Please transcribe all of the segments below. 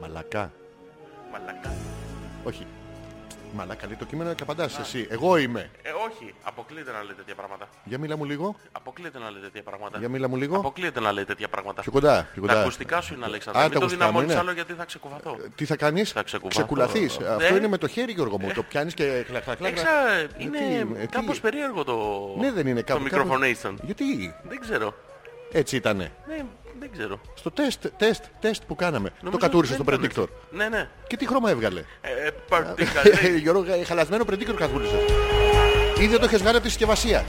Μαλακά. Μαλακά. Όχι. Μαλακά λέει το κείμενο και απαντάς εσύ. Εγώ είμαι. Ε, όχι. Αποκλείεται να λέτε τέτοια πράγματα. Για μίλα μου λίγο. Αποκλείεται να λέτε τέτοια πράγματα. Για μίλα μου λίγο. Αποκλείεται να λέτε τέτοια πράγματα. Πιο κοντά. Πιο Τα κοντά. ακουστικά σου είναι, Α, Αλέξανδρα. τα Μην το ακουστικά ναι, Ε, μου δυναμώνεις είναι. άλλο γιατί θα ξεκουβαθώ. Ε, Τι θα κάνεις. Θα Ε. ξεκουβαθώ. Ξεκουλαθείς. Ναι. Αυτό είναι με το χέρι Γιώργο μου. Το πιάνεις και χλα, χλα, χλα, χλα. Έξα, είναι Ε, τι- κάπως τι- περίεργο το, Ναι δεν είναι το κάπου. κάπου- microphonation. Γιατί Δεν ξέρω. έτσι ήτανε. Ναι, δεν ξέρω. Στο τεστ, τεστ, τεστ που κάναμε. το Νομίζω κατούρισε στο δεν predictor. ήταν. Ναι, ναι. Και τι χρώμα έβγαλε. Ε, particular- Γιώργο, ε, χαλασμένο predictor καθούρισε. Ήδη το έχεις βγάλει από τη συσκευασία.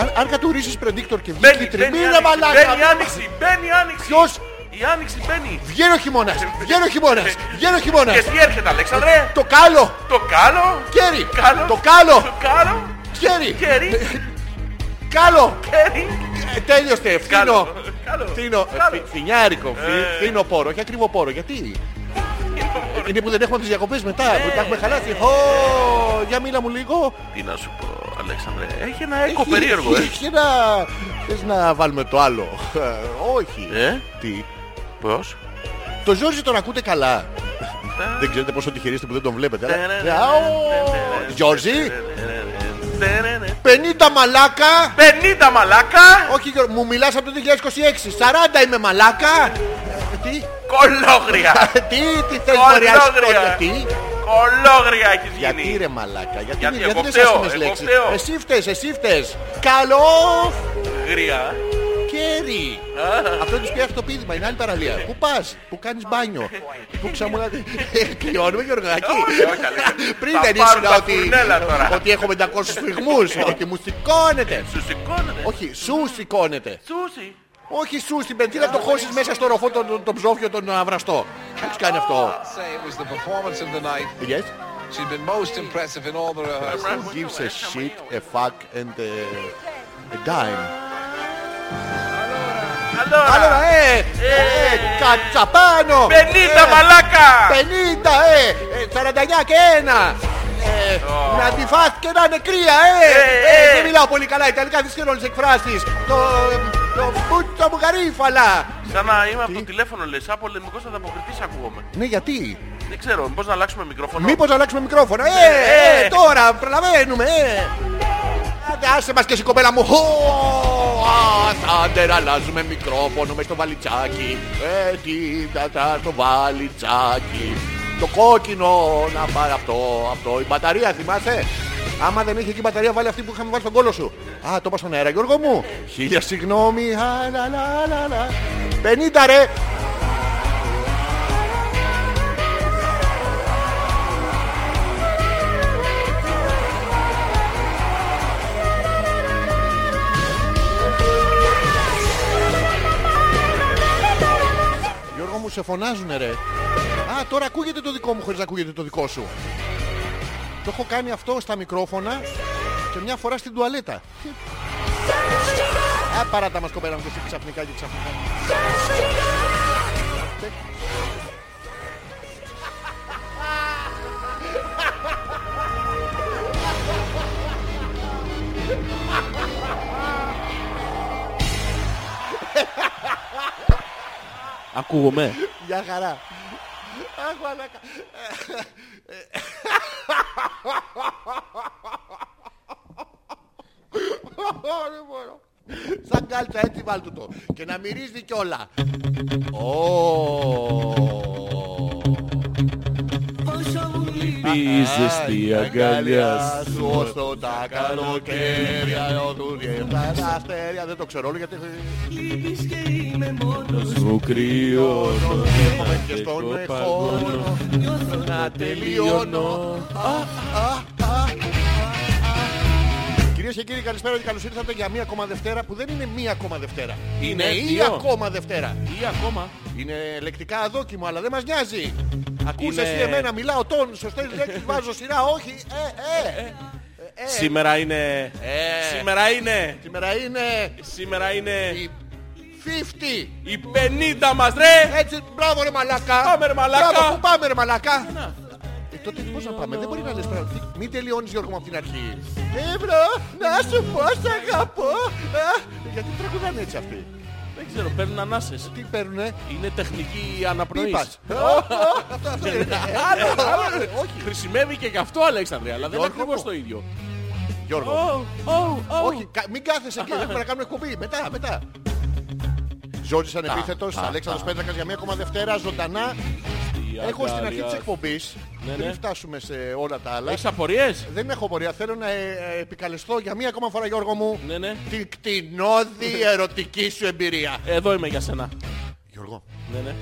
Αν, αν κατουρίσεις predictor και βγει Μπαίνει, κίτρινη, μπαίνει, η μίλα άνοιξη, μαλάκα. μπαίνει η άνοιξη, μπαίνει η άνοιξη. Ποιος? Η άνοιξη μπαίνει. Βγαίνει ο χειμώνας, βγαίνει ο χειμώνας, βγαίνει ο χειμώνας. Και τι έρχεται, Αλέξανδρε. Το κάλο, Το κάλο. χέρι, Κάλο. το κάλο, Το κάλο. χέρι, Χέρι. κάλο. Χέρι. Ε, Τέλειωστε, Κάλο. φθήνο. Κάλο. Φθήνο, Κάλο. φθη- φθινιάρικο, φθη- Ε. φθήνο πόρο, όχι ακριβό πόρο. Γιατί είναι που δεν έχουμε τις διακοπές μετά, που τα έχουμε χαλάσει. Ω, Για μίλα μου λίγο. Τι να σου πω, Αλέξανδρε. Έχει ένα έκο Έχει- περίεργο, ε. Έχει ένα... Θες να βάλουμε το άλλο. Ε, Όχι. Ε, Τι. πώς. Το Ζόρζι τον ακούτε καλά. Δεν ξέρετε πόσο τη χειρίζετε που δεν τον βλέπετε. αλλά- ναι, Αο! Ζόρζι, 50 μαλάκα. 50 μαλάκα. Όχι, Γιώργο, μου μιλάς από το 2026. 40 είμαι μαλάκα. Ε, Τι, Κολόγρια. τι, τι θες Κολόγρια. μωριά, γιατί, Κολόγρια έχεις γιατί γίνει. ρε μαλάκα, γιατί, Γιατί γιατί εγώ δεν φταίω, σας άσχημες εγώ λέξεις. φταίω. Εσύ φταίς, εσύ φταίς. Καλό Γρία. κέρι. Αυτό τους πιάχνει το πίδημα, είναι άλλη παραλία. Πού πας, πού κάνεις μπάνιο, πού ξαμουλάς. Ε, Κλειώνουμε Γιωργάκη. Όχι, όχι, Αλέξανδρε. Πριν Θα δεν ήσουν πάρουν τα ότι, φουρνέλα τώρα. ότι έχω 500 σφιγμούς, ότι μου σηκώνεται. Σου σηκώνεται. Όχι, σου σηκώνεται. Σούσι. Όχι σου, στην πεντήλα το χώσεις μέσα στο ροφό τον, τον, τον ψόφιο τον αβραστό. Έχεις κάνει αυτό. say it was the performance of the night. Yes. She'd been most impressive in all the rehearsals. Who gives a shit, a fuck and a, a dime. Allora, Allora, ε, ε, κατσαπάνω. Ε. 50 μαλάκα. 50, ε, ε, 49 και ένα. Ε, Να τη φας και να είναι κρύα, ε! Ε, ε, ε. Δεν μιλάω πολύ καλά, ιταλικά δεν ξέρω όλες τις εκφράσεις. Το, ε, το μπούτσο μου γαρίφαλα. Σαν να είμαι από το τηλέφωνο λες, από πολεμικός ανταποκριτής ακούγομαι. Ναι, γιατί. Δεν ξέρω, μήπως να αλλάξουμε μικρόφωνο. Μήπως αλλάξουμε μικρόφωνο. Ε, ε, ε. τώρα προλαβαίνουμε. Ε. Άντε, άσε μας και εσύ κοπέλα μου. Χω, α, άντε να αλλάζουμε μικρόφωνο μες στο βαλιτσάκι. Ε, τι, τα, τα, το βαλιτσάκι. Το κόκκινο να πάρει αυτό, αυτό. Η μπαταρία θυμάσαι. Άμα δεν είχε εκεί μπαταρία βάλει αυτή που είχαμε βάλει στον κόλο σου. Α, το είπα στον αέρα Γιώργο μου. Χίλια συγγνώμη. Α, λα, λα, λα, λα. 50 ρε. Γιώργο μου σε φωνάζουνε ρε Α τώρα ακούγεται το δικό μου χωρίς να ακούγεται το δικό σου Το έχω κάνει αυτό στα μικρόφωνα Και μια φορά στην τουαλέτα Α παράτα μας κοπέλα μου και εσύ ξαφνικά και ξαφνικά Ακούγομαι. Μια χαρά Αχ μαλάκα Δεν μπορώ Σαν κάλτσα έτσι βάλτου το Και να μυρίζει κιόλα Ω. Μη ζεστή αγκαλιά σου. σου όσο τα καλοκαίρια Οδούρια τα αστέρια Δεν το ξέρω όλο γιατί Μου κρύο το έχουμε και στον Έχω χώρο Να τελειώνω τελειώνω. Κυρίες και κύριοι καλησπέρα και καλώς ήρθατε για μία ακόμα Δευτέρα που δεν είναι μία ακόμα Δευτέρα Είναι Είναι η δύο. ακόμα Δευτέρα Ή ακόμα. Είναι λεκτικά αδόκιμο αλλά δεν μας νοιάζει Ακούς Είναι- εσύ εμένα μιλάω τόν Σωστές λέξεις βάζω σειρά όχι Ε ε Σήμερα είναι. Ε. Σήμερα είναι. Σήμερα είναι Σήμερα είναι. η 50 Η 50 μας ρε. Έτσι, μπράβο ρε μαλάκα. Πάμε, ρε, μαλάκα. Μπράβο, πού πάμε ρε μαλάκα. Ε, τότε πώς να πάμε, δεν μπορεί να λες πράγματα. Μην τελειώνεις Γιώργο μου από την αρχή. Ε, Εύρω, να σου πω, σ' αγαπώ. Α, Γιατί τραγουδάνε έτσι αυτοί. Δεν ξέρω, παίρνουν ανάσες. Τι παίρουνε. Είναι τεχνική αναπνοής. Πίπας. Ω, ω, Αυτό αυτό είναι. Άλλο, άλλο. Ε, Όχι. Χρησιμεύει και γι' αυτό Αλέξανδρε, αλλά δεν είναι Γιώργο ακριβώς μου. το ίδιο. Γιώργο. Ω, ω, ω. Όχι, κα- μην κάθεσαι εκεί. Έχουμε να κάνουμε εκπομπή. Μετά, μετά. Ζόρις ανεπίθετος, Αλέξανδρος Πέτρακας για μία ακόμα Δευτέρα, ζωντανά. Η Έχω στην αρχή αγκαλιά. της εκπομπής, Ναι, πριν ναι. φτάσουμε σε όλα τα άλλα, Έχεις απορίες? δεν έχω πορεία. Θέλω να ε, ε, επικαλεστώ για μία ακόμα φορά, Γιώργο μου, Ναι, ναι. την κτηνώδη ερωτική σου εμπειρία. Εδώ είμαι για σένα. Γιώργο, Ναι, ναι.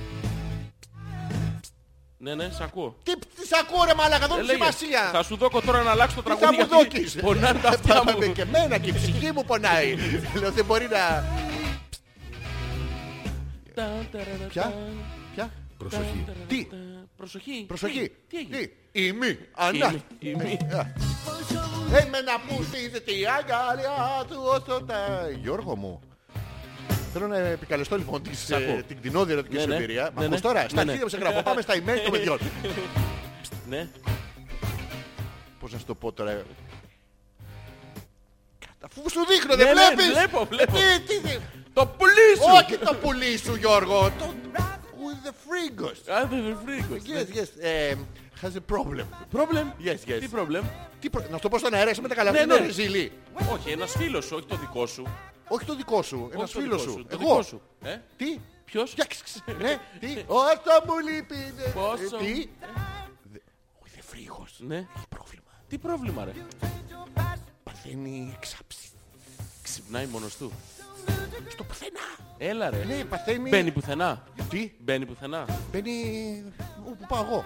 Ναι, ναι, σ' ακούω. τι τις ακούω ρε μαλάκα, εδώ Ε, είναι λέγε. σημασία. Θα σου δω τώρα να αλλάξω το Τι τραγούδι. θα μου γιατί δόκεις. Πονάνε τα αυτιά μου. Πάμε Και εμένα και η ψυχή μου πονάει. Λέω δεν μπορεί να... Τα, ταραρα, Ποια? τα, Ποια? τα, ταραρα, Τι? τα. Προσοχή. Προσοχή. Τι έγινε. Τι? Ημί. Ανά. Η- η- η- Έμενα που στείλετε τη αγκαλιά του όσο τα... Γιώργο μου. Θέλω να επικαλεστώ λοιπόν της, ακούω. ε, την κτηνόδη ερωτική Ναι, σου ναι. εμπειρία. Μα Ναι, ακούς ναι. τώρα, στα Ναι, ναι. αρχίδια μου σε γράφω. Πάμε στα email των παιδιών. Ναι. Πώς να σου το πω τώρα. ε. Κατά- Αφού σου δείχνω, Ναι, δεν ναι, βλέπεις. Ε, βλέπω, βλέπω. Τι, τι, τι. Το πουλί σου. Όχι το πουλί σου Γιώργο. Το with the fringos. Α, δεν με βρήκες. Yes, yes. ε, Has a problem. Πρόβλεμ. Yes, yes. Τι πρόβλεμ. Τι προ- Να σου το πω στον αέρα, είσαι με τα καλά. Ναι, Δεν είναι ναι. ρεζιλί. Όχι, ένας φίλος σου, όχι το δικό σου. Όχι το δικό σου, ένας Όχι το φίλος δικό σου. Το δικό Εγώ. σου. Ε, Τι. Ποιος. Για, ξ, ξ, Ναι, τι. Όσο μου λείπει. ναι. Πόσο- Ε, Τι. Όχι, φρίγο. Ναι. Έχει πρόβλημα. Τι πρόβλημα ρε. Παθαίνει εξάψη. Ξυπνάει μόνος του. Στο πουθενά. Έλα ρε. Ναι, παθαίνει. Μπαίνει πουθενά. Τι. Μπαίνει πουθενά. Μπαίνει. Όπου πάω εγώ.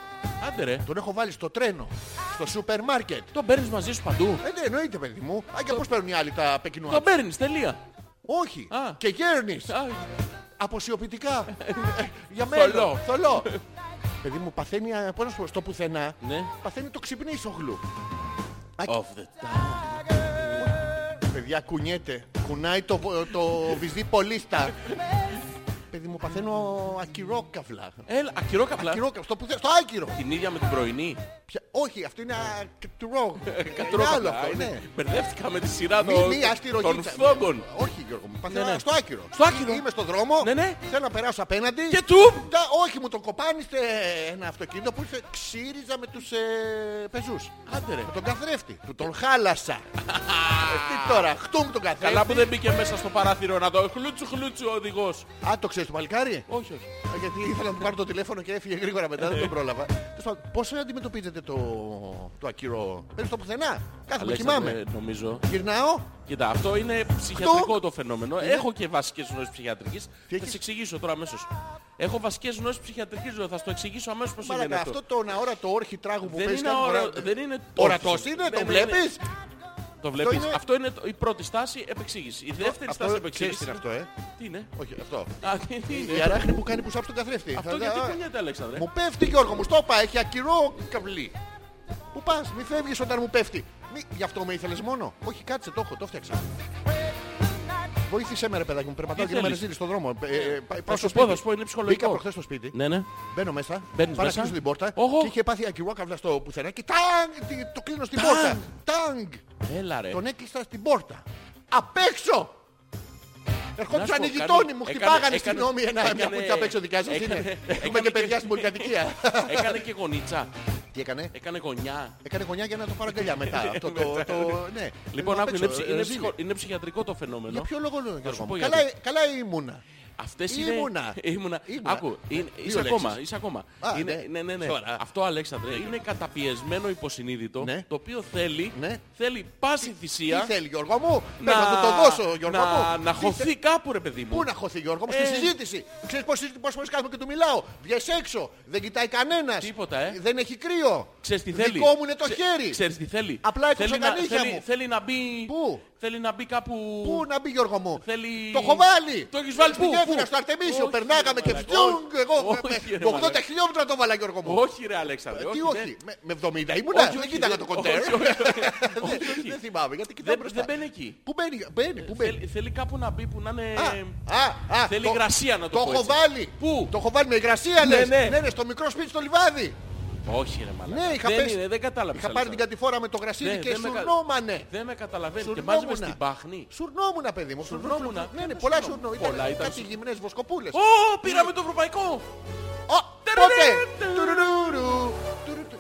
Άντε ρε. Τον έχω βάλει στο τρένο. Στο σούπερ μάρκετ. Το παίρνεις μαζί σου παντού. Ε, ναι, εννοείται, παιδί μου. Α, και πώς παίρνουν οι άλλοι τα πεκινουάς. Το παίρνεις, τελεία. Όχι. Α. Και γέρνεις. Α, Αποσιοποιητικά. Ε, Για μένα. Θολό. Θολό. Παιδί μου, παθαίνει. α, Πώς να σου πω, στο πουθενά. Ναι. Παθαίνει το ξυπνήσογλου. Off the town. Παιδιά κουνιέται. Κουνάει το, βο- το βυζί πολίστα. Παιδί μου, παθαίνω ακυρόκαυλα. Έλα, ακυρό καπλά. Ακυρόκαυλα, στο, πουθε- στο άκυρο. Την ίδια με την πρωινή. Πια- όχι, αυτό είναι ακυρό. Κατρό είναι άλλο καπλά, αυτό, είναι. ναι. Μπερδεύτηκα με τη σειρά Μη, των- μη, ας τη των ρογίτσα. φθόγκων. Όχι Γιώργο μου, παθαίνω Ναι, ναι. στο άκυρο. Στο άκυρο. Είμαι στο δρόμο, Ναι, ναι. θέλω να περάσω απέναντι. Και του! Τα, όχι, μου τον κοπάνει σε ένα αυτοκίνητο που ήρθε ξύριζα με τους ε, πεζούς. Άντε ρε. Με τον καθρέφτη. Του τον χάλασα. Ε, Τι τώρα, χτούμ τον καθρέφτη. Καλά που δεν μπήκε μέσα στο παράθυρο να το χλούτσου χλούτσου ο οδηγός. Α, το ξέρεις το παλικάρι. Όχι, όχι. Α, Γιατί ήθελα να του πάρω το τηλέφωνο και έφυγε γρήγορα μετά, Ε. δεν τον πρόλαβα. Τέλος πάντων, Πώς αντιμετωπίζετε το, το ακυρό. Παίρνεις το πουθενά. Κάθομαι, Αλέξανδρε, ε, κοιμάμαι. Νομίζω. Γυρνάω. Κοίτα, αυτό είναι ψυχιατρικό το φαινόμενο. Έχω και βασικές γνώσεις ψυχιατρικής. Θα έχεις? σε εξηγήσω τώρα αμέσως. Έχω βασικές γνώσεις ψυχιατρικής, λέω, θα σου το εξηγήσω αμέσως πώς Μαλάκα, είναι αυτό. αυτό το αόρατο όρχη τράγου που Δεν παίζει είναι, κάθε ωρα... φορά. δεν είναι Ναι, Ορατός είναι, Δεν το βλέπεις. Το βλέπεις. είναι- Αυτό είναι το- η πρώτη στάση επεξήγηση. Η δεύτερη στάση Αυτό ξέρεις επεξήγηση. τι είναι αυτό, ε. Τι είναι. Όχι, αυτό. Α, τι- τι Η είναι. αράχνη που κάνει που σάπει τον καθρέφτη. Αυτό Θα- γιατί α, κουνιέται, Αλέξανδρε. Μου πέφτει Γιώργο, μου στο είπα, έχει ακυρό καβλί. Πού πας, μη φεύγεις όταν μου πέφτει. Μη... Γι' αυτό με ήθελες μόνο. Όχι, κάτσε, το έχω, το φτιάξα. Βοήθησέ με ρε παιδάκι μου, περπατάω Τι και με θέλεις? ρεζίλη στον δρόμο. Ε, ε, πά- Θα πάω στο σου πω, σπίτι. θα σου πω, είναι Μπήκα ψυχολογικό. προχθές στο σπίτι, Ναι, ναι. μπαίνω μέσα, πάω Μπαίνεις να μέσα. κλείσω την πόρτα Οχο. και είχε πάθει ακυρό καβλά στο πουθενά και τάγκ, τι- το κλείνω στην πόρτα. Τάγκ. Έλα ρε. Τον έκλεισα στην πόρτα. Απ' έξω! Ερχόντουσαν Να οι σου πω, γειτόνι κάνε- μου, έκανε- χτυπάγανε έκανε- στην νόμη ένα, μια έκανε- κουτιά απ' έξω δικιά σας έκανε- είναι. Έχουμε έκανε και και- παιδιά στην πολυκατοικία. Έκανε και γονίτσα. Τι έκανε, Έκανε γονιά. έκανε γωνιά για να το πάρω αγκαλιά μετά. Αυτό το, το, ναι. Λοιπόν, Απ' άκου, έξω, είναι, ψυχ- ε, είναι, ζήλι. ψυχο- είναι ψυχιατρικό το Για φαινόμενο. ποιο λόγο λέω, Γιώργο σου μου. πω Καλά, γιατί. καλά ήμουνα. Αυτές είναι... Ήμουνα. Ήμουνα. Ήμουνα. Ε, Άκου, είναι- Δύο είσαι λέξεις. ακόμα. Είσαι ακόμα. Α, είναι, ναι. ναι, ναι, ναι. Σοβαρά. Αυτό, Αλέξανδρε, είναι καταπιεσμένο υποσυνείδητο, Ναι. το οποίο θέλει, Ναι. θέλει πάση Τι θυσία θέλει Γιώργο μου, να θα το δώσω Γιώργο να, μου. να Τι χωθεί κάπου, ρε παιδί μου. Πού να χωθεί Γιώργο μου, στη Ε. συζήτηση. Ξέρεις πόσες, πόσες φορές κάθομαι και του μιλάω. Βγες έξω, δεν κοιτάει κανένας. Τίποτα, ε. Δεν έχει κρύο. Ξέρεις τι θέλει. Δικό μου είναι το Ξε- χέρι. Ξέρεις τι θέλει. Απλά έκοψα θέλει τα να, νύχια θέλει, μου. θέλει να μπει... Πού? Θέλει να μπει κάπου... Πού να μπει Γιώργο μου. Θέλει... Το έχω βάλει. Το έχεις βάλει Στην πού, γέφυρα πού? στο Αρτεμίσιο. Όχι, Περνάγαμε ρε και μαλάκα, φτιούγκ. όχι. Εγώ Όχι, με- ρε με 80 μαλάκα. χιλιόμετρα το βάλα Γιώργο μου. Όχι ρε Αλέξανδρε, Ε, Τι όχι. όχι. δεν- Με- Με 70 ήμουνα. Όχι, Δεν όχι, κοίταγα δεν- το κοντέρ. όχι, όχι, όχι, Δεν- όχι. Δεν θυμάμαι γιατί κοιτάω Δεν, δεν μπροστά. μπαίνει εκεί. Πού μπαίνει, μπαίνει, πού μπαίνει. Θέλει, θέλει κάπου να μπει που να είναι... Α, α, α, ε, θέλει το- υγρασία να το Το πω έχω έτσι. βάλει. Πού? Το έχω βάλει με υγρασία λες. ναι. Ναι, ναι, στο μικρό σπίτι στο λιβάδι. Όχι, ρε μαλάκα. Ναι, είχα δεν, πέσει- είναι, δεν κατάλαβα. Είχα πάρει την κατηφόρα με το γρασίδι Ναι, και δεν με κα- σουρνόμανε. Δεν με καταλαβαίνει. Και Σουρνόμουνα. μάζευε στην πάχνη. Σουρνόμουνα, παιδί μου. Σουρνόμουνα. Ναι, ναι, Ποιο πολλά σουρνόμουν. σουρνό. Πολλά Ήταν ήταν κάτι σου- γυμνές βοσκοπούλες. Ω, πήραμε το ευρωπαϊκό. Ω, Πότε! Τουρουρουρου. Τουρου, τουρου.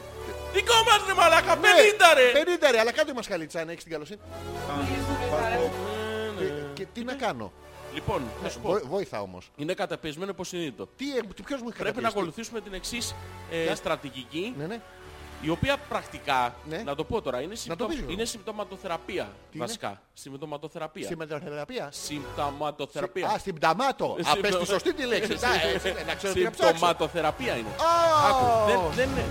Δικό μας ρε μαλάκα, Ναι, 50 ρε. 50 ρε, αλλά κάντε μας χαλίτσα αν έχεις την καλοσύνη. Ε, Και τι να κάνω. Ναι, Λοιπόν, θα σου πω. Βο- Βοήθα όμως. Είναι καταπιεσμένο υποσυνείδητο. Τι, ε, τι- ποιος μου είχε Πρέπει να καταπιεστεί. ακολουθήσουμε την εξής στρατηγική, Ναι, ναι. η οποία πρακτικά, Ναι. να το πω τώρα, είναι, το συμπτω... πεις, Γιώργο. είναι συμπτωματοθεραπεία. είναι? βασικά. Συμπτωματοθεραπεία. Στη μεταθεραπεία. Συμπτωματοθεραπεία. Α, στην Ε, πταμάτο. Α, πες τη σωστή τη λέξη. Να, έτσι, ε, Να ξέρω τι να ψάξω. Συμπτωματοθεραπεία είναι. Α, Άκου, δεν- δεν είναι.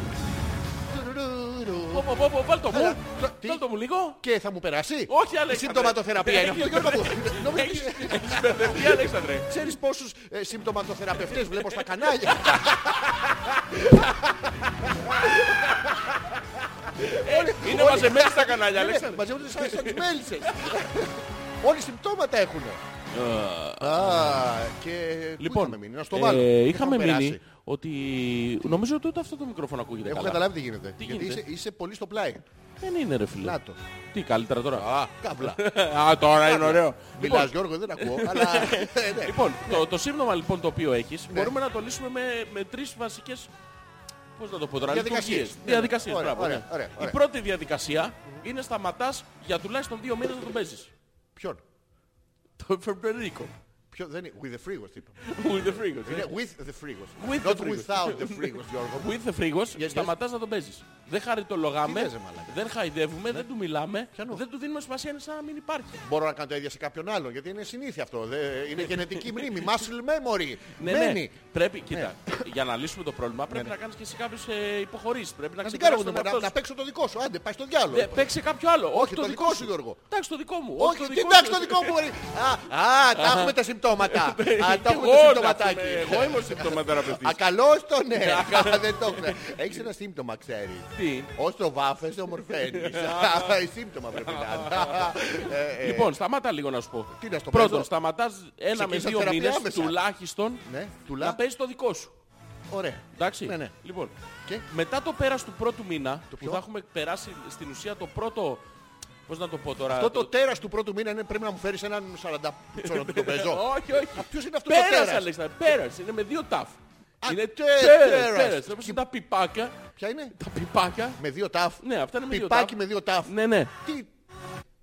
τουρουρουρου. Πω, πω, πω, πω, βάλ το μου. Έλα, το- τι? Βάλ το μου λίγο. Και θα μου περάσει. Όχι, Αλέξανδρε. Η Συμπτωματοθεραπεία είναι αυτό, Γιώργο μου. Νομίζω ότι Έχεις έχεις μπερδευτεί, Αλέξανδρε. Ξέρεις πόσους ε, συμπτωματοθεραπευτές βλέπω στα κανάλια. Ε, Είναι μαζεμένοι στα κανάλια, Ναι, Αλέξανδρε. Μαζεύονται σαν σαν τις μέλισσες. Όλοι συμπτώματα έχουν. και πού είχαμε μείνει, να στο ε, βάλω. είχαμε Έχουμε μείνει περάσει. ότι νομίζω ότι ούτε αυτό το μικρόφωνο ακούγεται Έχω καλά. καταλάβει τι γίνεται. Τι Γιατί γίνεται? Ναι. είσαι, είσαι πολύ στο πλάι. Δεν είναι ρε φίλε. Να το. Τι καλύτερα τώρα. Καύλα. Α, τώρα είναι ωραίο. Μιλάς Γιώργο, δεν ακούω. Αλλά ε, ναι. Λοιπόν, το, το σύμπτωμα λοιπόν το οποίο έχεις μπορούμε να το λύσουμε με, με τρεις βασικές πώς να το πω τώρα, Διαδικασίες. λειτουργίες. Ναι, ναι. Διαδικασίες, Ωραία, μπράβο, ωραία, ναι. ωραία, ωραία. Η πρώτη διαδικασία είναι σταματάς για τουλάχιστον δύο μήνες να τον παίζεις. Ποιον. Το Φεμπερίκο. Ποιον δεν είναι. With the free was είπα. With the Frigos. Είναι ε. with the free was. With the Not free was. without the free was Γιώργο. μου. With the Frigos yes. σταματάς να τον παίζεις. Δεν χαριτολογάμε, Τι λες, ρε μαλάκα. Ναι. δεν χαϊδεύουμε, δεν του μιλάμε, Πιανού. δεν του δίνουμε σημασία, είναι σαν να μην υπάρχει. Μπορώ να κάνω το ίδιο σε κάποιον άλλον γιατί είναι συνήθεια αυτό. Δε- Είναι γενετική μνήμη. Muscle memory. Ναι, Μένει. Ναι, ναι. Πρέπει, κοίτα, για να λύσουμε το πρόβλημα πρέπει να κάνεις και εσύ κάποιες ε, υποχωρήσεις. Πρέπει να Να την κάνω ξεκινάς εγώ, τον να- εαυτό να σου. παίξω το δικό σου. Άντε, πάει στο Ε, διάλογο. Παίξε κάποιο άλλο. Όχι, το δικό σου, Γιώργο. Εντάξει, το δικό μου. Όχι, το τι δικό εντάξει σου. το δικό μου. μπορεί. Α, Α, τα έχουμε τα συμπτώματα. Α, τα Ναι, Εγώ έχουμε τα να συμπτωματάκι. πούμε, Εγώ είμαι ο συμπτωματεραπευτής. Ακαλώ το ναι. Α, Δεν το έχουν. Έχεις ένα σύμπτωμα, ξέρει. Τι? Όσο το βάφεσαι, ομορφαίνεις. Α, Σύμπτωμα πρέπει να είναι. Ε, ε, Λοιπόν, σταμάτα λίγο να σου πω. Τι να στο παίζω? Πρώτον, σταματάς ένα με Ξεκίνησα δύο θεραπεία μήνες άμεσα. τουλάχιστον Ναι, να τουλά. Ναι. παίζεις το δικό σου. Ωραία. Εντάξει. Ναι, ναι. Λοιπόν, Και? μετά το πέρας του πρώτου μήνα, που ποιο? θα έχουμε περάσει στην ουσία το πρώτο... Πώς να το πω τώρα... Αυτό το τέρας του πρώτου μήνα είναι πρέπει να μου φέρεις έναν 40 τσόρο που το παίζω. Όχι, όχι. Ποιος είναι αυτός το Πέρας, τέρας. Αλέξανδρε, πέρας. Είναι με δύο ταφ. Α, Είναι τε- τέρας, τέρας. τέρας. Όπως είναι τα πιπάκια. Ποια είναι? Τα πιπάκια. Με δύο τάφ. Ναι, αυτά είναι με δύο Πιπάκι ταφ. με δύο τάφ. Ναι, ναι. Τι,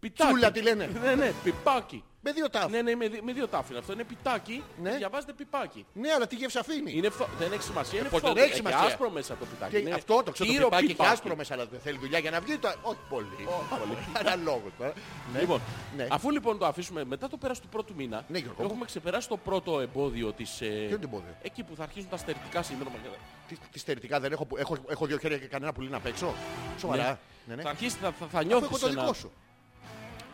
Πιτάκι. Τσούλα τη λένε. Ναι, ναι, πιπάκι. με δύο τάφ. Ναι, ναι, με, δι- με δύο τάφη είναι αυτό. Είναι πιτάκι Ναι. και διαβάζετε πιπάκι. Ναι, αλλά τι γεύση αφήνει. Είναι φθο... Δεν έχει σημασία, είναι πώς φθόκο. Ε, δεν έχει Έχει σημασία. άσπρο μέσα το Ναι. πιτάκι. Και Είναι αυτό το ξέρω το κύρο πιπάκι και άσπρο μέσα, αλλά δεν θέλει δουλειά για να βγει. Το... Όχι πολύ. Αναλόγως τώρα. Ναι. Λοιπόν, Ναι. αφού λοιπόν το αφήσουμε μετά το πέρας του πρώτου μήνα, Ναι, Γιώργο. έχουμε ξεπεράσει το πρώτο εμπόδιο της... ε, Ποιο είναι το εμπόδιο? Εκεί που θα αρχίζουν τα στερητικά σύνδρομα. και τα- Τι, τι στερητικά δεν έχω, που- έχω, έχω δύο χέρια και κανένα πουλί να παίξω. Σοβαρά. Ναι, ναι. Θα αρχίσει, θα, θα, θα Αφού νιώθεις έχω το ένα- δικό σου.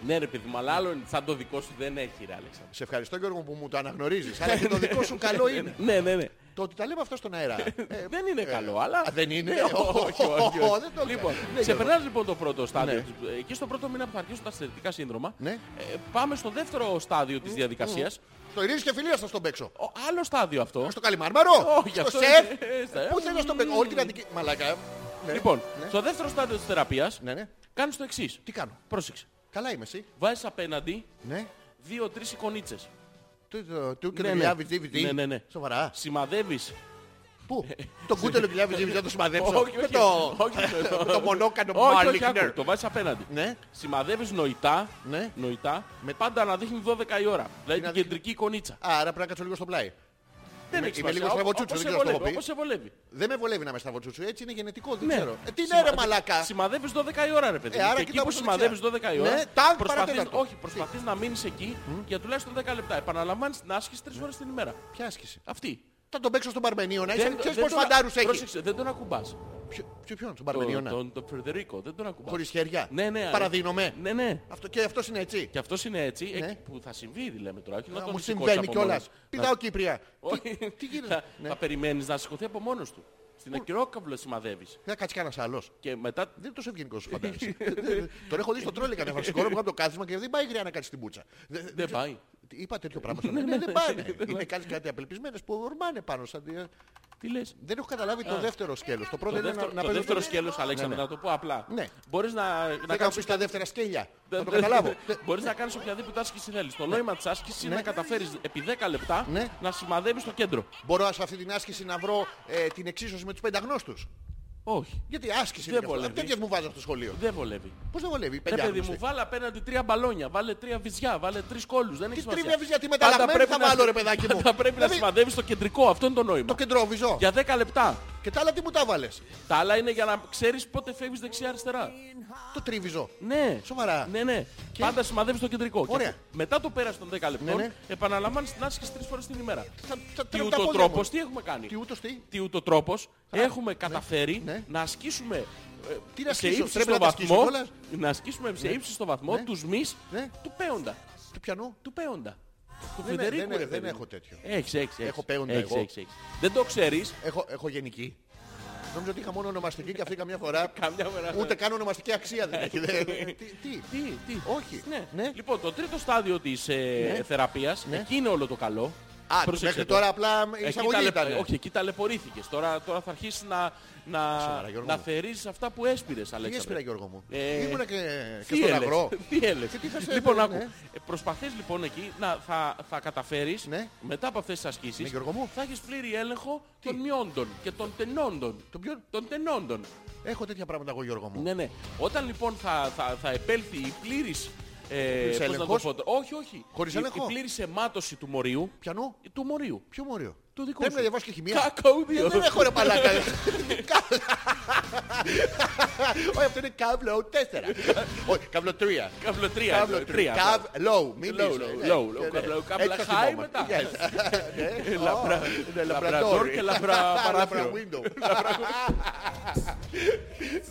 Ναι ρε παιδί μου, αλλά άλλο σαν το δικό σου δεν έχει ρε Αλέξανδρο. Σε ευχαριστώ Γιώργο που μου το αναγνωρίζεις. αλλά και το δικό σου καλό είναι. Ναι, ναι, ναι. Το ότι τα λέμε αυτά στον αέρα. Ε, Δεν είναι καλό, αλλά... Α, δεν είναι. Ναι, όχι, όχι, όχι. Δεν το Λοιπόν, ναι, Γιώργο. ξεπερνάς λοιπόν το πρώτο στάδιο. Εκεί στο πρώτο μήνα που θα αρχίσουν τα στερετικά σύνδρομα, Ναι. ε, πάμε στο δεύτερο στάδιο της διαδικασίας. Στο ειρήνης και φιλίας θα στον παίξω. Ο- άλλο στάδιο αυτό. Στο καλυμάρμαρο. Όχι, Στο αυτό σεφ. είναι- ε, στα- Πού θέλω να στον παίξω. Όλη την αντική... Μαλακά. Ναι. Λοιπόν, Ναι. στο δεύτερο στάδιο της θεραπείας Ναι, ναι. κάνεις το εξής. Τι κάνω. Πρόσεξε. Καλά είμαι εσύ. Βάζεις απέναντι Ναι. δύο-τρεις εικονίτσες. Του και το Ναι, ναι. γυλιάβι DVD. Ναι, ναι, ναι. Σοβαρά. Σημαδεύεις. Πού. Το κούτελο γυλιάβι DVD δεν το σημαδέψω. Όχι, Με όχι. το- όχι, το- με Το μονόκανο Όχι, όχι, άκου, Μάλιχνερ. το βάζεις απέναντι. Ναι. Σημαδεύεις νοητά, Ναι. νοητά με... πάντα να δείχνει 12 η ώρα. Δηλαδή να την κεντρική εικονίτσα. Άρα πρέπει να κάτσω λίγο στο πλάι. Δεν είμαι- έχει είμαι σημασία. λίγο Ό- στραβοτσούτσο, όπως δεν σε ξέρω αν το βολεύει, έχω πει. Όπως σε βολεύει. Δεν με βολεύει να με στραβοτσούτσου. Έτσι είναι γενετικό. Δεν Ναι. ξέρω. Ε, Τι είναι Σημαδε- ρε μαλάκα. Σημαδεύεις 12 η ώρα, ρε παιδί. Ε, άρα και εκεί κοιτάω που προς τα δεξιά. σημαδεύεις 12 η Ναι, ώρα, τάγκ προσπαθείς, παρατέταρτο. όχι, προσπαθείς να μείνεις εκεί για τουλάχιστον 10 λεπτά. Επαναλαμβάνεις την άσκηση 3 ώρες την ημέρα. Ναι. Ποια άσκηση. Ε, Αυτή. Θα τον παίξω στον Παρμενίωνα. Δεν- Ξέρεις δεν πόσους τον- φαντάρους έχει. Πρόσεξε, δεν τον ακουμπάς. Ποιο- ποιο- Ποιον, στον Τον, Παρμενίωνα. τον, τον Φρεντερίκο, δεν τον ακουμπάς. Χωρίς χέρια. Ναι, ναι. Παραδίνομαι. Ναι, ναι. Αυτό, και αυτός είναι έτσι. Και αυτός είναι έτσι, Ναι. εκεί που θα συμβεί, δηλαδή, λέμε τώρα. Όχι να Α, τον Μου σηκώσει συμβαίνει από κιόλας. μόνος. Πηδάω Κύπρια. Όχι. Τι- Τι θα, γίνεται. Ναι. θα περιμένεις να σηκωθεί από μόνος του. Στην ακυρόκαυλο σημαδεύεις. Δεν θα κάτσει κανένας άλλος. Και μετά... Δεν είναι τόσο ευγενικός σου φαντάζεσαι. Ε, Τον έχω δει στο τρόλικα να βασικό μου από το κάθισμα και δεν πάει γριά να κάτσει την μπούτσα. Δε- Δεν ναι, ξέρω- πάει. Ναι, Είπα τέτοιο πράγμα. στον- Ναι, δεν πάνε. Είναι κάτι, κάτι απελπισμένες που ορμάνε πάνω. σαν τη- Τι λες. Δεν έχω καταλάβει το δεύτερο σκέλος. Το πρώτο Το είναι να- δεύτερο, να το παίζω δεύτερο το- σκέλος, Αλέξανδρε, Ναι, ναι. να το πω απλά. Ναι. Μπορείς να, να Δεν κάνω κάνεις... πεις τα δεύτερα σκέλια. Θα το δεν- καταλάβω. δεν- Μπορείς να κάνεις οποιαδήποτε άσκηση θέλεις. Το νόημα της άσκησης είναι να καταφέρεις επί 10 λεπτά Ναι. να σημαδεύεις το κέντρο. Μπορώ σε αυτή την άσκηση να βρω ε, την εξίσωση με τους πενταγνώστους. Όχι. Γιατί άσκηση Δεν είναι και αυτό. βολεύει. Τέτοιες μου βάζω στο σχολείο. Δεν βολεύει. Πώς δεν βολεύει, Ρε παιδί πενταγνώστοι. μου, βάλε απέναντι τρία μπαλόνια, βάλε τρία βυζιά, βάλε τρεις κόλλους. Δεν έχει Τι σημασία. τρίβευες γιατί Πάντα μεταλλαγμένη πρέπει θα να- βάλω ρε παιδάκι μου. Πάντα πρέπει να Δηλαδή, σημαδεύεις το κεντρικό, αυτό είναι το νόημα. Το κεντρόβιζο. Για 10 λεπτά. Και τα άλλα τι μου τα βάλες. Τα άλλα είναι για να ξέρεις πότε φεύγεις δεξιά-αριστερά. Το τρίβιζο. Ναι. Σοβαρά. Ναι, ναι. Πάντα σημαδεύεις το κεντρικό. Και Ωραία. μετά το πέρας των 10 λεπτών, Ναι, ναι. επαναλαμβάνεις την άσκηση τρεις φορές την ημέρα. Θα- θα Τι τρέχω τα ούτω πόδια μου. τρόπος, τι έχουμε κάνει. Τι ούτως τι. Τι ούτω τρόπος, έχουμε καταφέρει ναι. να ασκήσουμε ε, Τι να σε ασκήσω, ύψιστο πρέπει να τα ασκήσω βαθμό, κιόλας. να ασκήσουμε σε ύψιστο στο βαθμό Ναι. τους μυς Ναι. του πέοντα. Του πιανού. Του πέοντα. Του Δεν- Φεντερίκου, Ναι, δεν- ρε, δεν παιδί έχω μου. τέτοιο. Έχεις, έχεις, έχεις. Έχω πέοντα Έχεις, εγώ. έχεις, έχεις. Δεν το ξέρεις. Έχω, έχω γενική. Νομίζω ότι είχα μόνο ονομαστική και αυτή καμιά φορά. Καμιά φορά. Ούτε καν ονομαστική αξία δεν έχει. Δεν- τι, τι. Τι, τι. Όχι. Ε, Ναι. Ναι. Λοιπόν, το τρίτο στάδιο της ε, θεραπείας, εκεί είναι όλο το καλό. Α, Πρόσεξε μέχρι το. τώρα απλά η Εκεί εισαγωγή ταλαιπω- ήταν. Όχι, εκεί ταλαιπωρήθηκες. Τώρα, τώρα θα αρχίσεις να, να, Σοβαρά, Γιώργο να μου. θερίζεις αυτά που έσπηρες, Τι Αλέξανδρε. έσπερα Γιώργο μου. Ε, Ήμουνα και, και Τι στον έλες, αγρό. Τι έλες. Και τι θα σε Λοιπόν, έλεγε, άκου. ναι. Ε, Προσπαθείς λοιπόν εκεί να θα, θα καταφέρεις Ναι. μετά από αυτές τις Ναι, ασκήσεις Γιώργο μου. θα έχεις πλήρη έλεγχο των μειόντων και των τενόντων. Των ποιον? Των τενόντων. Έχω τέτοια πράγματα εγώ Γιώργο μου. Ναι, ναι. Όταν λοιπόν θα, θα, θα επέλθει η πλήρης... Ε, πώς να το έλεγχος. πω τώρα. όχι, όχι. Χωρίς η, έλεγχο. η πλήρης αιμάτωση του μοριού. Πιανού. Του μοριού. Ποιο μόριο. Του δικού Πρέπει σου. να διαβάσω και χημεία. Ε, Κακόβιο. Δεν έχω ρε παλάκα. Όχι, αυτό είναι καύλο 4. Όχι, καύλο 3. Καυλοτρία. Καύλο 3. τρία. Καύλο. Μην Low, είσαι, low, ναι, low, ναι, low, ναι. καύλο, Έτσι καύλα θα high θυμόμαστε. μετά. Yes. Ναι. Ε, Λαμπρα- Ναι, Λαμπραντόρ και Ε, λαμπραπαράθυρο. Λαμπρα window.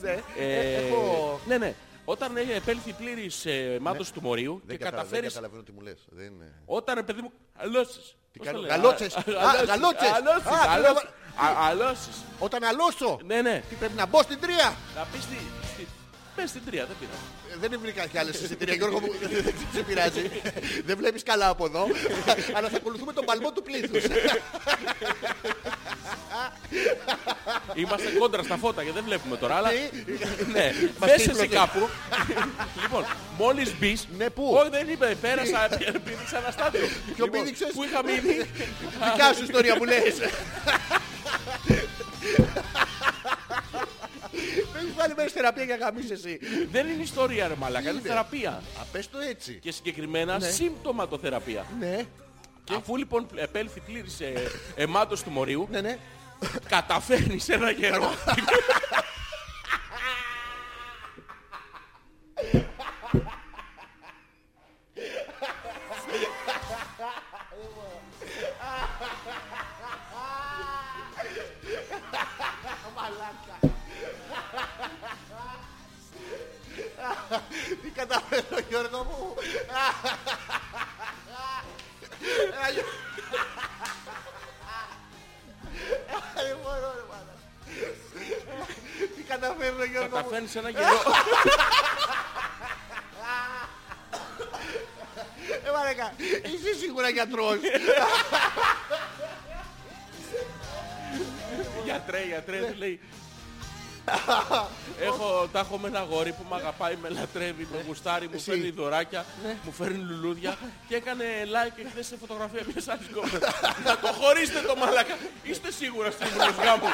Ναι. Ε, Έχω- Ναι, ναι. Όταν ε, επέλθει η πλήρης ε, μάτωση του μωρίου και Ναι. Δεν κατα- δεν καταφέρεις... καταλαβαίνω τι μου λες. Δεν είναι- Όταν ρε παιδί μου αλώσεις. Τι κάνω, γαλότσες. Α, γαλότσες. Α, θέλω να Αλώσεις. Αλώσεις. Όταν αλώσω. Ναι, ναι. Τι πρέπει να μπω στην τρία. Να πεις τη... στη- Πες την τρία, δεν πειράζει. Ε, Δεν βρήκα κι άλλες εισιτήρια, Γιώργο μου. Δεν σε πειράζει. Δεν βλέπεις καλά από εδώ. Αλλά θα ακολουθούμε τον παλμό του πλήθους. Είμαστε κόντρα στα φώτα και δεν βλέπουμε τώρα, αλλά... Τι? ναι, Μας πες εσύ τύφλωσε. κάπου. λοιπόν, μόλις μπεις... Ναι, πού? Όχι, δεν είπε, πέρασα, πήδηξα ένα στάδιο. Ποιο Λοιπόν, πήδηξες? Πού είχα μείνει. Δικιά σου ιστορία που λες. Δεν σου βάλει μέσα θεραπεία για να γαμίσεις εσύ. δεν είναι ιστορία, ρε μαλάκα, είναι Είναι. Ναι. θεραπεία. Α, πες το έτσι. Και συγκεκριμένα συμπτωματοθεραπεία. Ναι, Αφού λοιπόν επέλθει πλήρης ε, αιμάτος του μωρίου, ναι, ναι. καταφέρνεις ένα γερό. Τι καταφέρω Γιώργο μου. Ένα Γιώ- Δεν μπορώ ρε μάνα. Τι καταφέρω Γιώργο μου. καταφέρνεις ένα γερό. Ε, μαλάκα, είσαι σίγουρα γιατρός. γιατρέ, γιατρέ, του λέει. έχω, τα έχω με ένα αγόρι που με αγαπάει, με λατρεύει, με γουστάρει, μου Εσύ. φέρνει δωράκια, μου φέρνει λουλούδια και έκανε like χθες σε φωτογραφία μιας άλλης κόμματος. Να το χωρίσετε το μαλάκα. Είστε σίγουρα στην βουλευτιά μου.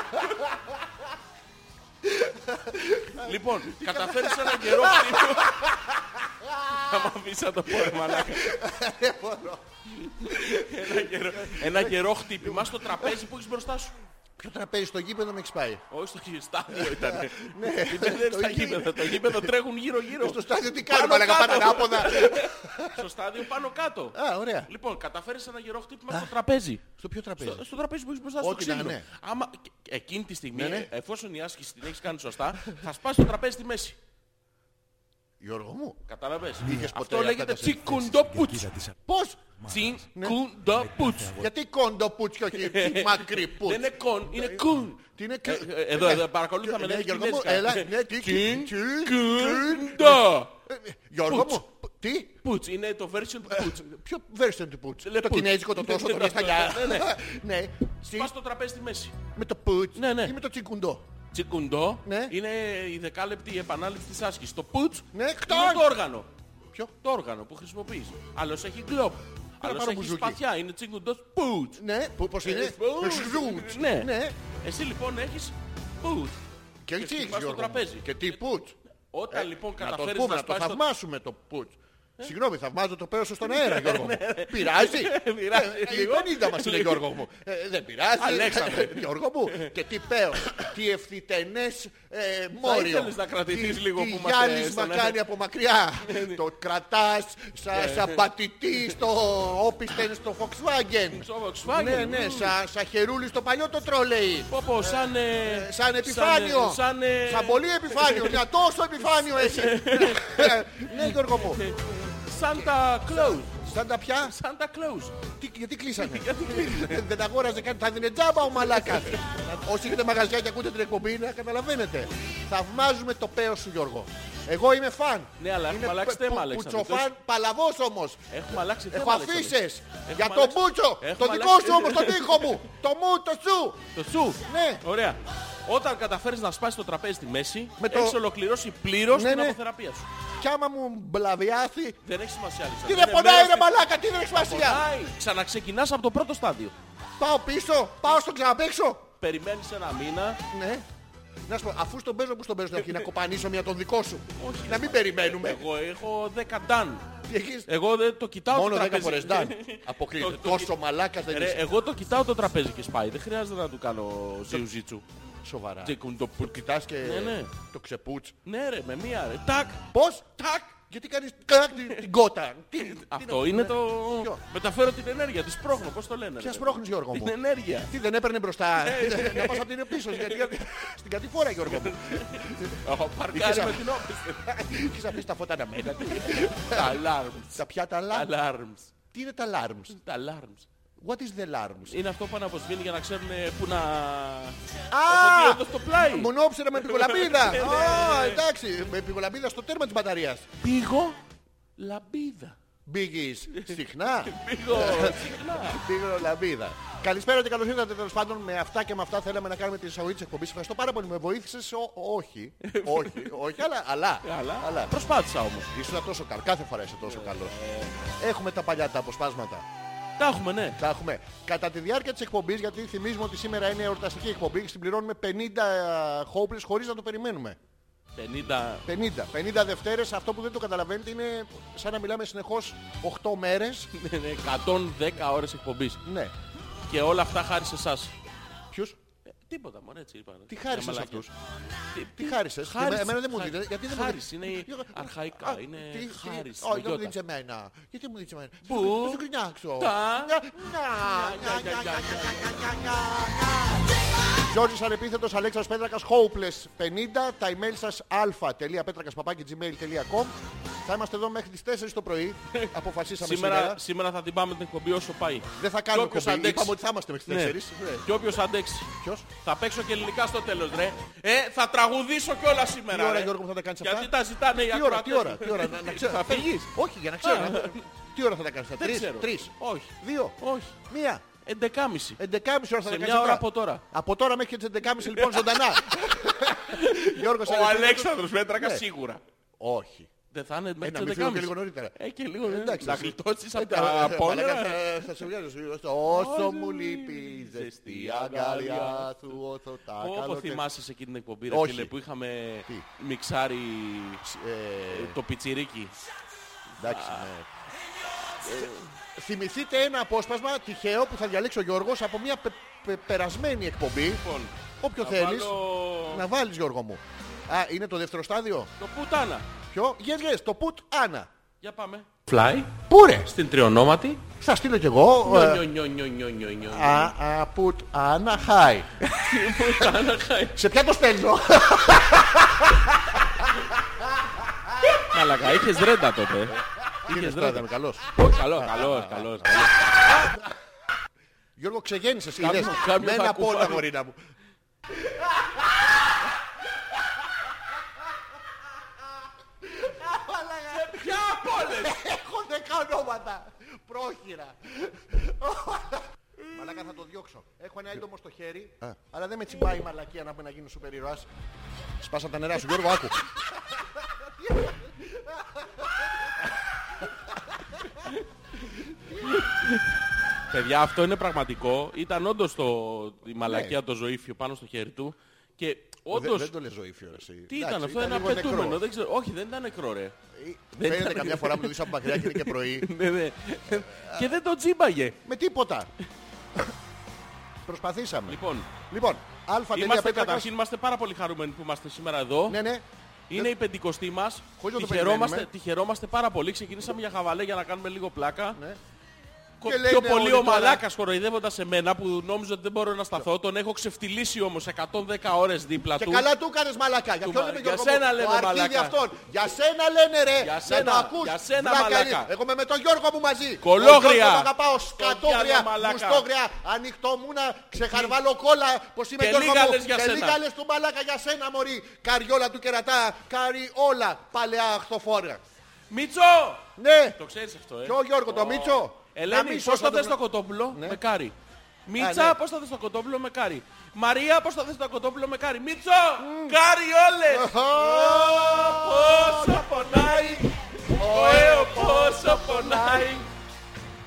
λοιπόν, καταφέρεις ένα καιρό πριν. Θα μ' αφήσεις να το πω, ρε μαλάκα. Ένα γερό- Ένα γερό χτύπημα στο τραπέζι που έχεις μπροστά σου. Ποιο τραπέζι στο γήπεδο με έχεις πάει. Όχι στο χι- Ναι. στάδιο ήταν. Δεν είναι στα γήπεδα. Το γήπεδο τρέχουν γύρω-γύρω. Στο στάδιο τι κάνω, Πάνω μαλάκα, κάτω. πάνω ανάποδα. Στο στάδιο πάνω κάτω. Α, ωραία. Λοιπόν, καταφέρεις ένα γερό χτύπημα στο τραπέζι. Στο ποιο Στο, τραπέζι. στο τραπέζι που έχεις μπροστά σου. Ό,τι να είναι. Άμα και- και εκείνη τη στιγμή, Ναι, ναι. ε, εφόσον η άσκηση την έχεις κάνει σωστά, θα σπάσει το τραπέζι στη μέση. Γιώργο μου. Κατάλαβες. Είχες ποτέ Αυτό αυτά λέγεται τα συνθέσεις. τσικουντοπούτς. Πώς. Τσικουντοπούτς. Γιατί κόντο πούτς και όχι μακρύ Δεν πούτς. είναι κον, είναι ναι. κουν. Τι είναι Ε, κ- ε, Εδώ, εδώ, παρακολούθαμε. Ναι, λέει, Γιώργο μου, κινέζικα. έλα. Ναι, τι. τι- τι- Τσικουντο. Γιώργο μου. Τι? Πουτς, είναι το version Ε. του πουτς. Ποιο version του πουτς. Λε, Το πουτς. κινέζικο, το τόσο, το Ναι, μιασταλιά. ναι, ναι. Ναι. Τι, Πας στο τραπέζι στη μέση. Με το πουτς Ναι, ναι. ή με το τσιγκουντό. Τσικουντό Ναι. είναι η δεκάλεπτη επανάληψη της άσκησης. Το πουτς Ναι, είναι κτάρ. το όργανο. Ποιο? Το όργανο που χρησιμοποιείς. Άλλος έχει κλόπ. Άλλος πάρω έχει μπουζούκι. σπαθιά. Είναι τσικουντός πουτς. Ναι, πο- πώς είναι. Σβούτς. Ε, Ναι. Ναι. Εσύ λοιπόν έχεις πουτς. Και τι έχεις χτυπάς το Γιώργο μου? τραπέζι. Και τι πουτς. Όταν λοιπόν Ε, Να το καταφέρεις πούμε, να να το σπάσεις το Ε. Ναι, θαυμάσουμε το πουτς. Συγγνώμη, θαυμάζω το πέρασο στον αέρα, Γιώργο μου. Πειράζει. Πειράζει Ε, ε, λίγο. Η 50 μας είναι, Γιώργο μου. Ε, Δεν πειράζει. ε, Αλέξανδρε. Γιώργο μου. Και τι πέος. Τι ευθυτενές ε, μόριο. ήθελες να κρατηθείς Τι- λίγο τι που είμαστε γυάλισμα στον αέρα. κάνει από μακριά. Ε, ναι. Το κρατάς σαν σαν πατητή στο όπιστεν στο Volkswagen. Στο Volkswagen. Ναι, ναι, Μμμ. σαν- σαν χερούλι στο παλιό το τρολέι. Πω πω, σαν... ε, Σαν επιφάνειο. ε, Σαν... ε, Σαν πολύ επιφάνειο. Μια τόσο επιφάνειο έχει. Ναι, ναι, Γιώργο μου. Santa Claus. Σαν τα πια. Santa Claus. Τι- Γιατί κλείσανε. Ε, Δεν τα αγόραζε καν. Θα δίνε τζάμπα ο μαλάκας. Όσοι έχετε μαγαζιά και ακούτε την εκπομπή να καταλαβαίνετε. Θαυμάζουμε το πέος σου Γιώργο. Εγώ είμαι φαν. Ναι, αλλά έχουμε αλλάξει θέμα, Αλέξανδρε. Πουτσοφάν, παλαβός όμως. Έχουμε αλλάξει θέμα. Έχω Αλέξανδρε. αφήσεις. Έχουμε Για τον αλλάξει- Μπούτσο. Το Έχουμε δικό αλλάξει- σου όμως, τον τοίχο μου. Το μου, το σου. Το σου. Ναι. Ωραία. Όταν καταφέρεις να σπάσεις το τραπέζι στη μέση, Με το- έχεις ολοκληρώσει πλήρως Ναι, την ναι. αποθεραπεία σου. Κι άμα μου μπλαβιάθει. Ε, Δεν έχει σημασία, Αλέξανδρε. Τι Είναι δεν πονάει μέρος ρε της- μαλάκα, τι δεν έχει σημασία. Πονάει. Ξαναξεκινάς από το πρώτο στάδιο. Πάω πίσω, πάω στον ξαναπέξω. Περιμένεις ένα μήνα. Ναι. Να σου πω, αφού στον παίζω, που στον παίζω στην αρχή, να κοπανίσω μια τον δικό σου. Όχι, να ρε, μην περιμένουμε. Εγώ έχω 10 ντάν. Τι έχεις? Εγώ δεν το κοιτάω Μόνο το 10 τραπέζι. φορές Νταν. Αποκλείεται. Το- το- Τόσο μαλάκας δεν Ρε, είσαι. εγώ το κοιτάω το τραπέζι και σπάει. Δεν χρειάζεται να του κάνω ζιουζίτσου. Ναι. Σοβαρά. Τσικουντο Το κοιτάς και ε, Ναι, ναι. το ξεπούτς. Ναι ρε, με μία ρε. Τάκ. Πώς? Τάκ. Γιατί κάνεις κακ την- την κότα. Τι- Αυτό είναι το... ναι. Ποιο? Μεταφέρω την ενέργεια, τη σπρώχνω, πώς το λένε. Ποια ρε. σπρώχνεις, Γιώργο μου? Την ενέργεια. Τι δεν έπαιρνε μπροστά. Ναι, Να πας από την πίσω. γιατί- γιατί- Στην κατηφόρα, Γιώργο μου. Παρκάρι Είχες- με την όπιστη. Έχεις αφήσει τα φώτα να μένα. Alarms. Τα πια τα alarms. Alarms. Τι είναι τα alarms. Τα alarms. What is the alarms. Είναι αυτό που αναβοσβήνει για να ξέρουν πού να... Α! το στο πλάι. Μονόψερα με πικολαμπίδα. Ναι, ναι, Α, ναι. εντάξει. Με πικολαμπίδα στο τέρμα της μπαταρίας. Πήγω λαμπίδα. Μπήγεις συχνά. Πήγω συχνά. Πήγαινε λαμπίδα. Καλησπέρα και καλώς ήρθατε τέλος πάντων. Με αυτά και με αυτά θέλαμε να κάνουμε την εισαγωγή της εκπομπής. Ευχαριστώ πάρα πολύ. Με βοήθησες. Ο- όχι. όχι. Όχι. Αλλά. αλλά, Αλλά προσπάθησα όμως. Ήσουν τόσο καλός. Κάθε φορά είσαι τόσο καλός. Έχουμε τα παλιά τα αποσπάσματα. Τα έχουμε, ναι. Τα έχουμε. Κατά τη διάρκεια της εκπομπής, γιατί θυμίζουμε ότι σήμερα είναι εορταστική εκπομπή και συμπληρώνουμε 50 χόπλες ε, χωρίς να το περιμένουμε. 50... 50. 50 Δευτέρες, αυτό που δεν το καταλαβαίνετε είναι σαν να μιλάμε συνεχώς 8 μέρες. Ναι, ναι, 110 ώρες εκπομπής. Ναι. Και όλα αυτά χάρη σε εσάς. Ποιους? Ε, Τίποτα, μωρέ, έτσι είπαν. Τι χάρισες Μια αυτούς? μαλακιά. Τι, Τι χάρισες. χάρισες, Εμένα δεν μου χάρι- δίνετε. Γιατί δεν μου χάρις, δίνετε. είναι αρχαϊκά, Α, είναι τι- τι- χάρις, Όχι, δεν με μου γιώτα. δίνεις εμένα. Γιατί μου δίνεις εμένα. Πού? Θα σου κρινιάξω. Τα. Να, να, να, να, να, Γιώργης Ανεπίθετος, Αλέξας Πέτρακας, Hopeless 50, τα email σας αλφα.πέτρακας.gmail.com Θα είμαστε εδώ μέχρι τις 4 το πρωί. Αποφασίσαμε σήμερα. Σήμερα, σήμερα θα την πάμε την εκπομπή όσο πάει. Δεν θα κάνουμε Κι όποιος κομπή. αντέξει. Είπαμε ότι θα είμαστε μέχρι τις 4. Ναι. Και όποιος αντέξει. Ποιος? Θα παίξω και ελληνικά στο τέλος, ρε. Ε, θα τραγουδήσω κιόλα σήμερα. Τι ώρα, ρε. Γιώργο, μου, θα τα κάνεις Γιατί αυτά? τα ζητάνε οι Τι ώρα, ακροατές τι ώρα, μου. τι ώρα, να, να ξέρω. Θα φύγεις. Όχι, για να ξέρω. Α. να- Τι ώρα θα τα κάνεις, θα Δεν τρεις, ξέρω. τρεις, Ε, Όχι. δύο, Όχι. μία, 11.30. 11.30 ώρα θα τα Σε κάνεις μια ώρα αυτά. από τώρα. Από τώρα μέχρι και τις 11.30 λοιπόν ζωντανά. Γιώργος Ο Αλεξάνδρος. Αλέξανδρος Μέτρακα Ναι. σίγουρα. Όχι. Δεν θα είναι να μέχρι μην το φύγω 11.30. και λίγο νωρίτερα. Ε, και λίγο νωρίτερα. Εντάξει. Να γλιτώσεις από Ε, τα μαλάκα, απόνερα. θα- Θα σε βγάλω. σου λέω, Όσο μου Όσο μου λείπει η λείπει ζεστή η αγκαλιά αγκαλιά σου, όσο τα Όπω κάνω και- θυμάσαι σε εκείνη την εκπομπή, ρε ε, Όχι. φίλε, που είχαμε Τι? μιξάρει Ε, το πιτσιρίκι. Εντάξει, ναι. Ε, Θυμηθείτε ένα απόσπασμα τυχαίο που θα διαλέξει ο Γιώργος από μια πε- πε- περασμένη εκπομπή. Λοιπόν, Όποιο θα θέλεις. βάλω Να βάλεις Γιώργο μου. Α, είναι το δεύτερο στάδιο. Το πουτάνα. Ποιο? Yes, yes, το put Άννα. Για πάμε. Fly Πούρε! στην τριονόματη. Θα στείλω κι εγώ. ε, Νιο, νιο, νιο, νιο, νιο, νιο. Α, α, put Άννα, hi. Πουτάνα, χάει. Σε ποια το στέλνω. Μαλακά, είχες ρέντα τότε. Είχες Τώρα ήταν ρέντα. καλός. Όχι, καλό, καλό, καλό. Γιώργο, ξεγέννησες. Κάποιον- είδες. κάποιον Με θα ένα από όλα, κουφάρει. γορίνα μου. Ποια από όλες. ονόματα. Πρόχειρα. Μαλάκα θα το διώξω. Έχω ένα έντομο στο χέρι, αλλά δεν με τσιμπάει η μαλακία να πούμε να γίνω σούπερ ήρωας. Σπάσα τα νερά σου, Γιώργο, άκου. Παιδιά, αυτό είναι πραγματικό. Ήταν όντως η μαλακία το ζωήφιο πάνω στο χέρι του. Και Δεν- όντω. Ναι. Δεν το λες ζωή φίλε, εσύ. Εντάξει, Τι ήταν αυτό, ένα λίγο νεκρό. πετούμενο. Δεν ξέρω. Όχι, δεν ήταν νεκρό, ρε. Δεν Φαίνεται ήταν- καμιά φορά που το δεις από μακριά και είναι και πρωί. Ναι, ναι. Και δεν το τσίμπαγε. Με τίποτα. Προσπαθήσαμε. Λοιπόν, Λοιπόν, α. είμαστε καταρχήν είμαστε πάρα πολύ χαρούμενοι που είμαστε σήμερα εδώ. Ναι, ναι. Είναι η πεντηκοστή μας. Χωρίς να το Τη χαιρόμαστε, περιμένουμε. τη χαιρόμαστε πάρα πολύ. Ξεκινήσαμε για χαβαλέ για να κάνουμε λίγο πλάκα. Ναι. Κο- Και λέει, Πιο ναι, πολύ όλοι ο τώρα. μαλάκα κοροϊδεύοντα σε μένα που νόμιζε ότι δεν μπορώ να σταθώ. Τον έχω ξεφτυλίσει όμως 110 ώρες δίπλα Ναι. Και του. καλά του έκανες μαλακά. Για Του ποιον μα- λέμε για Γιώργο σένα μου, λέμε, το αρχίδι μαλάκα. αυτόν. Για σένα λένε ρε. Για Δεν σένα, το ακούς. για σένα, Βλάκα μαλάκα. είναι. Εγώ είμαι με τον Γιώργο μου μαζί. Κολόγρια. Ο Γιώργος τον αγαπάω. διάλο, Σκατόγρια. μαλάκα. Μουστόγρια. Ανοιχτό μούνα. Ξεχαρβάλω κόλλα. Πως είμαι Και Γιώργο λίγαλες μου. για Και σένα. λίγαλες του μαλάκα για σένα μωρή. Καριόλα του κερατά. Καριόλα. Παλαιά αχθοφόρα. Μίτσο! Ναι. Το ξέρεις αυτό, ε. Ποιο Γιώργο, το Μίτσο. Να Ελένη, μην πώ σώσω θα τον- δες το κοτόπουλο με κάρι. Α, Μίτσα, ναι. πώς θα δες το κοτόπουλο με κάρι. Μαρία, πώς θα δες το κοτόπουλο με κάρι. Μίτσο, κάρι όλες. Ω, Πόσο πονάει. Ωέο, πόσο πονάει.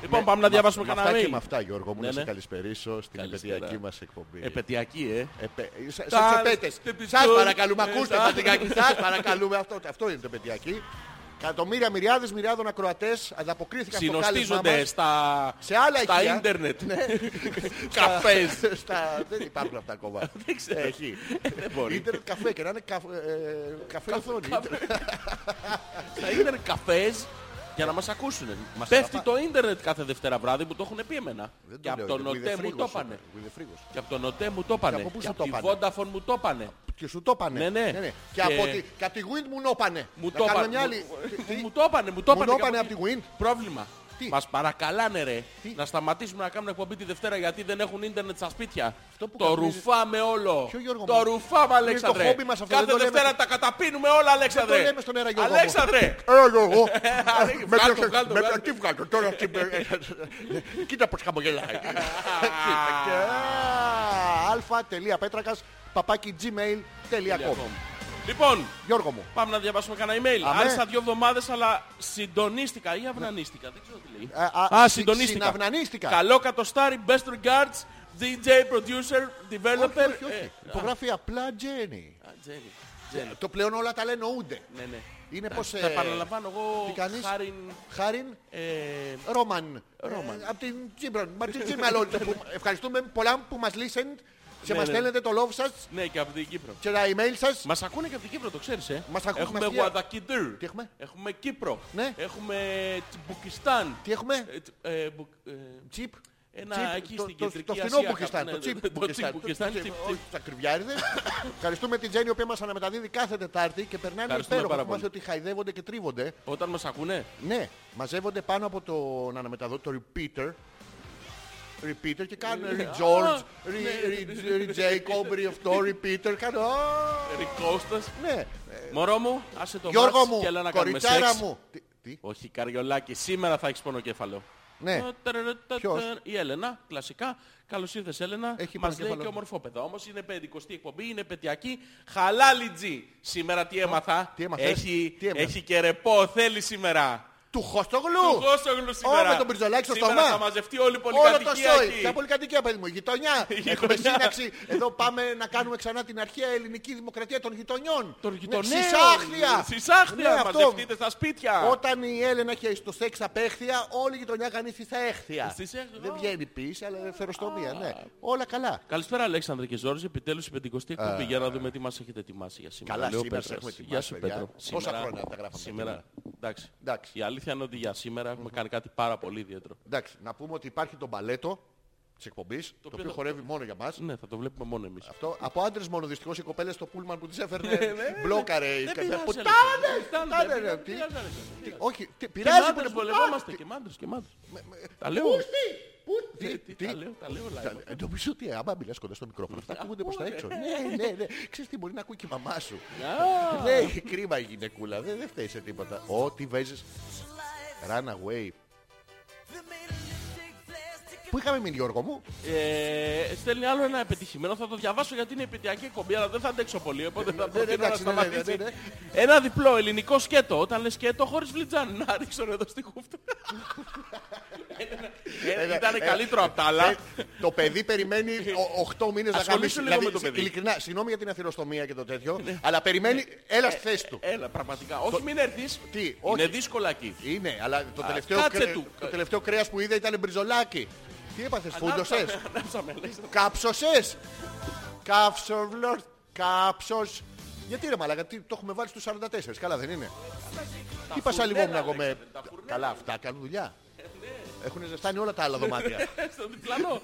Λοιπόν, πάμε να διαβάσουμε Με κανένα αυτά και mail. με αυτά Γιώργο μου Ναι, να σε ναι. καλησπερίσω στην Καλησπέρα. επαιτειακή μας εκπομπή. Επαιτειακή, ε. Επε... Σε Τα- τσεπέτες. τε πιστόλι. Σας παρακαλούμε, Ε, ακούστε τα- πατρικάκι. Σας παρακαλούμε. Αυτό, αυτό είναι το παιδιάκι. Κατομμύρια μοιριάδες μοιριάδων ακροατές ανταποκρίθηκαν στο κάλεσμά Συνοστίζονται μας. στα... Σε άλλα Στα ηχεία. ίντερνετ. Καφές. Στα... Δεν υπάρχουν αυτά ακόμα. Δεν ξέρω. Ε, Έχει. Δεν μπορεί. Ίντερνετ καφέ και να είναι καφ- ε, καφέ οθόνη. Στα ίντερνετ καφές για να μας ακούσουν. Πέφτει το ίντερνετ κάθε Δευτέρα βράδυ που το έχουν πει εμένα. Δεν Και το από λέω, τον είναι ΟΤΕ μου Γουιδεφρίγος το όπερα, έπανε. Γουιδεφρίγος. Και από τον ΟΤΕ μου το έπανε. από πού Και σου από τη το Vodafone μου το έπανε. Και σου το έπανε. Ναι, ναι. Και από Και- τη- και από τη Wind μου νόπανε. Μου Να το κάνουμε έπανε. μια άλλη- Μου- Τι- Μου το έπανε. Μου το Μου έπανε. το και έπανε από από τη Wind. Πρόβλημα. Τι? Μας παρακαλάνε ρε Τι? να σταματήσουμε να κάνουμε εκπομπή τη Δευτέρα γιατί δεν έχουν ίντερνετ στα σπίτια. Αυτό που το κάνουμε είναι- ρουφάμε όλο. Ποιο, Γιώργο το μου? ρουφάμε Αλέξανδρε. χόμπι μας αυτό, Κάθε δεν το λέμε Δευτέρα τα καταπίνουμε όλα Αλέξανδρε. Δεν το λέμε στον αέρα, Γιώργο μου. Αλέξανδρε. Έλα Γιώργο. Βγάλ' το, Με βγάλ' το, πιάσε- βγάλ' το. με πιάσε- Τι βγάλω τώρα. τι με- Κοίτα πως χαμογελάει. Αλφα.πέτρακας παπάκι gmail.com Λοιπόν, Γιώργο μου. πάμε να διαβάσουμε κανένα email. Αμέ. Άρχισα δύο εβδομάδες αλλά συντονίστηκα ή αυνανίστηκα. Δεν ξέρω τι λέει. Ε, Α, συντονίστηκα. Συναυνανίστηκα. Καλό κατοστάρι, best regards, DJ, producer, Όχι, developer. όχι, όχι. Ε, Υπογράφει απλά Τζένι. α, Τζένι, Τζένι, Το πλέον όλα τα λένε ούτε. ναι, ναι. Είναι πως... Θα επαναλαμβάνω εγώ Ε, τι κάνεις? χάριν... Χάριν Ε, Ρόμαν. Από την Τζίμπρον. Μα την Τζίμαλον. Που- Ευχαριστούμε πολλά που μας λύσεν. Σε Ναι, μας ναι. στέλνετε το love σας ναι, και από την Κύπρο. και τα email σας. Μας ακούνε και από την Κύπρο, το ξέρεις, ε. Μας ακούν, έχουμε μας τι- Γουαδακιντήρ. Τι έχουμε? Έχουμε Κύπρο. Ναι. Έχουμε Μπουκιστάν. Τι έχουμε, Ε, τ- ε, Μπου- ε, τσιπ. Ένα τσιπ, εκεί το- στην το- Κεντρική Το φθηνό Ασία Πουκιστάν, το κάπου, ναι, ναι, τσιπ ναι, το τσιπ Πουκιστάν. Πουκιστάν, τσιπ, τσιπ. Όχι τα κρυβιάριδες. Ευχαριστούμε την Τζέννη, η οποία μας αναμεταδίδει κάθε Τετάρτη και περνάνε Ευχαριστούμε υπέροχα. πάρα Έχουμε μάθει πολύ. ότι χαϊδεύονται και τρίβονται. Όταν μας ακούνε, Ναι, μαζεύονται πάνω από τον αναμεταδότη, το repeater. Repeater και κάνουν Ναι. re George, Α, re, re, re Jacob, re αυτό, repeater. Κάνουν. «Α». Ρικώστας. Ναι, Μωρό μου, άσε το Γιώργο μάτς μου, και έλα να κάνουμε κοριτσάρα σεξ. μου. Τι- Τι, Όχι, Καριολάκη, σήμερα θα έχεις πονοκέφαλο. ναι. ποιος? Ε, Η Έλενα, κλασικά. Καλώς ήρθες Έλενα. Έχει Μας λέει πονοκέφαλο. και ομορφόπεδα. Όμως είναι πεντηκοστή εκπομπή, είναι πετιακή. Χαλάλιτζι. Σήμερα τι έμαθα. τι έμαθες? Έχει, Τι έμαθες? έχει και ρεπό, θέλει σήμερα. Του Του Χωστόγλου. Χώσογλου σήμερα. με τον Μπριζολάκη στο Σήμερα στόμα. θα μαζευτεί όλη η Όλο το πολυκατοικία σόι. εκεί. Τα πολυκατοικία, παιδί μου. Γειτονιά. Έχουμε σύναξη. Εδώ πάμε να κάνουμε ξανά την αρχαία ελληνική δημοκρατία των γειτονιών. Των Ναι, γειτονέων. Ε, Συσάχλια. Συσάχλια. Ναι, αυτό. Μαζευτείτε στα σπίτια. Όταν η Έλενα είχε στο σεξ απέχθεια, όλη η γειτονιά κάνει θησαέχθεια. Στις έχθεια. Δεν βγαίνει πίσω, αλλά φεροστομία, ναι. Όλα καλά. Καλησπέρα Αλέξανδρε και Ζόρζη. Επιτέλους η πεντηκοστή εκπομπή. Για να δούμε τι μας έχετε ετοιμάσει για σήμερα. Καλά, Λέω σήμερα Πέτρας. σε έχουμε Γεια ετοιμάσει, σου παιδιά. Πέτρο. Πόσα χρόνια τα γράφαμε Σήμερα. Εντάξει. Εντάξει. Η αλήθεια είναι ότι για σήμερα έχουμε κάνει κάτι πάρα πολύ ιδιαίτερο. Εντάξει, να πούμε ότι υπάρχει το μπαλέτο της εκπομπής, το, οποίο οποίο το- χορεύει μόνο για μας. Ναι, θα το βλέπουμε μόνο εμείς. Αυτό, από άντρες μόνο δυστυχώς οι κοπέλες στο πούλμαν που τις έφερνε μπλόκαρε. η Ε, Δεν κα- πειράζει, που- Αλέξανδρε. Τάνε, Φτάνει, τάνε, δεν ρε, πειράζει, τι- δεν πειράζει, τι- Αλέξανδρε. Όχι, τι- Και πειράζει που μάντρες είναι βολευόμαστε και μάντρες και μάντρες. Τα λέω. Τι, Ε, Τι, Τα λέω, τα λέω live. Ε, Νομίζω ότι άμα μιλάς κοντά στο μικρόφωνο, αυτά ακούγονται προς τα έξω. Ναι, ναι, ναι. Ξέρεις τι μπορεί να ακούει και η μαμά Ναι, σου. Ναι, κρίμα η γυναικούλα. Δεν δεν φταίει σε τίποτα. Ό, τι βέζεις. Runaway. Πού είχαμε μείνει Γιώργο μου. Ε, στέλνει άλλο ένα επιτυχημένο, θα το διαβάσω γιατί είναι επαιτειακή εκπομπή, αλλά δεν θα αντέξω πολύ, οπότε θα ναι, προτείνω να εντάξει, ναι, ναι, ναι, ναι, σταματήσει. ναι. Ένα διπλό ελληνικό σκέτο, όταν λες σκέτο χωρίς φλιτζάνι, να ρίξω εδώ στη χούφτα. Ε, Ήταν καλύτερο απ' τα άλλα. Ε, Ε, το παιδί περιμένει 8 μήνες να Ασχολήσου γαμίσει. Δηλαδή, λίγο με το παιδί. Ναι. ειλικρινά, συγγνώμη για την αθυροστομία και το τέτοιο, αλλά περιμένει, Ε, έλα στη θέση του. Έλα, πραγματικά. Όχι, μην έρθεις. Τι, όχι. Είναι δύσκολα εκεί. Είναι, αλλά το τελευταίο, κάτσε κρέ- του. το τελευταίο κρέας που είδα ήταν μπριζολάκι. Τι έπαθες, φούντωσες, Ανάψαμε, Ανάψαμε, λες. κάψωσες, κάψοβλος, κάψος. Γιατί ρε μαλάκα, τι, το έχουμε βάλει στους 44, καλά δεν είναι. Τι πας άλλη φουρνέλα, μόνο εγώ με... Αλέξανδρε, τα φουρνέλα. Καλά, αυτά κάνουν δουλειά. Έχουν ζεστάνει όλα τα άλλα δωμάτια. Στον διπλανό.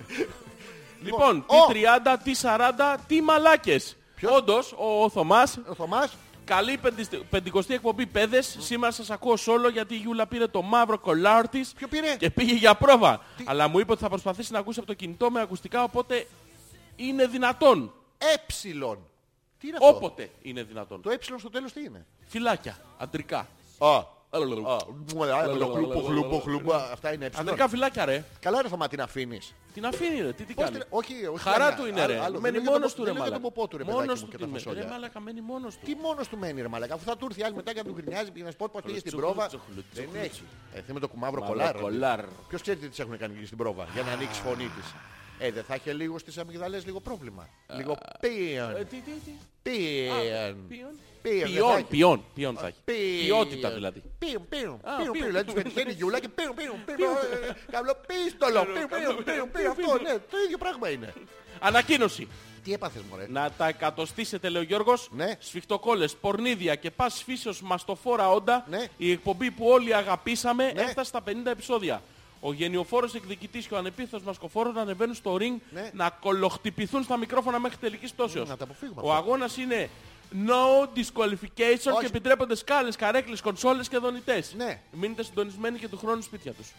Λοιπόν, ο! τι 30, τι 40, τι μαλάκες. Όντως, ο, ο Θωμάς Ο Θωμάς, Καλή πεντιστη- πεντηκοστή εκπομπή, παιδες. Σήμερα σας ακούω σόλο γιατί η Γιούλα πήρε το μαύρο κολάρ της Ποιο πήρε? και πήγε για πρόβα. Αλλά μου είπε ότι θα προσπαθήσει να ακούσει από το κινητό με ακουστικά, οπότε είναι δυνατόν. έψιλον. Τι είναι αυτό. Όποτε είναι δυνατόν. Το έψιλον στο τέλος τι είναι. Φυλάκια, αντρικά. Α. Το χλούπο, χλούπο, χλούπο. Αυτά είναι έψιλον. Αντρικά φυλάκια, ρε. Καλά ρε Θωμά, την αφήνεις. Την αφήνει, ρε. Τι, τι Πώς κάνει. την- όχι, όχι, Χαρά Άννα, του είναι, άλλο- ρε. άλλο. Μένει Δεν λέω για μόνος τον- του, δεν ρε. λέω για μαλάκα. τον ποπό του, ρε, Μόνος παιδάκι μου, του και τα την- φασόλια. Ρε, μαλάκα, μένει μόνος του. Τι μόνος του μένει ρε μαλακά, αφού θα του έρθει άλλη μετά και να του γκρινιάζει και να σου πω πως πήγε στην Τσοχλου, πρόβα. τσοχλου, τσοχλου. Δεν έχει. Ε, Θέλει με το κουμάβρο Μαύρο κολάρ. κολάρ. Ποιος ξέρει τι της έχουν κάνει εκεί στην πρόβα για να ανοίξει φωνή της. Ε, δεν θα είχε λίγο στις αμυγδαλές λίγο πρόβλημα. Λίγο Ε, πίεν. τι, τι, τι. Πίεν. Ποιον. Πίεν, δεν θα Ποιον, έχει. ποιον, ποιον θα έχει. Πίεν. Ποιότητα δηλαδή. Πίεν, πίεν, Α, πίεν, πίεν. πίεν. Δηλαδή τους πετυχαίνει η γιούλα και πίεν, πίεν, πίεν. ε, ε, Καβλό πίστολο. Πίεν, πίεν, πίεν, πίεν. Αυτό, ναι, το ίδιο πράγμα είναι. Ανακοίνωση. Τι έπαθες μωρέ. Να τα εκατοστήσετε, λέει ο Γιώργος. Ναι. Σφιχτοκόλλες, πορνίδια και πας φύσεως μαστοφόρα όντα. Ναι. Η εκπομπή που όλοι αγαπήσαμε Ναι. έφτασε στα 50 επεισόδια. Ο γενιοφόρος εκδικητής και ο ανεπίθετος μασκοφόρος να ανεβαίνουν στο ring Ναι. να κολοχτυπηθούν στα μικρόφωνα μέχρι τελικής πτώσεως. Να τα αποφύγουμε ο αυτά. αγώνας είναι no disqualification Όχι. και επιτρέπονται σκάλες, καρέκλες, κονσόλες και δονητές. Ναι. Μείνετε συντονισμένοι και του χρόνου σπίτια τους.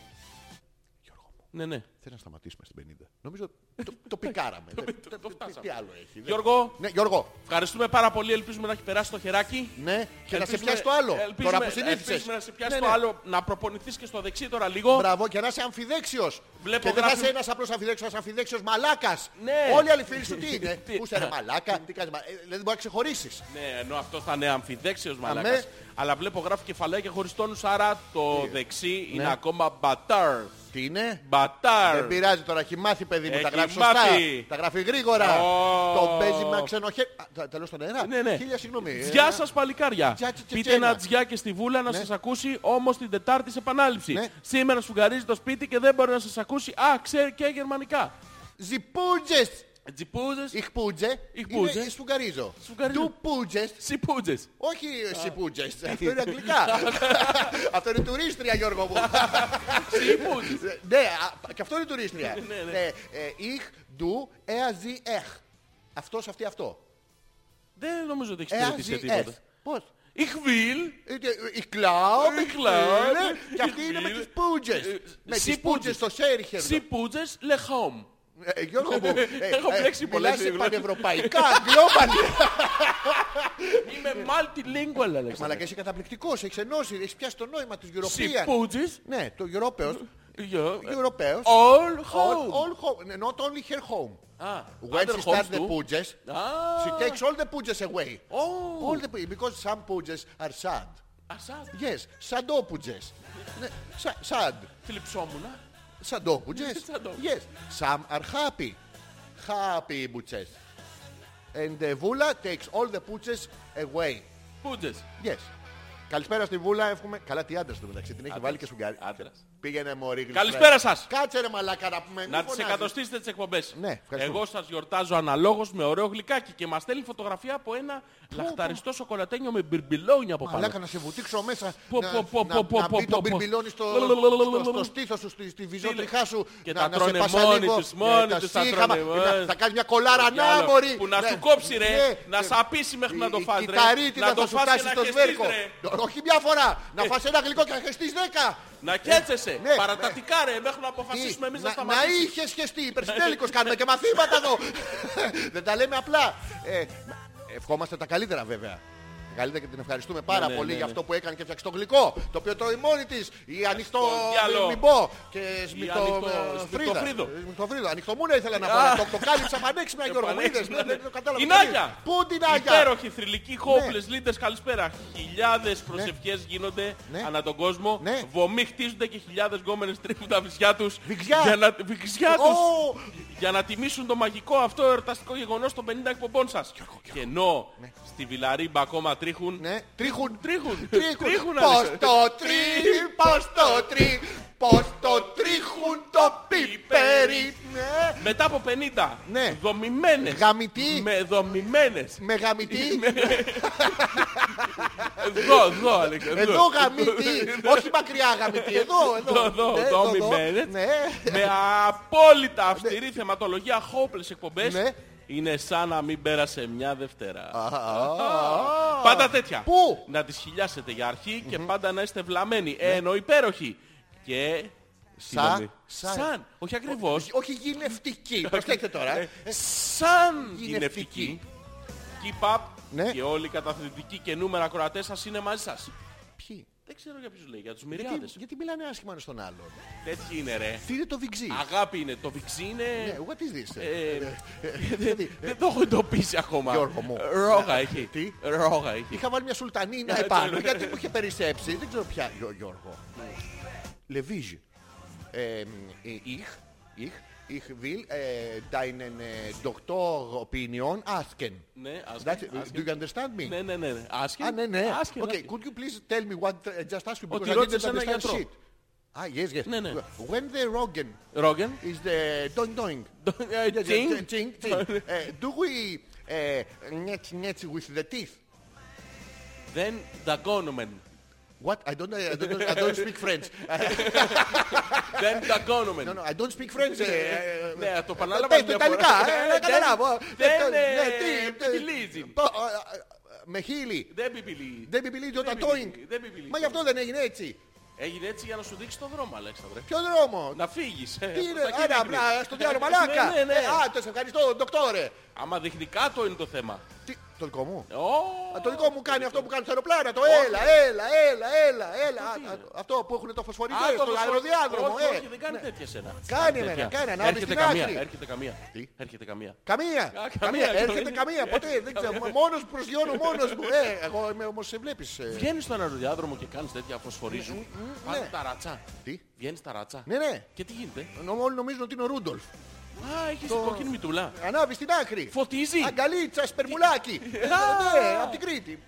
Ναι, ναι. Θέλω να σταματήσουμε στην 50. Νομίζω το, το πικάραμε. Δεν- το- το τι- φτάσαμε. Τι άλλο έχει. δεν- Γιώργο, Ναι, Γιώργο. Ευχαριστούμε πάρα πολύ. Ελπίζουμε να έχει περάσει το χεράκι. Ναι, και να σε Ελπίζουμε- πιάσει το άλλο. ελπίζουμε- Τώρα που συνήθισες. Ελπίζουμε να σε πιάσει Ναι, το ναι. άλλο, να προπονηθείς και στο δεξί τώρα λίγο. Μπράβο και να είσαι αμφιδέξιος. Βλέπω και δεν θα γράφει- είσαι ένας απλός αμφιδέξιος, ένας αμφιδέξιος μαλάκας. Ναι. Όλοι οι άλλοι φίλοι σου τι είναι. Τι- Πού είσαι ρε μαλάκα, τι κάνεις, μα- ε, δηλαδή μπορεί να ξεχωρίσεις. Ναι, ενώ αυτό θα είναι αμφιδέξιος μαλάκας. Αμέ. Αλλά βλέπω γράφει κεφαλαία και χωρίς τόνους, άρα το δεξί είναι Ναι. ακόμα μπατάρ. Τι είναι. Δεν Μπατάρ. πειράζει τώρα, έχει μάθει παιδί μου, τα Έχει γράφει σωστά. μάθει. Τα γράφει γρήγορα. Ω. Το παίζει με ξενοχέ. Τέλος τον αέρα. Ναι, ναι. Χίλια συγγνώμη. ε, Γεια σας παλικάρια. Τζιά, τζι, τζι, Πείτε τζένα. ένα τζιά και στη βούλα να σας ακούσει όμως την Τετάρτη σε επανάληψη. Ναι. Σήμερα σφουγγαρίζει το σπίτι και δεν μπορεί να σας ακούσει. Α, ξέρει και γερμανικά. Ζιπούτζες. Τζιπούζες, Ich Pudge. Ich Είναι Pudge. σφουγγαρίζω. Σφουγγαρίζω. Du Pudges. σιπούτζες. Όχι σιπούτζες. Αυτό είναι αγγλικά. Αυτό είναι τουρίστρια Γιώργο μου. Σιπούτζες. Ναι, α, και αυτό είναι τουρίστρια. Ναι, ναι. Ναι, ε, Ich du er sie ech. Αυτός αυτή αυτό. Δεν νομίζω ότι έχεις Er υπηρετήσει sie τίποτα. es. Πώς. Ich will. Είτε, ε, Ich glaube. Ich glaube. ναι, Και αυτή Ich είναι με will. τις πούτζες. Ε, Με τις Sie πούτζες Pudges. στο χέρι χέρι. Σιπούτζες le home. Ε, Γιώργο μου. ε, Έχω ε, μπλέξει πολλές μιλάς σε γλώσσες. πανευρωπαϊκά, global. Είμαι multilingual, Αλέξανδρε. Μαλακά είσαι καταπληκτικός, έχεις ενώσει, έχεις πιάσει το νόημα του European. Σιπούτζες. Ναι, το Europαίος. yeah, Europeos. Ε, All, All home. all home. Ναι, Not only her home. Ah, When other she starts homes the too. pooges, Ah. she takes all the pooges away. Oh. All the poo- because some pooges are sad. Ασά. Yes, sadopooges. Ναι, sa- sad. Θλιψόμουνα. Sadopooges. Sadopouges. Yes. Some are happy. Happy pooges. And the Vula takes all the pooges away. Πούτζες. Yes. Καλησπέρα στη Βούλα, εύχομαι. Καλά, τι άντρας του μεταξύ, την έχει Άντρας. βάλει και σου γκάρι. Άντρας. Πήγαινε μωρή γλυκά. Καλησπέρα σας. Κάτσε ρε μαλάκα να πούμε. Να μην τις φωνάζεις. εκατοστήσετε τις εκπομπές. Ναι, ευχαριστούμε. Εγώ σας γιορτάζω αναλόγως με ωραίο γλυκάκι και μας στέλνει φωτογραφία από ένα λαχταριστό σοκολατένιο με μπιρμπιλόνια από πάνω. Μαλάκα να σε βουτήξω μέσα. Πω, να- πω, πω, να- πω, πω, Να πω, μπει το πω. μπιρμπιλόνι στο, Λαλαλαλαλαλα. στο- στο στήθος σου, στη, στη βυζότριχά σου. Και να- τα να σε τρώνε πάσα μόνοι λίγο. τους, Ναι, μόνοι τα τους τα σύγχαμα. τρώνε, Να- ε. Θα κάνει μια κολάρα Κι να άλλο, μπορεί. Που να Ναι. σου κόψει ρε, Ναι. να σ' απίσει μέχρι να το Η- η φας ρε. κυταρίτιδα Να θα το σου φας φτάσει και στο να σβέρκο. χεστείς ρε. Όχι μια φορά. Να φας ένα γλυκό και να χεστείς δέκα. Να κέτσεσαι. Ναι. Παρατατικά ρε, μέχρι να Τι, αποφασίσουμε εμείς να να, να σταματήσουμε. είχε σχεστεί. Υπερσυντέλικος κάνουμε και μαθήματα εδώ. Δεν τα λέμε απλά. Ε, Ευχόμαστε τα καλύτερα βέβαια. Γαλλίδα και την ευχαριστούμε πάρα ναι, πολύ ναι, για ναι. αυτό που έκανε και φτιάξει το γλυκό. Το οποίο τρώει μόνη της. Η ανοιχτό διάλο. λιμπό και ανοιχτό- σμιτοφρίδα. σμιχτοφρίδα. Σμιχτοφρίδα. Ανοιχτομούνα ήθελα να πω. αλλά Το, το κάλυψα πανέξυπνα Γιώργο. μου είδες, Πανέξυπνα, Δεν ναι. το κατάλαβα. Η Νάγια. Πού την Άγια. Υπέροχοι, Ναι. θρηλυκοί, χόμπλες, leaders, καλησπέρα. Χιλιάδες προσευχές γίνονται Ναι. ανά τον κόσμο. Ναι. Βωμοί χτίζονται και χιλιάδες γκόμενες τρίβουν τα βυζιά τους. Βυξιά. Για να, βυξιά τους. Ω, για να τιμήσουν το μαγικό αυτό εορταστικό γεγονός των 50 εκπομπών σας. Και ενώ στη Βιλαρίμπα ακόμα τρίχουν, Ναι, τρίχουν. τρίχουν, Τρίχουν. τρίχουν Πώς Αλέξανδρε. το τρί, πώς το τρί, πώς το τρίχουν το πιπέρι. Ναι. μετά από 50 Ναι. δομημένες, Γαμητή. με δομημένες, Με γαμητή. εδώ, εδώ, Αλέξανδρε, Εδώ γαμητή. Όχι μακριά γαμητή. Εδώ, Ναι, εδώ. Εδώ, εδώ, Ναι, εδώ, μη μένετε. Ναι. με απόλυτα αυστηρή θεματολογία, χόπλες εκπομπές, Ναι. είναι σαν να μην πέρασε μια Δευτέρα. Α, Πάντα τέτοια. Πού? Να τις χιλιάσετε για αρχή και πάντα να είστε βλαμμένοι. Ναι. Ενώ υπέροχοι. Και... Συγγνώμη. σαν. Σαν. Όχι ακριβώς. Όχι γυναιftική. Προσέξτε τώρα. ε. Σαν γυναιftική. γυναιftική. Keep up Ναι. και όλοι οι καταθλιπτικοί και νούμερα ακροατές σας είναι μαζί σας. Ποιοι. Δεν ξέρω για ποιους λέει, για τους Γιατί, μυριάδες. γιατί μιλάνε άσχημα ένας στον άλλον. Τέτοιοι είναι ρε. Τι είναι το βιξί. Αγάπη είναι, το βιξί Ναι, είναι... what is this. ε? ε, Γιατί, ε, Δεν το έχω εντοπίσει ακόμα. Γιώργο μου. Ε, Ρόγα έχει. Τι? Ρόγα έχει. Είχα βάλει μια σουλτανίνα Ναι, επάνω ναι. γιατί μου είχε περισσέψει. Δεν ξέρω πια. Γιώ- Γιώργο. Λεβίζ. Ε, ε, Ich. Ich. Ich will ε, deinen ε, Doktor Opinion asken. Ναι, ας- That's it. ας- Do you understand me? Ναι, ναι, ναι. Άσκεν. Α, ναι, ναι. Άσκεν, Okay, άσκεν. could you please tell me what uh, just ask you because Ότι I ρώτησε didn't ένα understand γιατρό. shit. Ah, yes, yes. Ναι, ναι. When the Rogan Ρόγεν. is the doing doing. Ε, Τσινγκ. Ching, ching. Uh, do we uh, net net with the teeth? Δεν δαγκώνομεν. What? I don't, I don't, I don't speak French. Δεν No, δαγκώνομεν. no, I don't speak French. ε, Ναι, ε, ε, Ναι, ε, το επανάλαβα το μια Ιταλικά, φορά. ε, να Δεν- καταλάβω. Δεν Ναι, ε, τι, τι, επιπηλίζει. το, ε, ε, Με χείλη. Δεν επιπηλίζει. Δεν πιπιλίζει όταν Δεν τόινγκ. επιπηλίζει, δεν επιπηλίζει. Μα γι' αυτό δεν έγινε έτσι. Έγινε έτσι για να σου δείξει τον δρόμο, Αλέξανδρε. Ποιο δρόμο. Να φύγεις. ε, Τι από είναι, τα άρα, κίνητρα. απλά, ε, στο διάλογο μαλάκα. Ναι, ναι, ναι. Ε, Α, το σε ευχαριστώ, ντοκτόρε. Άμα δείχνει κάτω είναι το θέμα. Τι, το δικό μου. Ω, Α, το δικό μου κάνει αυτό που κάνει στα αεροπλάνα. Το έλα, έλα, έλα, έλα, έλα. Α, α, Αυτό που έχουν το φωσφορικό α, το στο δοσφο- αεροδιάδρομο. Όχι, ε. όχι, δεν κάνει τέτοια σένα. Κάνει τέτοια. εμένα, κάνει, ανάβει Έρχεται στην καμία, άκρη. έρχεται καμία. Τι? Έρχεται καμία. Καμία. καμία, καμία. αυτό Έρχεται είναι. καμία. Ποτέ. Δεν ξέρω. Μόνος που προσγειώνω μόνος μου. Ε, εγώ είμαι όμως σε βλέπεις. ε. Βγαίνεις στον αεροδιάδρομο και κάνεις τέτοια φωσφορίζουν. Πάνε τα ρατσά. Τι. Βγαίνεις τα ρατσά. Ναι, ναι. Και τι γίνεται. Νο- Όλοι νομίζουν ότι είναι ο Ρούντολφ. Α, έχεις την κόκκινη μητούλα. Ανάβει στην άκρη. Φωτίζει. Αγκαλίτσα, σπερμουλάκι. Ε, Ναι, από την Κρήτη.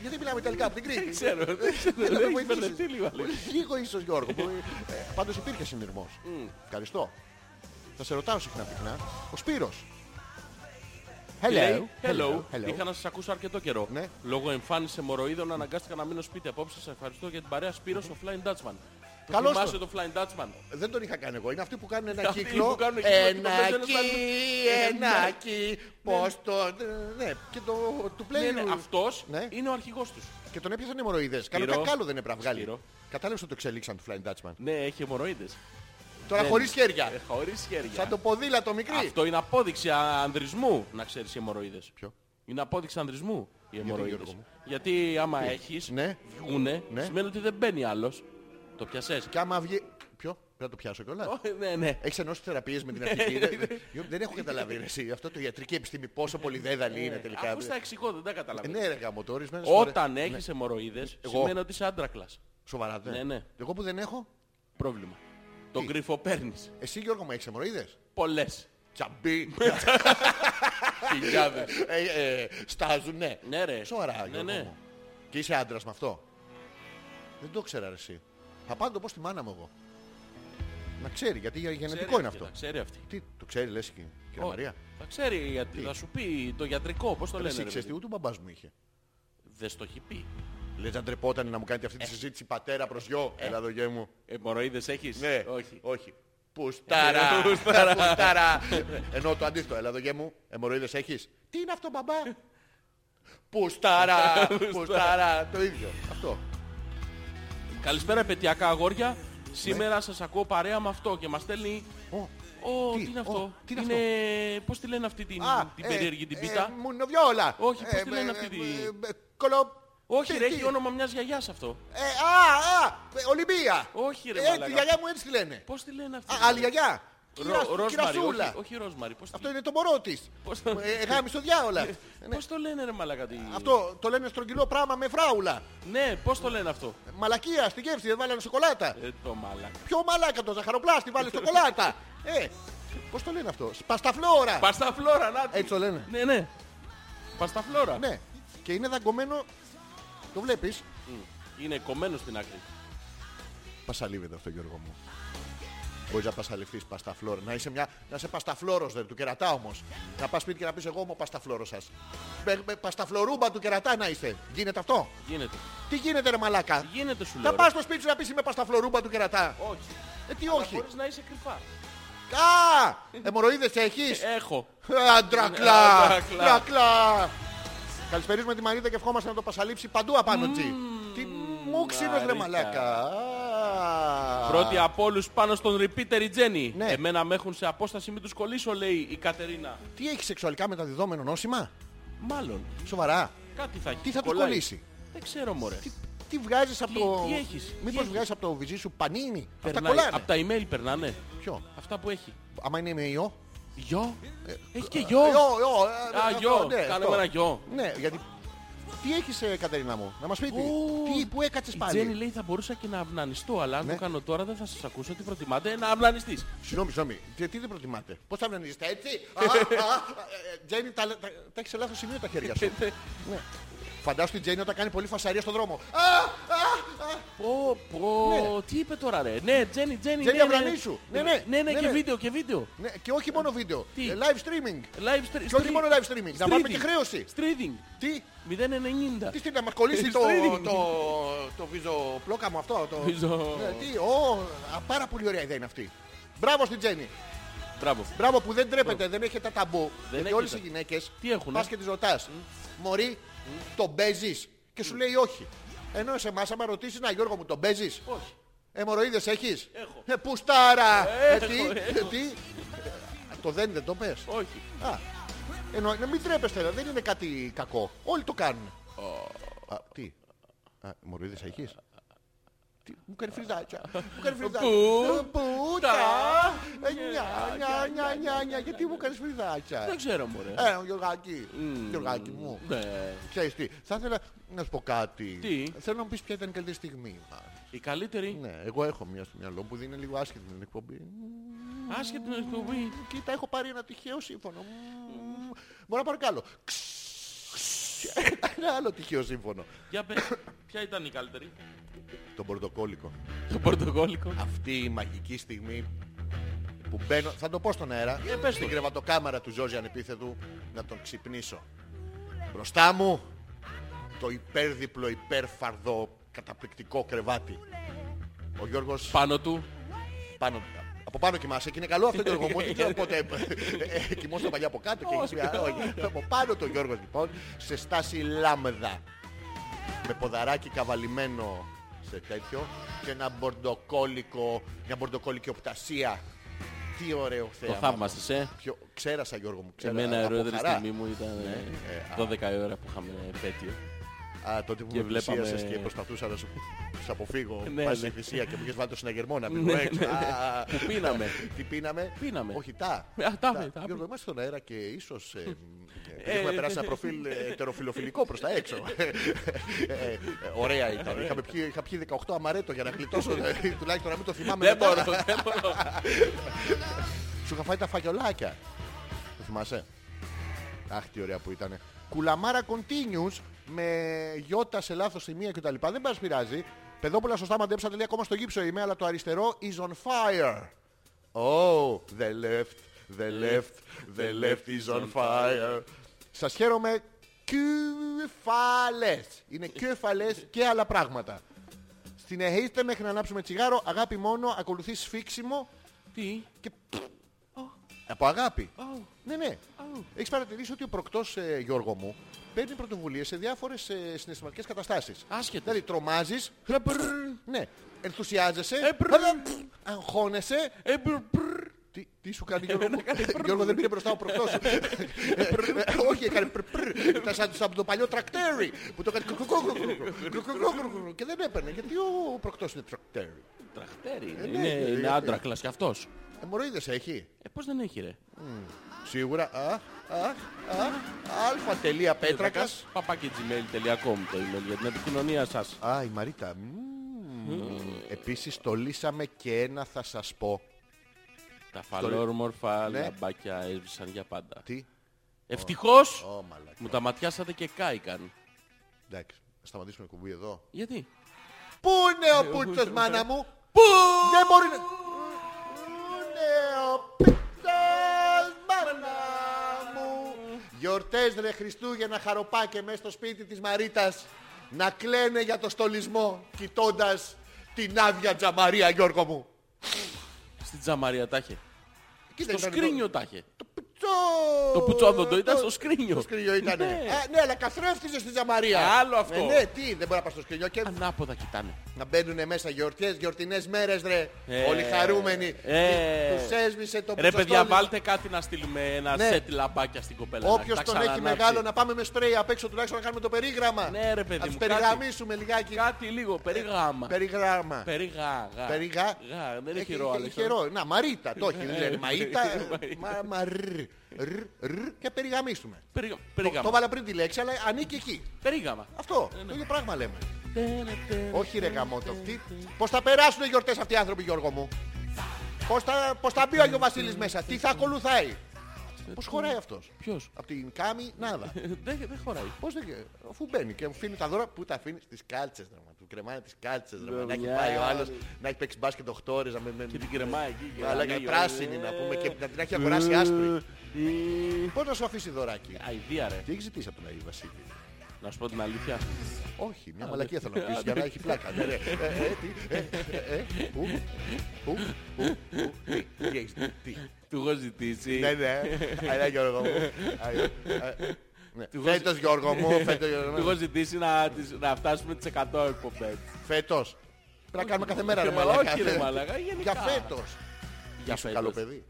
Γιατί μιλάμε Ιταλικά από την Κρήτη. Δεν ξέρω. Δεν Δεν έχει με βοηθήσεις. μπερδευτεί λίγο, Αλέξη. Λίγο ίσως Γιώργο. που, ε, Πάντως υπήρχε συνειρμός. Ευχαριστώ. Θα σε ρωτάω συχνά πυκνά. Ο Σπύρος. Hello. Λέει, Hello. Είχα να σας ακούσω αρκετό καιρό. Ναι. Λόγω εμφάνιση αιμορροίδων αναγκάστηκα να μείνω σπίτι απόψε. Σας ευχαριστώ για την παρέα Σπύρος στο Flying Dutchman. Το Καλώς θυμάσαι το Flying Dutchman. Δεν τον είχα κάνει εγώ. Είναι αυτοί που κάνουν ένα Αυτοί κύκλο. που κάνουν κύκλο και το Ένα παίζουν κι, σαν- ένα κι. Πώς το. Ναι, και το. Του Ναι, πλέον. ναι, αυτός Ναι. είναι ο αρχηγός τους. Και τον έπιασαν αιμορροίδες. Κάνω Σπύρο. κακάλο δεν έπρεπε να βγάλει. Σπύρο. Κατάλαβες ότι το εξελίξαν του Flying Dutchman. Ναι, έχει αιμορροίδες. Τώρα Ναι. χωρίς χέρια. Χωρίς χέρια. Σαν το ποδήλατο μικρή. Αυτό είναι απόδειξη α- ανδρισμού, να ξέρεις οι αιμορροίδες. Ποιο? Είναι απόδειξη ανδρισμού οι αιμορροίδες. Γιώργο μου? Γιατί άμα έχεις, Ναι. βγούνε, Ναι. σημαίνει ότι δεν μπαίνει άλλος. Το πιασες. Και άμα βγει. Ποιο, πρέπει να το πιάσω κιόλας. Ω, Ναι, ναι. Έχεις ενώσει θεραπείες με την αρχική. Δεν- Δεν έχω καταλάβει ρε, εσύ. Αυτό το ιατρική επιστήμη πόσο πολύ Ε, δέδαλη είναι τελικά. Ακούς τα εξηγώ, δεν τα καταλαβαίνω. Ναι, ρε γάμο, το ορισμένες φορές- Όταν έχεις αιμορροίδες, Εγώ. σημαίνει ότι είσαι άντρακλας. Σοβαρά, δε. Ναι, ναι. Εγώ που δεν έχω, Πρόβλημα. Τον κρυφό παίρνεις. εσύ Γιώργο μου έχεις αιμορροίδες. Ναι. Πολλές. Τσαμπί. Ναι. Χιλιάδες. Ε, ε, Στάζουν, ναι. Ναι, ρε. Σοβαρά, ναι, Γιώργο ναι. μου. Και είσαι άντρας με αυτό. Δεν το ξέρα ρε, εσύ. Θα πάω να το πω στη μάνα μου εγώ. Να ξέρει, γιατί για γενετικό είναι αυτό. Τα ξέρει αυτή. Τι, το ξέρει, λες και η κυρία Ω, Μαρία. Τα ξέρει, γιατί θα σου πει το γιατρικό, πώς το λένε. Εσύ ρε ξέρεις παιδί. τι, ούτε ο μπαμπάς μου είχε. Δεν στο έχει πει. Λες να ντρεπόταν να μου κάνετε Ε. αυτή τη συζήτηση πατέρα προς γιο. Έλα εδώ γε μου. Αιμορροίδες έχεις. Ναι, Ε. Όχι. όχι. Πουστάρα. Ε, πουστάρα. Πουστάρα. Ενώ το αντίθετο, έλα εδώ γε μου, αιμορροίδες έχεις. Τι είναι αυτό μπαμπά. Πουστάρα. Πουστάρα. Το ίδιο. Αυτό. Καλησπέρα επαιτειακά αγόρια. Σήμερα σας ακούω παρέα με αυτό και μας στέλνει... Ω, Ω, Τι, τι είναι ω, αυτό. τι είναι Πώς τη λένε αυτή την, Α, την ε, περίεργη την ε, πίτα. Μουνοβιόλα. Όχι, πώς Ε, τη λένε ε, αυτή τη- ε, ε, Νικόλο. Όχι, Τι- ρε, τι- έχει όνομα μιας γιαγιάς αυτό. Ε, α, α, ε, Ολυμπία. Όχι, ρε, Ε, μαλάκα. τη γιαγιά μου έτσι τη λένε. Πώς τη λένε αυτή. Α, ρε. άλλη γιαγιά. Ρο- Κυρα- Ρόσμαρι, Κυρασούλα. όχι, όχι Ρόσμαρι. Πώς, Αυτό είναι το μωρό Ε, τη. Πώς το- Γάμι στο διάολα. πώς το λένε ρε μαλακά τη... ναι. Αυτό το λένε στρογγυλό πράγμα με φράουλα. Ναι, πώς το λένε αυτό. Μαλακία στη γεύση, δεν βάλανε σοκολάτα. Ε, το μαλακά. Ποιο μαλάκα το ζαχαροπλάστη βάλει σοκολάτα. Ε, πώς το λένε αυτό. Σπασταφλόρα. Πασταφλόρα, να τη. Έτσι το λένε. Ναι, ναι. Πασταφλόρα. Ναι. Και είναι δαγκωμένο. Το βλέπεις. Είναι κομμένο στην άκρη. Πασαλίβεται αυτό, Γιώργο μου. Μπορείς να πασαληφθεί πασταφλόρο. Να είσαι, μια... να είσαι πασταφλόρο, δεν του κερατά όμως. Να πας σπίτι και να πεις: Εγώ είμαι ο πασταφλόρο σας. Με, με πασταφλορούμπα του κερατά να είστε. Γίνεται αυτό. Γίνεται. Τι γίνεται, ρε Μαλάκα. Γίνεται σου λέω. Να ρε. πας στο σπίτι σου να πεις: Είμαι πασταφλορούμπα του κερατά. Όχι. Ε, τι όχι. Μπορείς να είσαι κρυφά. Α! Εμοροίδες έχεις. Ε, Έχω. Αντρακλά! Αντρακλά. Αντρακλά! Καλησπέριζουμε τη Μαρίτα και ευχόμαστε να το πασαλείψει παντού απάνω τζι. Τι μου ξύνος ρε Μαρίτα. μαλάκα. Α. Πρώτη από όλους πάνω στον repeater η Τζέννη. Ναι. Εμένα με έχουν σε απόσταση μην τους κολλήσω λέει η Κατερίνα. Τι έχει σεξουαλικά μεταδιδόμενο νόσημα. Μάλλον. Σοβαρά. Κάτι θα έχει. Τι θα του Κολλάει. κολλήσει. Δεν ξέρω μωρέ. Τι, τι βγάζεις από Τι- το... τι έχεις, τι Μήπως έχεις. βγάζεις από το βυζί σου πανίνι. Αυτά Περνάει. κολλάνε. Απ' τα email περνάνε. Ποιο. Αυτά που έχει. Άμα είναι με ιό. Γιο. Έχει και Ιό, γιο. ιό. ε, Α, αυτό, γιο. ναι, Κάναμε αυτό. ένα γιο. Ναι, γιατί... Τι έχεις ε, Κατερίνα μου, να μας πείτε. Ου, Τι, πού έκατσες Η πάλι. Τζέννη λέει θα μπορούσα και να αυνανιστώ, αλλά αν Ναι. το κάνω τώρα δεν θα σας ακούσω. Τι προτιμάτε, να αυνανιστείς. Συγγνώμη, συγγνώμη. Τι, τι δεν προτιμάτε. Πώς θα βλανίζεστε έτσι. Α, α, ε, Τζένι, τα, τα, τα έχεις σε λάθος σημείο τα χέρια σου. ναι. Φαντάσου την Τζένι όταν κάνει πολύ φασαρία στον δρόμο. Α, α, α. Πω, πω, τι είπε τώρα ρε. Ναι, Τζέννη, Τζέννη. Τζέννη, ναι, ναι. αυνανίσου. Ναι, ναι, ναι, ναι, ναι, και ναι. βίντεο, και βίντεο. Ναι, και όχι μόνο βίντεο. Τι? Ε, Ε, live streaming. Live stream. Και όχι μόνο live streaming. Να βάλουμε και χρέωση. Streaming. Τι, 090. τι θέλει να μας κολλήσει το, το, Ε, Streaming. το, βυζοπλόκαμο αυτό. Το... Βυζο- Ναι, τι, ω, α, πάρα πολύ ωραία ιδέα είναι αυτή. Μπράβο στην Τζένι. Μπράβο. Μπράβο που δεν τρέπεται, δεν έχετε τα ταμπού. γιατί έχετε. όλες οι γυναίκες Τι έχουνε? πας και τις ρωτάς. Μωρή, τον παίζεις. Και σου λέει όχι. Ενώ σε εμάς άμα ρωτήσεις, να Γιώργο μου τον παίζεις. Όχι. Εμοροίδες έχεις. Έχω. Ε, πουστάρα. Ε, Έχω, τι, έχω. ε, τι. Ε, Το δεν δεν το πες. Όχι. Α, ενώ, να μην τρέπεστε, δεν είναι κάτι κακό. Όλοι το κάνουν. Α, τι. Α, Μωρίδες έχεις. Τι, μου κάνει φρυδάκια. Μου κάνει φρυδάκια. Πού- Ε, Πού τα. Ε, Νιά, νιά, νιά, νιά, νιά. Γιατί μου κάνεις φρυδάκια. Δεν ξέρω μωρέ. Ε, ο Γιωργάκη. Γιωργάκη μου. Ναι. Ξέρεις τι. Θα ήθελα να σου πω κάτι. Τι? Θέλω να μου πεις ποια ήταν η καλύτερη στιγμή. μας. Η καλύτερη. Ναι, εγώ έχω μια στο μυαλό που δεν είναι λίγο άσχετη την εκπομπή. Άσχετη να το πει. Κοίτα, έχω πάρει ένα τυχαίο σύμφωνο. Μμμ. Μπορώ να πάρω κι άλλο. Ένα άλλο τυχαίο σύμφωνο. Για πες. Ποια ήταν η καλύτερη. Τον πορτοκόλικο. Το πορτογόλικο. Αυτή η μαγική στιγμή που μπαίνω, θα το πω στον αέρα, Ε, πες στην το. κρεβατοκάμαρα του Ζόζη Ανεπίθετου, να τον ξυπνήσω. Μπροστά μου το υπέρδιπλο, υπέρφαρδο, καταπληκτικό κρεβάτι. Ο Γιώργος Πάνω του. πάνω, από πάνω κοιμάσαι και είναι καλό αυτό το Γιώργο μου. Δεν ξέρω πότε ε, κοιμόσαι παλιά από κάτω και έχεις μια... όχι. Από πάνω το Γιώργος λοιπόν σε στάση λάμδα. Με ποδαράκι καβαλημένο σε τέτοιο και ένα μπορντοκόλικο, μια μπορντοκόλικη οπτασία. Τι ωραίο Το θέαμα. θαύμασες, ε. Πιο... Ξέρασα Γιώργο μου, ξέρασα Εμένα η από ωραιότερη χαρά. στιγμή μου ήταν ε, ε, 12 η ώρα που είχαμε επέτειο. Α, τότε που Και με βλέπαμε- πλησίασες και προσπαθούσα να σου, σου αποφύγω. Ναι, Πας στη ναι. θυσία και μου είχες βάλει το συναγερμό να μην Ναι, το έξω. ναι. Α, Που πίναμε. Τι πίναμε. Πίναμε. Όχι, τα. Ε, α, τα, τα. Γιώργο, είμαστε στον αέρα και ίσως ε, επειδή έχουμε περάσει ένα προφίλ ε, ετεροφιλοφιλικό προς τα έξω. Ε, ε, Ωραία ήταν. Είχαμε πιει- Είχα πιει 18 αμαρέτο για να γλιτώσω. ε, Τουλάχιστον να μην το θυμάμαι. Δεν μετά. μπορώ, δεν μπορώ. Σου είχα φάει τα φαγιολάκια. Το θυμάσαι. Αχ, τι ωραία που ήταν. Κουλαμάρα continues με γιώτα σε λάθος σημεία κτλ. Δεν μας πειράζει. Παιδόπουλα σωστά μαντέψατε λέει ακόμα στο γύψο είμαι, αλλά το αριστερό is on fire. Oh, the left, the left, the left is on fire. Σας χαίρομαι κεφαλές. Είναι κεφαλές και άλλα πράγματα. Στην εχείστε μέχρι να ανάψουμε τσιγάρο, αγάπη μόνο, ακολουθείς σφίξιμο Τι. και από αγάπη. Ω. Ναι, ναι. Έχεις παρατηρήσει ότι ο προκτός Γιώργο μου παίρνει πρωτοβουλίες σε διάφορες ε, συναισθηματικές καταστάσεις. Άσχετες. Δηλαδή τρομάζεις. Ρε, πρρ. Ναι. Ενθουσιάζεσαι. Ε, πρρ. αλλά, πφ, Αγχώνεσαι. Ε, πρρ, πρρ. Τι, τι σου κάνει Γιώργο, Γιώργο δεν πήρε μπροστά ο προκτός σου. Ε, ε, Όχι, έκανε πρ, πρ. Ήταν σαν σαν το παλιό τρακτέρι που το έκανε κρουκρουκρουκρουκρου, κρουκρουκρουκρουκρου και δεν έπαιρνε. Γιατί ο προκτός είναι τρακτέρι. Τραχτέρι είναι. ναι, Είναι, ναι, ναι. είναι άντρακλας κι αυτός. Εμμοροίδες έχει. Ε, πώς δεν έχει ρε. Σίγουρα. Α, α, α, αλφα τελεία Ε, πέτρακας. Παπάκι.gmail.com το email για την επικοινωνία σας. Α, η Μαρίτα. Μμμ. Επίσης τολίσαμε και ένα θα σας πω. Τα φαλόρμορφα Ναι. λαμπάκια έσβησαν για πάντα. Τι. Ευτυχώς Ω μαλάκα. μου τα ματιάσατε και κάηκαν. Εντάξει. να Σταματήσουμε κουμπί εδώ. Γιατί. Πού είναι Ναι, ο Πούτσος μάνα μου. Πού! Δεν μπορεί να... Πού είναι ο Πούτσος μάνα μου. Γιορτές ρε Χριστούγεννα χαροπάκε μέσα στο σπίτι της Μαρίτας. Να κλαίνε για το στολισμό κοιτώντας την άδεια τζαμαρία Γιώργο μου. Στην τζαμαρία τα είχε. Κοίτα, Στο ήταν σκρίνιο τα είχε. Το πουτσό... Το πουτσόδοντο ήταν στο σκρίνιο. Το σκρίνιο ήταν. Ναι. Ναι. ναι, αλλά καθρέφτιζε στη Ζαμαρία. Άλλο αυτό. Ε, ναι, τι, δεν μπορεί να πας στο σκρίνιο και Ανάποδα κοιτάνε. να μπαίνουν μέσα γιορτιές, γιορτινές μέρες ρε. Ε, Όλοι χαρούμενοι. ε. Τους έσβησε το Ρε παιδιά, πουτσοστόλι. βάλτε κάτι να στείλουμε ένα Ναι. σετ λαμπάκια στην κοπέλα. να Όποιος τα τον έχει ξανανάψει. μεγάλο να πάμε με σπρέι απ' έξω τουλάχιστον να κάνουμε το περίγραμμα. Ναι, ρε παιδί να τους μου, περιγραμμίσουμε λιγάκι. Κάτι λίγο, περίγαμα. Περιγράμμα. Περίγα. γα. Περιγά. Γα, Δεν Έχει- έχει ρο, έχει- Αλέξανδρο. Ε, έχει ρο. Να, Μαρίτα, το έχει. Δηλαδή, Μαΐτα, Μαρίτα. μα- μα- ρ, ρ, ρ, και περιγραμμίσουμε. Περίγα- Το Περίγαμα. βάλα πριν τη λέξη, αλλά ανήκει εκεί. Περίγαμα. Αυτό. ναι. Το ίδιο πράγμα λέμε. Όχι ρε γαμότο. Τι... Πώς θα περάσουν οι γιορτές αυτοί οι άνθρωποι Γιώργο μου. Πώς θα, πώς θα μπει ο Άγιο Βασίλης μέσα. Τι θα ακολουθάει. Πώς χωράει αυτός. Ποιος. Από την κάμη, νάδα. Ε, Δεν δεν χωράει. Πώς δεν... Αφού μπαίνει και αφήνει τα δώρα, πού τα αφήνεις στις κάλτσες. ρε, μα. Του κρεμάνε τις κάλτσες. ρε, μα. Να έχει Βεβιά, πάει ο άλλος ρε. να έχει παίξει μπάσκετ 8 ώρες. να με- με- Και την κρεμάει εκεί. και Αλλά ανοίγει, και ε, πράσινη να πούμε και να την έχει αγοράσει άσπρη. ε, Πώς να σου αφήσει δωράκι. Αηδία ρε. Τι έχεις ζητήσει από τον Άγιο Βασίλη. Να σου πω την αλήθεια. Όχι, μια μαλακία θέλω να πεις για να έχει πλάκα. Ναι, ναι. Ε, ε, τι, ε, ε, ε, ου, ου, ου, ου, τι, τι έχεις, τι. Του έχω ζητήσει. Ναι, ναι. Άρα Γιώργο μου. Άρα, ε, ναι. Του έχω- Φέτος Γιώργο μου, φέτος Γιώργο Του μου. έχω ζητήσει να, τις- να φτάσουμε τις 100 εκπομπές. Φέτος. Πρέπει να κάνουμε κάθε μέρα ρε Ε, μαλακά. Όχι ρε μαλακά, γενικά. Για φέτος. Για Είσαι καλό φέτος. παιδί.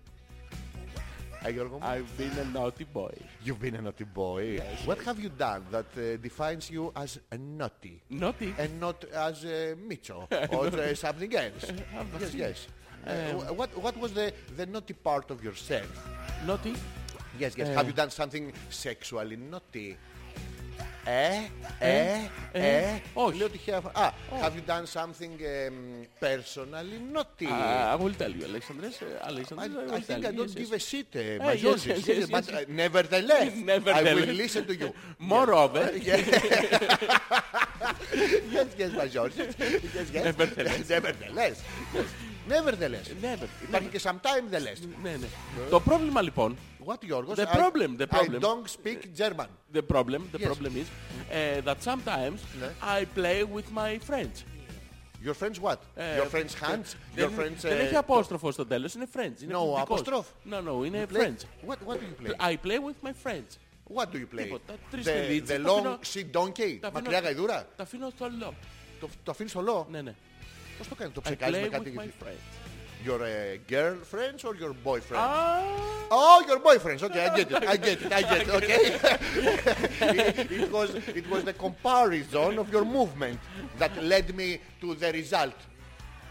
Α, Γιώργο μου. I've been a naughty boy. You've been a naughty boy. What have you done that uh, defines you as a naughty? Naughty. and not as uh, Micho or uh, something else. Eh, yes, yes. Uh, Um, wh- what what was the, the naughty part of yourself? Naughty. Yes, yes. Eh. Have you done something sexually naughty? Eh, eh, eh. όχι. Λέω τυχαία. φο- Α, Oh. have you done something um, personally naughty? Uh, I will tell you, Alexandres. uh, Alexandres, I, will Ε, I think I tell you, don't yes, give yes. a shit, uh, Ah, my yes, Georges, yes, yes, yes, but yes. uh, nevertheless, I will Nevertheless. listen to you. Moreover, yes, yes, my Georges. Yes, yes. Nevertheless. nevertheless. Yes. Nevertheless. never. Υπάρχει και sometime the less. Ναι, ναι. Το πρόβλημα λοιπόν, What, Γιώργος? The problem, the I problem. don't speak German. the problem, the Yes. problem is uh, that sometimes Ναι. I play with my friends. Your friends what? Ε, Your friends hands? Your Δεν, friends... δεν ε, έχει απόστροφο στο τέλος, είναι friends. Είναι No, ακουστικός. apostrophe. No, no, είναι play- friends. What, what do you play? I play with my friends. What do you play? Τίποτα, τρεις The, τελίτσα, the τα long αφήνω- sea donkey. τα αφήνω- Μακριά γαϊδούρα. Τα αφήνω στο λό. Το, το αφήνεις ολό. Ναι, ναι. Πώς το κάνεις, το I ψεκάζεις με play κάτι... with my friends. Your uh, girlfriends or your boyfriends? Α, Oh, your boyfriends. Okay, I get it. I get it. I get it. Okay. it, it was it was the comparison of your movement that led me to the result.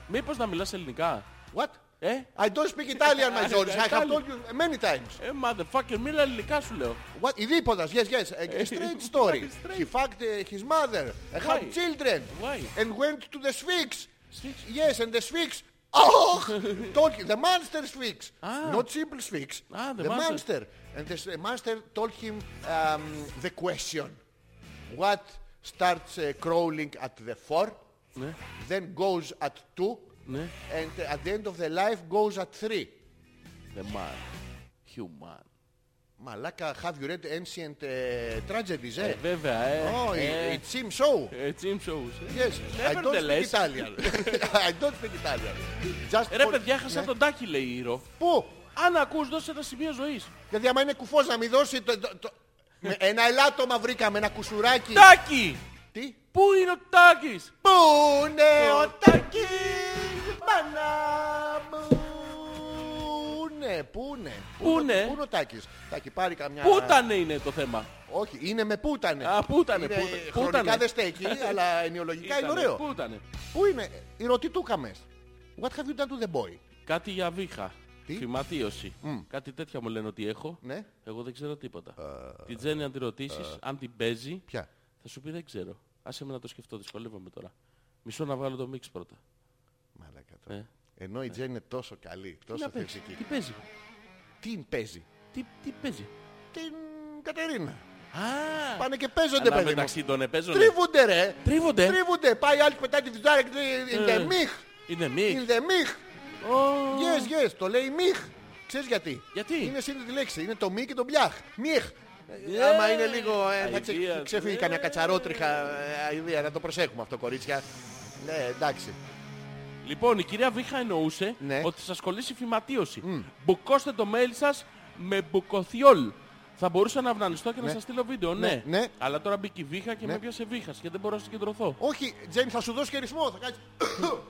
Μήπως να μιλάς ελληνικά. What? Ε, I don't speak Italian, my George. I have Italian. told you many times. ε, motherfucker, μίλα ελληνικά σου λέω. What? Ιδίποτα. Yes, yes. A straight story. Straight. He fucked uh, his mother. Had Why? children. Why? And went to the Sphinx. Sphinx? Yes, and the Sphinx. Oh, told him, the monster Sphinx, Ah. not simple Sphinx. Ah, the monster. monster. And the, s- the monster told him um, the question: What starts uh, crawling at the four, Ναι. then goes at two, Ναι. and uh, at the end of the life goes at three. The man. Human. Μαλάκα, have you read ancient uh, tragedies? Eh? Ε, βέβαια, ε. Oh, it, ε, it seems so. ε, Jim shows. Yes, I don't speak Nevertheless. Italian. I don't speak Italian. Just Ε, Ρε for- παιδιά, χάσα Ναι. τον τάκι λέει η Ρο. Πού? Αν ακούς, δώσε ένα σημείο ζωής. Δηλαδή άμα είναι κουφός να μην δώσει το, το- το- με ένα ελάττωμα βρήκαμε, ένα κουσουράκι. Τάκι! Τι? Πού είναι ο Τάκης! Πού είναι ο Τάκης, μάνα μου, ναι ναι, πού ναι. Πού ναι. Πού είναι ο Τάκης. Τάκη, πάρει καμιά... Πούτανε είναι το θέμα. Όχι, είναι με πούτανε. Α, πούτανε, Ε, Είναι, πούτανε. Χρονικά Πούτανε. δεν στέκει, αλλά ενοιολογικά είναι ωραίο. Πού ήτανε. Πού είναι, οι ρωτητούκαμες. What have you done to the boy. Κάτι για βήχα. Τι? Φυματίωση. Κάτι τέτοια μου λένε ότι έχω. Ναι. Εγώ δεν ξέρω τίποτα. Την Τζέννη αν τη ρωτήσεις, αν την παίζει, Ποια. θα σου πει δεν ξέρω. Άσε με να το σκεφτώ, δυσκολεύομαι τώρα. Μισό να βγάλω το μίξ πρώτα. Μαλάκα τώρα. Ε. Ενώ η Τζέν είναι τόσο καλή, τόσο να παίζει. θετική. Τι παίζει. Τι παίζει. Τι, τι παίζει. Την Κατερίνα. Α, Πάνε και παίζονται Ε. αλλά παιδί μου. μεταξύ των επέζων. Τρίβουνται ρε. Τρίβονται. Τρίβουνται. Πάει άλλη πετάει τη βυζάρα και λέει in the Ε. mich. Είναι In μίξ. the mich. Yes, yes. Το λέει mich. Ξέρεις γιατί. Γιατί? Είναι σύνθετη λέξη. Είναι το μη και το μπλιάχ. Mich. Yeah. Άμα είναι λίγο, ε, θα ξε- Idea. ξεφύγει Yeah. καμιά κατσαρότριχα ε, αηδία. Να το προσέχουμε αυτό, κορίτσια. Ναι, εντάξει. Λοιπόν, η κυρία Βίχα εννοούσε Ναι. ότι σας κολλήσει η φυματίωση. Μπουκώστε το mail σας με μπουκοθιόλ. Θα μπορούσα να αυνανιστώ και να σας στείλω βίντεο, ναι. ναι. Αλλά τώρα μπήκε η Βίχα και Ναι. με πιάσε Βίχας και δεν μπορώ να συγκεντρωθώ. Όχι, Τζέιν, θα σου δώσω και ρυθμό. Θα, κάνεις...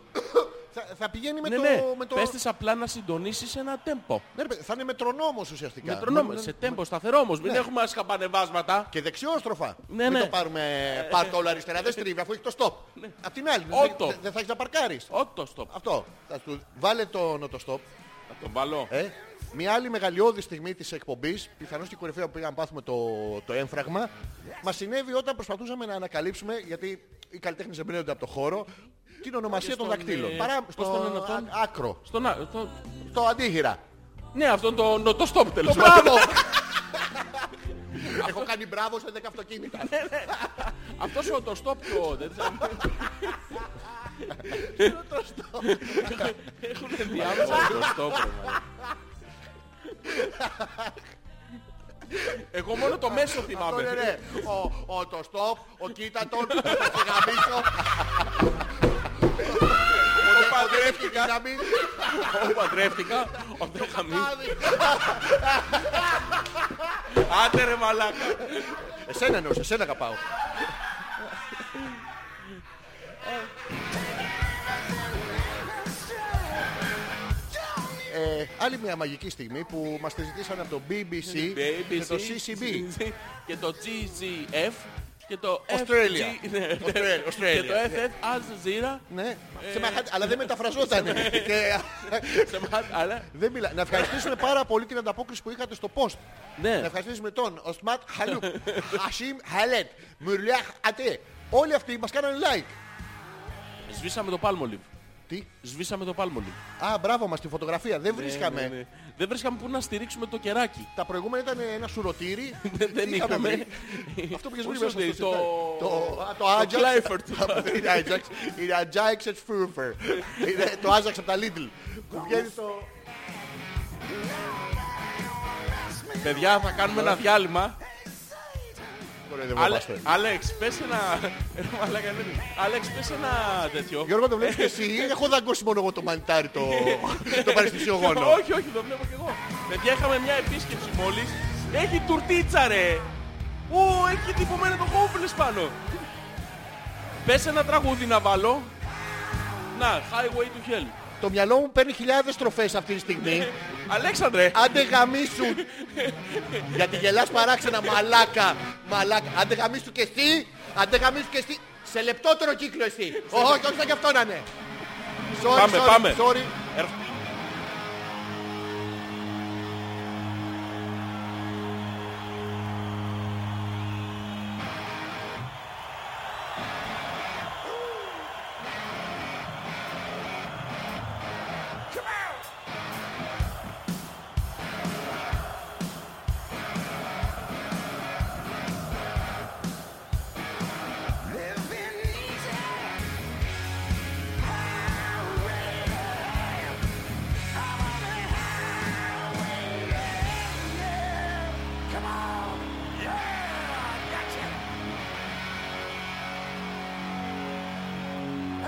θα, θα πηγαίνει με ναι, το... ναι. Με το... Πες της απλά να συντονίσεις ένα τέμπο. Ναι, ρε παιδί, θα είναι μετρονόμος ουσιαστικά. Μετρονόμος. Σε τέμπο σταθερό όμως. Μην Ναι. έχουμε ασκαμπανεβάσματα. Και δεξιόστροφα. Ναι, Μην ναι. το πάρουμε πάρτο όλο αριστερά. Δεν στρίβει αφού έχει το stop. Απ' την άλλη, δεν Ότο. δεν θα έχεις να παρκάρεις. Ότο στο. Αυτό. Θα του βάλε τον το stop. Θα τον βάλω. Ε. Μια άλλη μεγαλειώδη στιγμή της εκπομπής, πιθανώς και η κορυφαία που πήγαμε να πάθουμε το, το έμφραγμα, μας συνέβη όταν προσπαθούσαμε να ανακαλύψουμε, γιατί οι καλλιτέχνες εμπνέονται από το χώρο, την ονομασία των στον, δακτύλων. ε, Παρά πώς τον λένε στο αυτόν? α- άκρο, Στον άλλο. Το... στο αντίγυρα. Ναι, αυτόν τον το, stop τέλος πάντων. Μπράβο! Έχω κάνει μπράβο σε 10 αυτοκίνητα. Αυτός ο το stop το... δεν ξέρω. Έχουν διάβασα το stop. ρε, μαλάκα. Εγώ μόνο το μέσο Αυτό είναι, θυμάμαι. ρε. Ο- Ο το stop, ο κοίτα τον, θα σε γαμίσω. Ο παντρεύτηκα. Όπου παντρεύτηκα, ο δεν χαμεί. Άντε ρε μαλάκα. Εσένα εννοώ, εσένα αγαπάω. Ε, άλλη μια μαγική στιγμή που μας τη ζητήσαν από το BBC Ναι, και το CCB. Και το GGF. Και το Australia. FG ναι, Australia, Και το Australia. FF Al Jazeera. Ναι, Ε. σε μαχα- αλλά δεν μεταφραζόταν. Και- Σε μάτ- Αλλά δεν μιλά- Να ευχαριστήσουμε πάρα πολύ την ανταπόκριση που είχατε στο post. Ναι. Να ευχαριστήσουμε τον Οσματ Χαλούκ, Χασίμ Χαλέτ, Μουρλιάχ Ατέ. Όλοι αυτοί μας κάνανε like. σβήσαμε το Palmolive. Τι, Σβήσαμε το Palmolive. α, μπράβο μας τη φωτογραφία, δεν βρίσκαμε. Ναι, ναι. Δεν βρίσκαμε πού να στηρίξουμε το κεράκι. Τα προηγούμενα ήταν ένα σουρωτήρι. Δεν- Δεν Τι είχαμε είχαμε. βρει? Αυτό που είχες βρει μέσα Πώς στο λέει, σιρτάρι. Το- α, Το Το Ajax. Clifford. Είναι Ajax. Είναι Ajax at Furfer. Είναι το Ajax από τα Lidl. Που βγαίνει στο... Παιδιά, θα κάνουμε ένα διάλειμμα. Κοροϊδευόμαστε. Ale- Άλεξ, πες ένα... Ρε μαλάκα, δεν είναι. Άλεξ, πες ένα τέτοιο. Γιώργο, το βλέπεις και εσύ. Έχω δαγκώσει μόνο εγώ το μανιτάρι το, το παρεστησιό γόνο. Όχι, όχι, το βλέπω κι εγώ. Παιδιά, είχαμε μια επίσκεψη μόλις. Έχει τουρτίτσα, ρε. Ω, έχει τυπωμένο το χόμπλες πάνω. Πες ένα τραγούδι να βάλω. Να, Highway to Hell. το μυαλό μου παίρνει χιλιάδες τροφές αυτή τη στιγμή. Αλέξανδρε, Άντε γαμίσου. Γιατί γελάς παράξενα μαλάκα. Μαλάκα. Άντε γαμίσου και εσύ. Άντε γαμίσου και εσύ. Σε λεπτότερο κύκλο εσύ. Όχι, όχι, θα κι αυτό να είναι. Sorry, Πάμε, sorry, πάμε. sorry.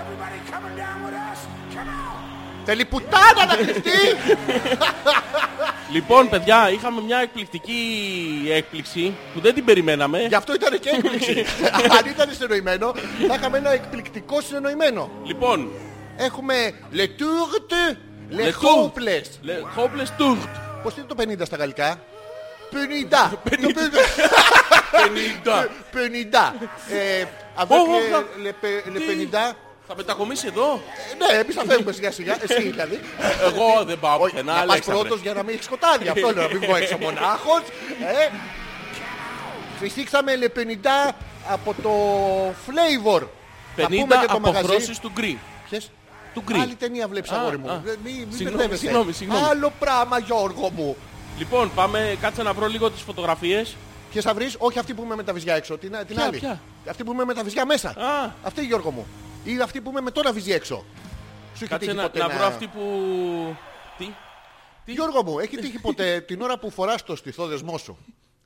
Everybody coming down with us? Come on! Θέλει πουτάνα να κλειστεί. Λοιπόν, παιδιά, είχαμε μια εκπληκτική έκπληξη που δεν την περιμέναμε. Γι' αυτό ήταν και έκπληξη. Αν ήταν συνεννοημένο, θα είχαμε ένα εκπληκτικό συνεννοημένο. Λοιπόν, Έχουμε le tourte, le Le Tour. couples. Le Hopeless Tour. Πώς είναι το 50 στα γαλλικά. 50! 50! 50. 50! Ε, avec Ω, ω, le- θα- le pe- le 50. τι. Θα μετακομίσει εδώ. Ε, Ναι, εμείς θα φεύγουμε σιγά σιγά. Εσύ δηλαδή. Εγώ δεν πάω Όχι, πουθενά, να πας Αλέξανδρε. πρώτος για να μην έχεις σκοτάδι. Αυτό λέω, να μην βγω έξω μονάχος. Ε, Φυσήξαμε le 50 από το Flavor. Θα πούμε 50 και το μαγαζί. αποχρώσεις του γκρι. Ποιες? Του γκρι. Άλλη ταινία βλέπεις Α, αγόρι μου. α. Ε, Μη, μη Συγγνώμη, μπερδεύεσαι. συγγνώμη, συγγνώμη. Άλλο πράγμα Γιώργο μου. Λοιπόν, πάμε, κάτσε να βρω λίγο τις φωτογραφίες. Ποιες θα βρεις, όχι αυτή που είμαι με τα βυζιά έξω, την, την Ποια, άλλη. ποια? Αυτή που είμαι με τα βυζιά μέσα. Α. Αυτή Γιώργο μου. Ή αυτή που είμαι με τώρα βυζί έξω. Σου έχει Κάτσε τύχει να, ποτέ να βρω αυτή που... Τι, Γιώργο μου, έχει τύχει ποτέ την ώρα που φοράς το στιθό δεσμό σου.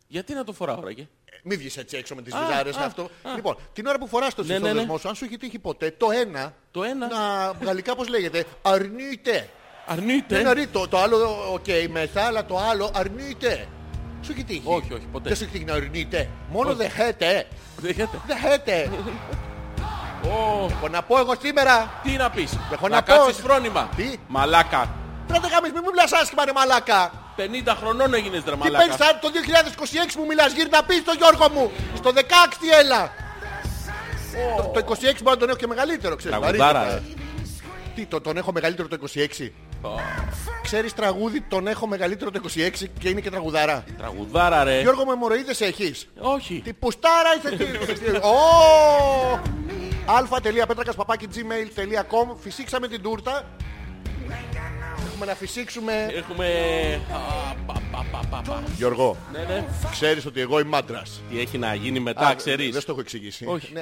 γιατί να το φοράω, ρε. και? Ε, Μη βγεις έτσι έξω με τις Α, βυζάρες α, αυτό. Λοιπόν, την ώρα που φοράς το στιθό ναι, ναι. δεσμό σου, αν σου έχει τύχει ποτέ το ένα, Το ένα. να γαλλικά πώς λέγεται, αρνείται. Αρνείται. Δεν αρνεί το, το άλλο, οκ, μέσα, αλλά το άλλο αρνείται. Σου έχει τύχει. Όχι, όχι, ποτέ. Δεν σου έχει τύχει να αρνείται. Μόνο δεχέται. Δέχεται. Δεχέται. Ω, Έχω Λοιπόν, να πω εγώ σήμερα. τι να πεις. Έχω να να πω. κάτσεις φρόνημα. Τι? Μαλάκα. Πρέπει να κάνεις, μην μου μιλάς άσχημα ρε μαλάκα. 50 χρονών έγινες ρε Τι μαλάκα. παίρνεις σαν το 2026 μου μιλάς, γύρνα πίσω στο Γιώργο μου. Στο 16 έλα. Το- Το 26 μπορεί να τον έχω και μεγαλύτερο, ξέρεις. Τραγουδάρα, βαρύτατα. Τι, το, τον έχω μεγαλύτερο το 26. Ξέρεις τραγούδι, τον έχω μεγαλύτερο το 26 και είναι και τραγουδάρα. Τραγουδάρα ρε. Γιώργο με αιμορροίδες έχεις. Όχι. Τι πουστάρα είσαι τι. Ω! αλφα.πέτρακας παπάκι gmail.com Φυσήξαμε την τούρτα. Έχουμε να φυσήξουμε. Έχουμε... Α, πα, πα, πα, πα, πα. Γιώργο, Ναι, ναι. ξέρεις ότι εγώ είμαι άντρας. Τι έχει να γίνει μετά, Δεν ξέρεις. στο έχω εξηγήσει. Όχι. Ναι,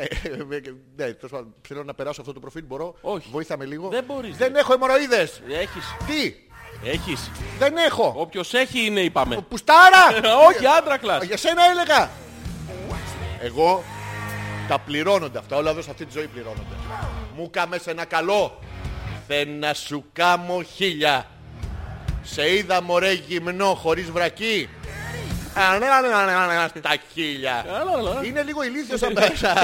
ναι, τέλος πάντων, θέλω να περάσω αυτό το προφίλ. Μπορώ. Όχι. Βοήθαμε λίγο. Δεν μπορείς, Δεν έχω αιμορροίδες. Έχεις. Τι. Έχεις. Δεν έχω. Όποιος έχει είναι είπαμε. Πουστάρα. Όχι άντρα κλάς. Για σένα έλεγα. Εγώ τα πληρώνονται αυτά. Όλα εδώ σε αυτή τη ζωή πληρώνονται. Μου κάμε σε ένα καλό. Θε να σου κάμω χίλια. Σε είδα μωρέ γυμνό χωρίς βρακή. Τα χίλια. Καλά, καλά. Είναι λίγο ηλίθιος απ' μέσα.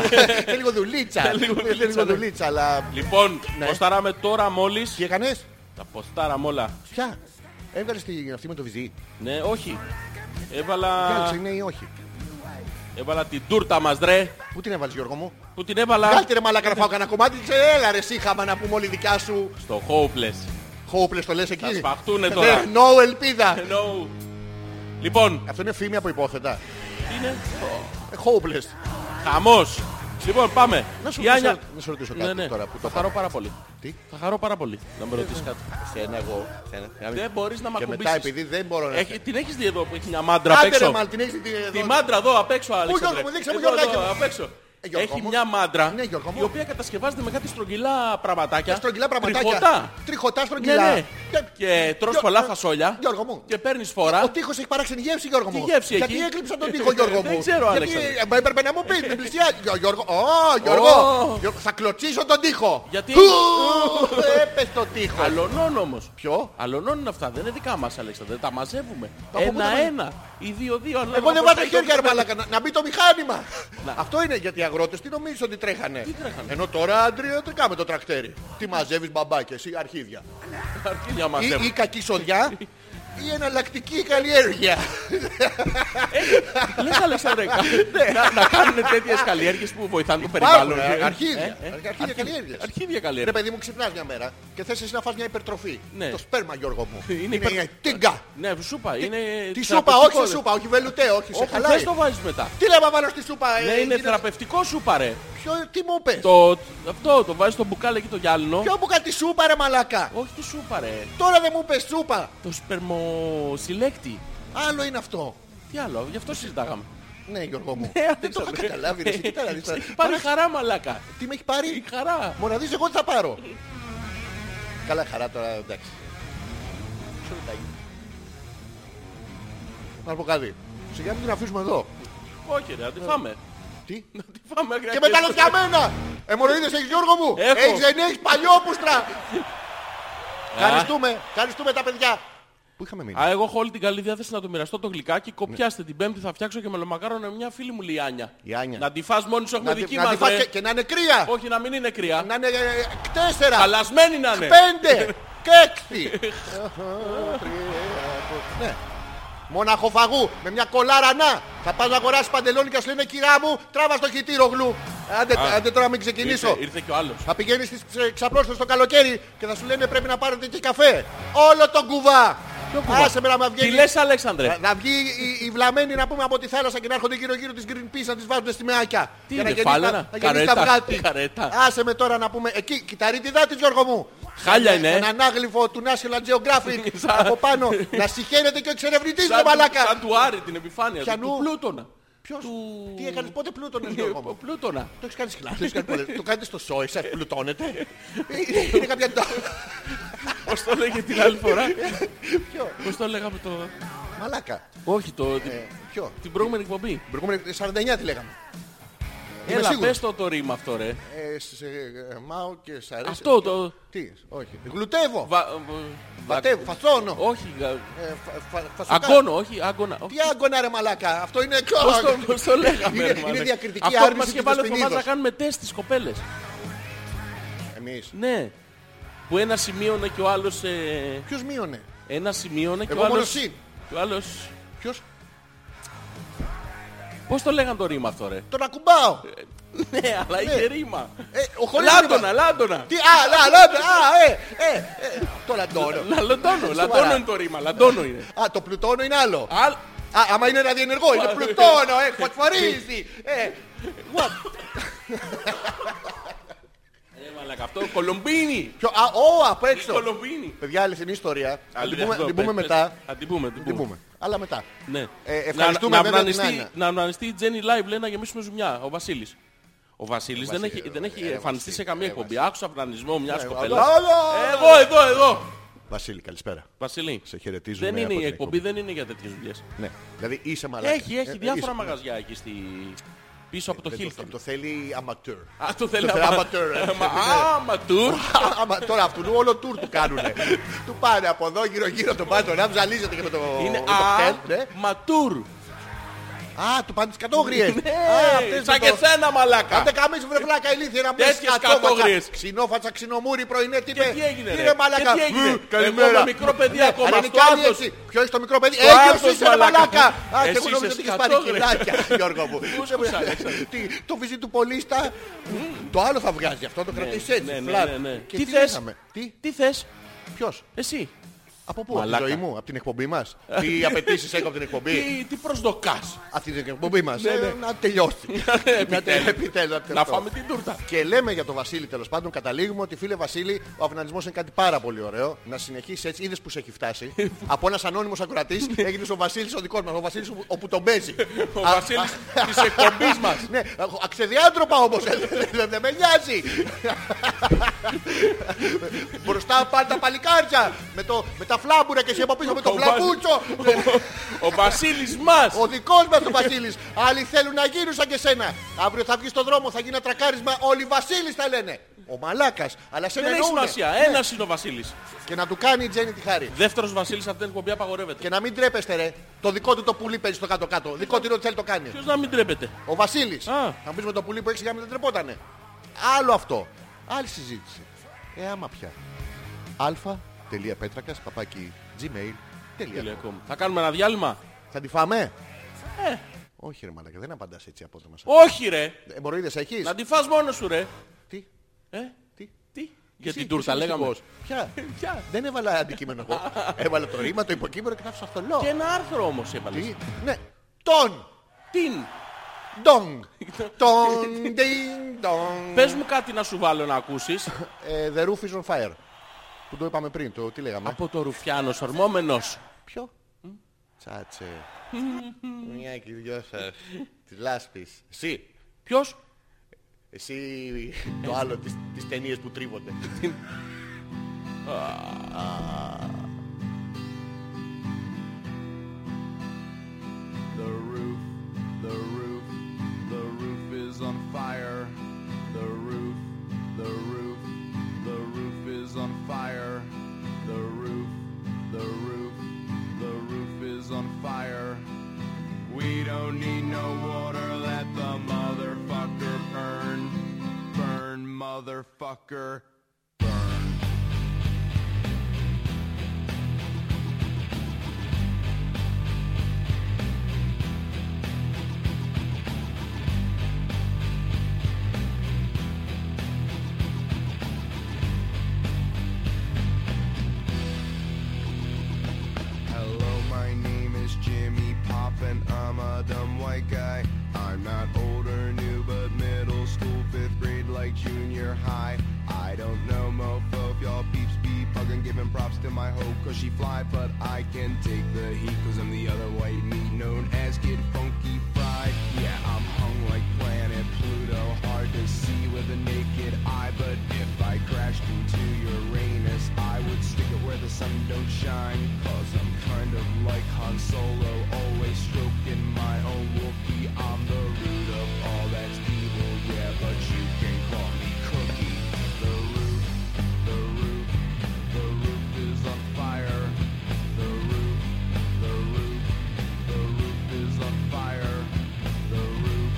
Είναι λίγο δουλίτσα. Είναι λίγο Είναι δουλίτσα, λίγο ναι. δουλίτσα, αλλά... Λοιπόν, Ναι. ποστάραμε τώρα μόλις. Τι έκανες? Τα ποστάραμε όλα. Ποια? Έβγαλες τη- αυτή με το βυζί. Ναι, όχι. Έβαλα, Κάλεσε, ναι ή όχι. έβαλα την τούρτα μας ρε. Πού την έβαλες Γιώργο μου. Που την έβαλα Κάλτε ρε μαλάκα να φάω κανένα κομμάτι. Ξέρω, Έλα ρε σύχαμα να πούμε όλοι δικιά σου. στο Hopeless. Hopeless το λες εκεί. Θα σπαχτούνε τώρα. Ναι, No ελπίδα. No. Λοιπόν, Αυτό είναι φήμη από υπόθετα. τι είναι Ε, Hopeless. χαμός. Λοιπόν, πάμε. Να σου Η Άνια- να σε ρωτήσω κάτι Ναι, ναι. τώρα που Θα το χαρώ πάρα πολύ. Τι? Ε, Θα χαρώ πάρα πολύ να με ρωτήσεις κάτι. Σένα ναι, εγώ. σένα. Δεν μπορείς να μ' Και μετά ακουμπήσεις. επειδή δεν μπορώ να... Έχει- την έχεις δει εδώ που έχει μια μάντρα απ' Άντε ρε έξω. μαλ, την έχεις δει εδώ. Τη μάντρα εδώ απ' έξω, Αλέξανδρε. Γιώργο μου, δείξε μου, Εδώ, Γιώργακι εδώ, μου. απ' έξω. Ε, Γιώργο Έχει μου. μια μάντρα Ναι, Γιώργο μου. η οποία κατασκευάζεται με κάτι στρογγυλά πραγματάκια. Στρογγυλά πραγματάκια. Τριχωτά. Τριχωτά Ναι, στρογγυλά. ναι. Και τρως Γιώ- πολλά φασόλια. Γιώργο μου. Και παίρνεις Ο φορά. τείχος έχει παράξενη γεύση, Γιώργο Τι μου. γεύση Γιατί έχει? έκλειψα τον τείχο, Γιώργο μου. Δεν ξέρω, Γιατί Αλέξανδρε. ε, μα έπρεπε να μου πεις, με πλησιάζει. Γιώ- Γιώργο, Ω, Γιώργο, Ω. Γιώργο, θα κλωτσίσω τον τείχο. Γιατί- Ου, Έπεσε το τείχο. Αλωνών όμως. Ποιο? Αλωνών είναι αυτά. Δεν είναι δικά μας, Αλέξανδρε. Τα μαζεύουμε. Τα από πού τα μαζεύεις? Ένα-ένα. Οι δύο-δύο. Εγώ ανάλογα δεν πώς βάζω θα χέρια, ρε είναι. μαλάκα, να, να μπει το μηχάνημα. Αυτό είναι γιατί οι αγρότες τι νομίζεις ότι τρέχανε. Τι τρέχανε? Ενώ τώρα αντριωτικά με το τρακτέρι. Τι μαζεύεις μπαμπάκια, εσύ αρχίδια. Αρχίδια Ή, μαζεύουμε. ή κακή σοδιά ή εναλλακτική καλλιέργεια. Λες Αλέξανδρε, να- να κάνουν τέτοιες καλλιέργειες που βοηθάνε το Υπάρχουν περιβάλλον. ε, Ε, αρχίδια. ε, Αρχίδια καλλιέργειας. Αρχίδια Ρε καλλιέργεια. παιδί μου ξυπνάς μια μέρα και θες εσύ να φας μια υπερτροφή. Ε. Ναι. Το σπέρμα Γιώργο μου. Είναι Είναι, υπερ- μια τίγκα. Ναι, σούπα. Είναι Τη σούπα, θεραπευτικό, όχι σε δε. σούπα, όχι βελουτέ, όχι σε Όχι, θες χαλάει. το βάζεις μετά. Τι λέμε βάλω στη σούπα, ε, Ναι, είναι γίνεται- θεραπευτικό σούπα, ρε. Ποιο- τι μου πες. Το, αυτό, το βάζεις στο μπουκάλι εκεί το γυάλινο. Ποιο μου κάνει τη σούπα ρε μαλάκα. Όχι τη σούπα, ρε. Τώρα δεν μου πες σούπα. Το σπερμοσυλλέκτη. Άλλο είναι αυτό. Τι άλλο, γι' αυτό συζητάγαμε. Ναι, Γιώργο μου. Ε, Δεν το είχα Αλέξανδρε. καταλάβει. ρε, εσύ, κοίτα να δεις τώρα. Έχει πάρει χαρά, μαλάκα. Τι με έχει Η πάρει. χαρά. Μοναδείς εγώ τι θα πάρω. Καλά χαρά τώρα, εντάξει. Ξέρω τι θα γίνει. Να πω κάτι. Σιγά μην την αφήσουμε εδώ. Όχι, ρε, να τη φάμε. Τι. Να τη φάμε, Ε. Και μετά λες για μένα. Εμορροίδες έχεις Γιώργο μου. Έχω. Έχεις δεν έχεις παλιόπουστρα. Ευχαριστούμε. Ευχαριστούμε τα παιδιά. Πού είχαμε μείνει. Α, εγώ έχω όλη την καλή διάθεση να το μοιραστώ το γλυκάκι. Κοπιάστε την Πέμπτη, θα φτιάξω και μελομακάρονο με μια φίλη μου, Λιάνια. Η Άνια. Να τη φας μόνη σου, έχουμε Να τη- δική να τη μας. ε. φας ρε. και- και να είναι κρύα. Όχι, να μην είναι κρύα. Να είναι ε, ε, τέσσερα. Χαλασμένη να είναι. Πέντε. Και έξι. Ναι. Μοναχοφαγού με μια κολάρα να. Θα πας να αγοράσει παντελόνι και σου λένε κυρία μου, τράβα στο χιτήρο γλου. Άντε, άντε τώρα μην ξεκινήσω. Ήρθε, ήρθε και ο άλλος. Θα πηγαίνεις στις ε, ξαπλώσεις το καλοκαίρι και θα σου λένε πρέπει να πάρετε και καφέ. Όλο τον κουβά. Άσε με να με Τι βγαίνει. λες Αλέξανδρε. Να- Να βγει η, η βλαμένη να πούμε από τη θάλασσα και να έρχονται γύρω-γύρω της Greenpeace να τις βάζουν στη μεάκια. Τι Για να είναι, γεννήσει τα- φάλαινα? να γεννήσει τα Καρέτα, βγάτη. καρέτα. Άσε με τώρα να πούμε. Εκεί, κυταρίτιδά της Γιώργο μου. Χάλια Στον- είναι. Στον ανάγλυφο του National Geographic Σαν- από πάνω. να συχαίνεται και ο εξερευνητής ρε Σαν, μαλάκα. σαν του Άρη την επιφάνεια. του- Πιανού? Του πλούτονα. Ποιος, του- τι έκανες, πότε πλούτονες Γιώργο Ο μου. πλούτονα. Το έχεις κάνει συχνά. το έχεις κάνει πολλές. Το κάνετε στο σόι σας, πλουτώνετε. Ε, Είναι κάποια... Πώς το έλεγε την άλλη φορά. Πώς το λέγαμε το... Μαλάκα. Όχι, το... την- Ε, Ποιο. Την προηγούμενη εκπομπή. Την Προηγούμενη 49 τη λέγαμε. Είμαι Έλα, σίγουρος. πες το το ρήμα αυτό ρε. Ε, σε, ε, μάω και σ' αρέσει. Αυτό το- Τι, όχι. Γλουτεύω. Βα- ε, Βατεύω, φασώνω. Όχι, γα- Ε, φα- φα- φασοκά- αγκώνω, όχι, άγκωνα. όχι. Τι άγκωνα ρε μαλάκα. Αυτό είναι... Πώς το- Πώς το λέγαμε Είναι- ρε, είναι μαλάκα. διακριτική Αυτό άρνηση μας της είχε βάλει ο Θωμάς Δεσποινίδος. να κάνουμε τεστ στις κοπέλες. Εμείς. Ναι. Που ένα σημείωνε και ο άλλος... ε, Ποιος μείωνε. Ένα σημείωνε και Εγώ ο μόνο άλλος... συν. Και ο άλλος... Ποιος. Πώς το λέγαν το ρήμα αυτό ρε. Τον ακουμπάω. Ναι, αλλά είχε ρήμα. Ε, ο χωρίς ρήμα. Λάντονα, λάντονα. Τι, α, λα, λα, α, ε, ε, ε, το λαντώνω. Λα- Λαντώνω, Σοβαρά. λαντώνω είναι το ρήμα, λαντώνω είναι. Α, το πλουτώνω είναι άλλο. Άλλ- Α, άμα είναι ραδιενεργό, είναι πλουτώνω, ε, φωτφορίζει. Ε, Ε, μαλάκα, αυτό, κολομπίνι. ποιο, α, ο, απ' έξω. Κολομπίνι. Παιδιά, αληθινή ιστορία. Θα την πούμε- Αυτό, την πούμε πες, μετά. πες. Θα την πούμε, την Την πούμε. πούμε. Αλλά μετά. Ναι. Ε, ευχαριστούμε να, να, βέβαια την αυνανιστεί- Άννα. να αυνανιστεί η Τζένι Live, λέει, να γεμίσουμε ζουμιά. Ο Βασίλης. Ο Βασίλης δεν Βασίλης, έχει, δεν ε, έχει ε, εμφανιστεί Βασίλη, σε καμία ε, εκπομπή. Άκουσα αυνανισμό μιας κοπέλας. Άλλο! Εγώ, εδώ, εδώ. Βασίλη, καλησπέρα. Βασίλη, Σε χαιρετίζουμε. δεν είναι από η την εκπομπή, δεν είναι για τέτοιες δουλειές. Ναι. Δηλαδή είσαι μαλάκα. Έχει, Ε, έχει ε, διάφορα είσαι. Ε, μαγαζιά εκεί στη... πίσω από το Δεν Hilton. Το θέλει αματέρ. Α, το θέλει Το θέλει amateur, ε. Αματούρ. Άμα τώρα αυτού του όλο τουρ του κάνουνε. του πάνε από εδώ γύρω γύρω τον πάνε τον άμ, ζαλίζεται και με το με Είναι το χτέλ, ναι. αματούρ. Α, του πάνε τις κατόγριες. Ε, Α, Ναι, αυτές σαν με και το- σένα μαλάκα. Άντε καμίς βρε φλάκα ηλίθεια να μπεις Τέτοιες κατόγριες. Ξινόφατσα, ξινομούρι, πρωινέ, τι Και είπε. τι έγινε Τι ρε, ρε μαλάκα. και τι έγινε. Μμ, Εγώ Καλημέρα. με μικρό παιδί Ναι, ακόμα, αλλά στο είναι κάνει άρτος. έτσι. Ποιο έχει το μικρό παιδί. Στο άρτος, Έγιος είσαι ρε μαλάκα. μαλάκα. Α, και Εσύ εγώ νόμιζα είσαι ότι είχες πάρει σκατόγρια. κιλάκια, Γιώργο μου. Φούσκουσα, Αλέξανδρε. Τι, Το βυζί του πολίστα. Το άλλο θα βγάζει αυτό, το κρατήσεις ναι, έτσι. ναι, φλατ. ναι, ναι. Και Τι τι θες? λέγαμε, Τι, Τι θες, ποιος. εσύ. Από πού, από τη Μαλάκα. Ε. ζωή μου, από την εκπομπή μας. Τι απαιτήσεις έχω από την εκπομπή. Τι, Ναι, τι προσδοκάς. Αυτή την εκπομπή μας. Ε, Να τελειώσει. Να τε- επιτέλους, Ναι, Να τελειώσει. φάμε την τούρτα. Και λέμε για τον Βασίλη τέλος πάντων, καταλήγουμε ότι φίλε Βασίλη, ο αυνανισμό είναι κάτι πάρα πολύ ωραίο. Να συνεχίσεις έτσι, είδες που σε έχει φτάσει. Από ένας ανώνυμος ακροατής έγινε ο Βασίλης ο δικός μας, ο Βασίλης όπου τον παίζει. Ο Α, Βασίλης α, της εκπομπής μας. ναι, αξεδιάντροπα όμως, δεν με νοιάζει. Μπροστά πάνε τα παλικάρια με, το, με τα φλάμπουρα και εσύ από πίσω με το Ο φλαμπούτσο. Ο Βασίλης μας. Ο δικός μας ο Βασίλης. Άλλοι θέλουν να γίνουν σαν και σένα. Αύριο θα βγεις στον δρόμο, θα γίνει ένα τρακάρισμα. Όλοι Βασίλης θα λένε. Ο μαλάκας. Αλλά σε Δεν έχει σημασία. Ναι. Ένας είναι ο Βασίλης. Και να του κάνει η Τζέννη τη χάρη. Δεύτερος Βασίλης αυτή την εκπομπή απαγορεύεται. Και να μην τρέπεστε ρε. Το δικό του το πουλί παίζει στο κάτω-κάτω. Δικό του είναι ό,τι θέλει το κάνει. Ποιος να μην τρέπεται. Ο Βασίλης. Α. Θα μου πεις με το πουλί που έχεις γάμι δεν τρεπότανε. Άλλο αυτό. Άλλη συζήτηση. Ε, άμα πια. αλφα.πέτρακας παπάκι gmail.com Τελεία.com. Θα κάνουμε ένα διάλειμμα. Θα τη φάμε. Ε. Όχι ρε μαλάκα, δεν απαντάς έτσι απότομα. σε- Όχι ρε. Εμποροίδες έχεις. Να τη φας μόνος σου ρε. Τι, Ε, τι. τι. Για Εσύ, την τούρτα εσύ λέγαμε. μυστικός. Ε, Ποια. Ποια. Δεν έβαλα αντικείμενο εγώ. Έβαλα το ρήμα, το υποκείμενο και άφησα αυτό λόγο. Και ένα άρθρο όμως έβαλες. Τι. Ε. Ναι. Τον. Την. Ντόγκ. Τον. Ντιν. Ντόγκ. Πες μου κάτι να σου βάλω να ακούσεις. Ε, The roof is on fire. Που το είπαμε πριν, το τι λέγαμε. Από το Ρουφιάνος ορμόμενος. Ποιο. Τσάτσε. Μια και δυο σας. Της λάσπης. Εσύ. Ποιος. Εσύ το άλλο τις, τις ταινίες που τρίβονται. The roof, the roof, the roof is on fire. The roof, the roof, the roof is on fire. The roof, the roof, the roof is on fire. We don't need no water, let the motherfucker burn. Burn, motherfucker. Burn. and I'm a dumb white guy. I'm not old or new, but middle school, fifth grade, like junior high. I don't know, mofo, if y'all peeps be bugging, giving props to my hoe, cause she fly, but I can take the heat, cause I'm the other white meat known as Kid Funky Fried. Yeah, I'm hung like planet Pluto, hard to see with a naked eye, but if I crashed into Uranus, I would stick it where the sun don't shine, cause I'm kind of like Han Solo, always stroking my own Wookiee, I'm the root of all that's evil, yeah, but you can call me Cookie. The roof, the roof, the roof is on fire. The roof, the roof, the roof is on fire. The roof,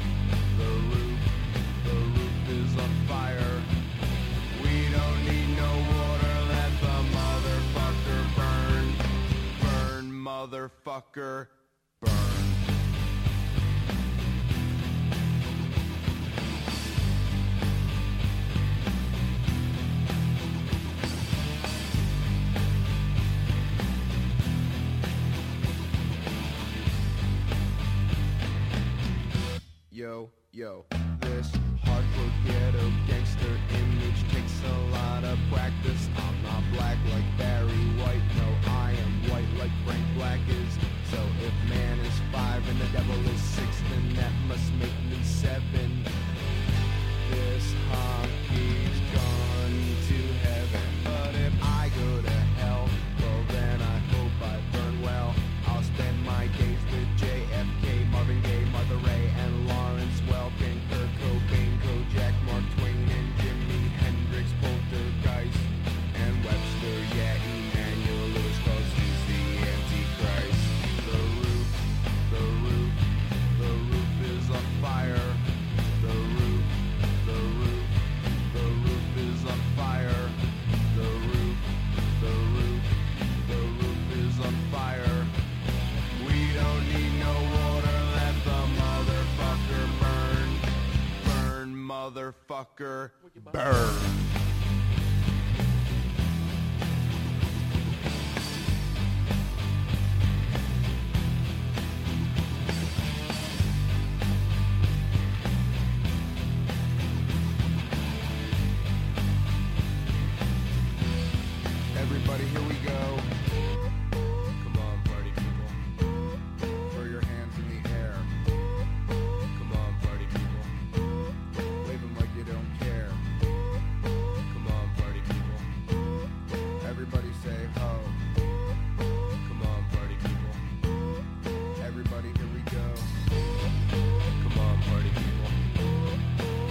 the roof, the roof is on fire. We don't need no water, let the motherfucker burn. Burn, motherfucker, burn. Yo, yo, this hardcore ghetto gangster image takes a lot of practice. I'm not black like Barry White, no, I am white like Frank Black is. So if man is five and the devil is six, then that must make me seven. This hockey's gone to heaven, but if I go to hell, well then I hope I burn well. I'll spend my days with JFK, Marvin Gaye, Martha Ray, and Lawrence Welkin, Kurt Cobain, Kojak, Mark Twain, and Jimi Hendrix, Poltergeist, and Webster. Yeah, Emmanuel Lewis, 'cause he's the Antichrist. The roof, the roof, the roof is on fire. The roof, the roof, the roof is on fire. The roof, the roof, the roof is on fire. We don't need no water, let the motherfucker burn. Burn, motherfucker, burn. Everybody, here we go. Come on, party people. Throw your hands in the air. Come on, party people. Wave 'em like you don't care. Come on, party people. Everybody say ho. Come on, party people. Everybody, here we go. Come on, party people.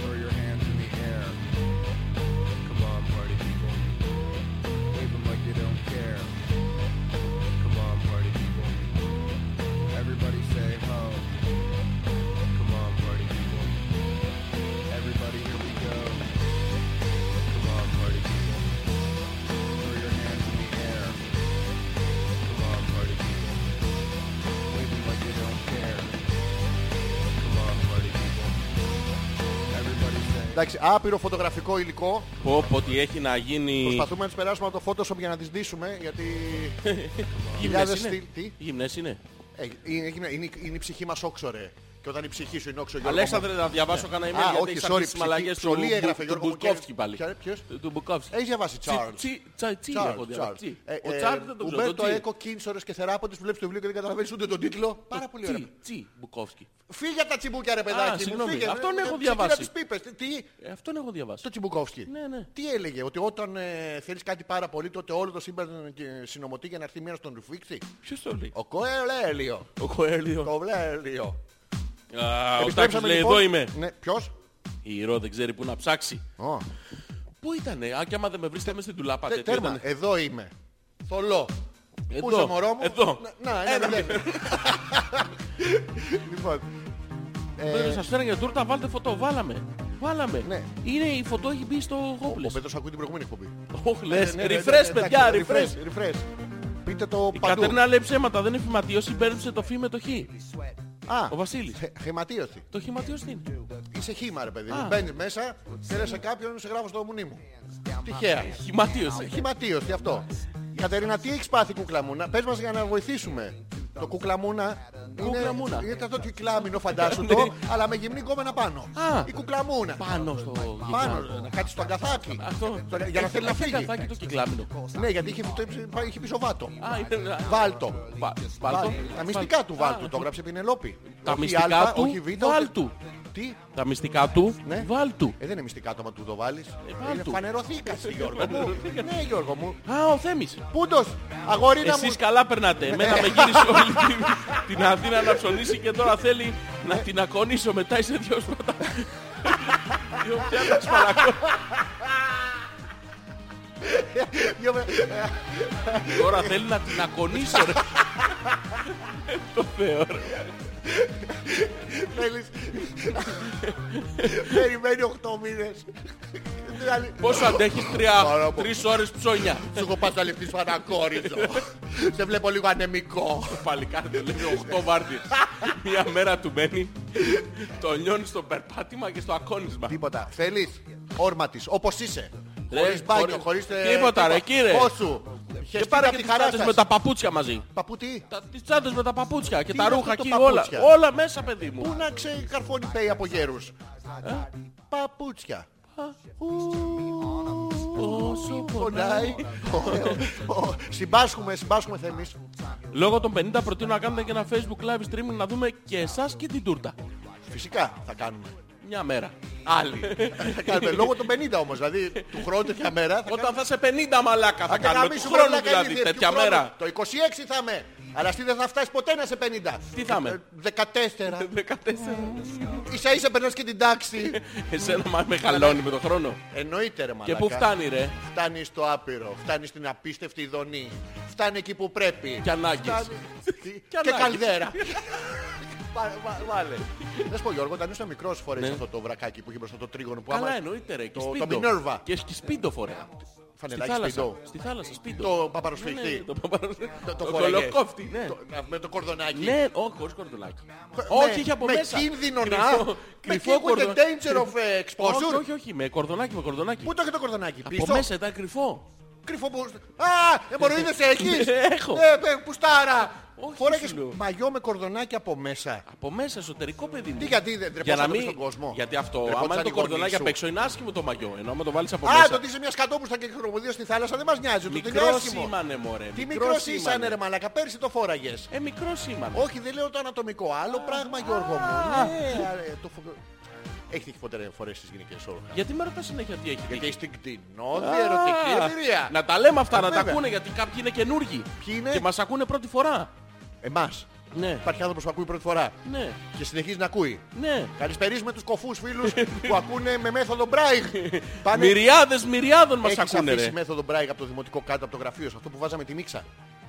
Throw your hands in the air. Come on, party people. Wave 'em like you don't care. Come on, party people. Everybody say ho. Come on, party people. Everybody, here we go. Come on, party people. Throw your hands in the air. Come on, party people. Wave 'em like you don't care. Come on, party people. Everybody say. Εντάξει, άπειρο φωτογραφικό υλικό. Πω πω τι έχει να γίνει. Προσπαθούμε να τις περάσουμε από το Photoshop για να τις ντύσουμε. Γιατί. Γυμνές Χιλιάδες είναι. τι- τι? Γυμνές είναι. Ε, είναι, είναι, είναι, είναι η ψυχή μας όξο, ρε. Και όταν η ψυχή σου είναι όξο, Γιώργο. Αλέξανδρε, μου. να διαβάσω Ναι. κανένα Α, email γιατί όχι, έχεις sorry, αρχίσει τις ψυχή- μαλαγιές του, ψωλή Μπου- έγραφε, του Γιώργο μου, Μπουκόφσκι και- πάλι. Ε, και- ποιος? Του Μπουκόφσκι. Ε, Έχεις διαβάσει Τσι- Charles. Ε, τσι- τσι- τσι Charles, έχω διαβάσει, Charles. τσι. Ε, Ο ε, Τσάρλ δεν τον ξέρω. Ουμπέρτο το τσι. Έκο, Κίνσορες και θεράποντες βλέπεις το βιβλίο και δεν καταλαβαίνεις ούτε τον τίτλο. Πάρα πολύ Τσι- ωραία. Τσι Μπουκόφσκι. Φύγε από τα τσιμπούκια, ρε παιδάκι. μου, συγγνώμη. φύγε. Αυτόν Ε, έχω ε, διαβάσει. Ξεκίνα τις πίπες. Τι- Τι, Ε, Αυτόν έχω διαβάσει. το Τσιμπουκόφσκι. Ναι, ναι. Τι έλεγε, ότι όταν ε, θέλεις κάτι πάρα πολύ, τότε όλο το σύμπαν ε, συνωμοτεί για να έρθει μία να τον ρουφήξει. Ποιος το λέει. Ο Κοέλελιο. Ο Κοέλιο. Το βλέλιο. Α, Ο Στάκης Επιστρέψαμε, λέει λοιπόν. εδώ είμαι. Ναι, ποιος. Η Ρο δεν ξέρει πού να ψάξει. Ω, Πού ήτανε. Α, και άμα δεν με βρίσκετε μες στην τουλάπα. τε- τέτοιο Τέρμα, ήτανε. εδώ είμαι. Θολό. Πού Εδώ. είσαι μωρό μου. Ναι. Εδώ. Να, να, ένα μηδέν. Λοιπόν, Ε, Σας φέρνει για τούρτα, βάλτε φωτό. Βάλαμε. Βάλαμε. Ναι. Είναι η φωτό έχει μπει στο ο Χόπλες. Πέτρος ακούει την προηγούμενη εκπομπή. Όχι, λες. Ναι, ναι, ναι, Ε, Refresh, εντάξει, παιδιά, refresh. refresh, refresh. Πείτε το Η παντού. Κατερίνα λέει ψέματα, δεν είναι φυματίωση, μπέρδεψε το φύ με το χ. Α, Ο Βασίλης. χε- Χηματίωση. Το χηματίος τι είναι. Είσαι χήμα ρε παιδί Α. μου. Μπαίνεις μέσα, θέλεις σε κάποιον, σε γράφω στο μουνί μου. Τυχαία. Χηματίωση. Χηματίωση αυτό. Κατερίνα, τι έχεις πάθει κούκλα μου. Να, πες μας για να βοηθήσουμε. Το κούκλα μούνα. Κούκλα είναι- μούνα. Είναι αυτό το κυκλάμινο, φαντάσου το, αλλά με γυμνή κόμενα πάνω. Α. Η κουκλά μούνα. Πάνω στο Πάνω, να κάτσεις στο αγκαθάκι. Αυτό. Ε, Το- Για να θέλει να φύγει. Καθάκι το κυκλάμινο. Ναι, γιατί είχε, το είχε- είχε πίσω βάτο. Α, είναι. Βάλτο. Βα- Βάλτο. Βάλτο. Τα μυστικά του Α, Βάλτου, το έγραψε η Πινελόπη. Τα Όχι μυστικά Α, του όχι Β, Βάλτου. ούτε- Τι, Τα μυστικά του. Ναι. Βάλτου. ε, δεν είναι μυστικά το άμα του το βάλεις. Είναι Ε, Βάλτου. Ε, φανερωθήκας, Γιώργο μου. Ναι, Γιώργο μου. Α, ο Θέμης. Πούντος, αγορίνα μου. Ναι. Εσείς καλά περνάτε. Εμένα με γύρισε όλη την, την Αθήνα να ψωνίσει και τώρα θέλει να την ακονίσω μετά είσαι δυο σπατά. Δυο πιάτα σπαρακώ. Δυο με- ε, Τώρα θέλει να την ακονίσω ρε. Ε, Το Θεό ρε. Θέλεις. Περιμένει 8 μήνες. Δηλαδή, Πόσο αντέχεις τρία, Πάρα πολύ. τρεις ώρες ψώνια. Σου έχω πάει να ληφθείς φανακόριζο. Σε βλέπω λίγο ανεμικό. Παλικάρι δεν λέει 8 βάρδιες. Μια μέρα του μένει. Το λιώνει στο περπάτημα και στο ακόνισμα. Τίποτα. Θέλεις όρμα της, όπως είσαι. Ρε, Χωρίς μπάνιο, χωρίς- χωρίς... ε, Τίποτα, ρε, κύριε. Πόσου. Και Χεστείτε πάρε απ' και τη τις χαρά τσάντες σας. με τα παπούτσια μαζί. Παππού τι. Τα, τις τσάντες με τα παπούτσια και Τι τα είναι ρούχα αυτό το εκεί όλα. παπούτσια? Όλα μέσα παιδί μου. Πού να ξεκαρφώνει πέι από γέρους. Ε? Παπούτσια. Πόσο Πονάει. Ο- ο- Συμπάσχουμε, συμπάσχουμε θεμείς. Λόγω των 50 προτείνω να κάνετε και ένα facebook live streaming να δούμε και εσάς και την τούρτα. Φυσικά θα κάνουμε. Μια μέρα. Άλλοι. θα κάνουμε. Λόγω των 50 όμως. Δηλαδή του χρόνου τέτοια μέρα θα Όταν θα είσαι 50 μαλάκα θα κάνουμε. Του γαμίσουμε χρόνου βλάκα δηλαδή ηλίθιες, του τέτοια χρόνου. μέρα. Το 26 θα είμαι. Αλλά εσύ δεν θα φτάσεις ποτέ να σε 50. Τι θα είμαι? Ε, 14. 14. Ίσα ίσα περνάς και την τάξη. Εσένα μα μεγαλώνει με τον χρόνο. Εννοείται ρε Και μαλακά. πού φτάνει ρε. Φτάνει στο άπειρο, φτάνει στην απίστευτη ειδονή. Φτάνει εκεί που πρέπει. Και ανάγκες. Φτάνει- Και και ανάγκες. καλδέρα. Βα- βα- Βάλε. Να σου πω Γιώργο, όταν ήσουν μικρός φορές αυτό το βρακάκι που είχε μπροστά το τρίγωνο που Ναι. Καλά άμα... εννοείται ρε. Και το- το σπίτι. Minerva. Και σκι- σπίτι φορέα. Στη Φανελάκι θάλασσα. σπιτό. Στη θάλασσα σπίτι. Το παπαροσφιχτή. Το παπαροσφί. Το φοράγε. κολοκόφτη, ναι. Το- να- Με το κορδονάκι. Ναι, όχι, χωρίς κορδουλάκι. Χω- Όχι, με- είχε από με μέσα. κίνδυνο να. Κρυφό- Με Κρυφό king with the κορδονάκι. danger of ε, Όχι, exposure. όχι, όχι, με κορδονάκι, με κορδονάκι. Πού το έχει το κορδονάκι, Από πίσω. μέσα ήταν κρυφό. Κρυφό που... Α, ε, εμποροίδες έχεις. Έχω. Ε, ε, πουστάρα. Όχι, Φοράγες σου λέω. μαγιό με κορδονάκι από μέσα. Από μέσα, εσωτερικό παιδί μου. Τι, γιατί δεν Για να τρεπόσαμε μην... στον κόσμο. Γιατί αυτό, Τρεπόντουσαν άμα είναι οι το γονείς κορδονάκι σου. απ' έξω είναι άσχημο το μαγιό. Ενώ άμα το βάλεις από Α, το μέσα. ότι είσαι μια σκατόπουστα και χρωμοδία στη θάλασσα δεν μας νοιάζει. Το ότι είναι Μικρός άσχημο. σήμανε, μωρέ. Τι μικρός ναι. μικρός ήσανε σήμανε. ρε μαλακα, πέρσι το φόραγες. Ε, μικρός σήμανε. Όχι, δεν λέω το ανατομικό. Άλλο πράγμα, Γιώργο μου. Ναι, α, ε, το φο- Έχεις τύχει ποτέ φορές στις γυναικές όρχα. Γιατί με ρωτάς συνέχεια τι έχεις. Γιατί τύχει? έχεις την κτηνόδη Α, ερωτική εμπειρία. Να τα λέμε αυτά, να τα βέβαια. ακούνε γιατί κάποιοι είναι καινούργοι. Ποιοι είναι? Και μας ακούνε πρώτη φορά. Εμάς. Ναι, Υπάρχει άνθρωπος που ακούει πρώτη φορά ναι, και συνεχίζει να ακούει. ναι. Καλησπερίζουμε τους κοφούς φίλους που ακούνε με μέθοδο Μπράιγ. Μυριάδες μυριάδων μας Έχεις ακούνε, αφήσει ρε. μέθοδο Μπράιγ από το δημοτικό κάτω από το γραφείο σου, αυτό που βάζαμε τη μίξα.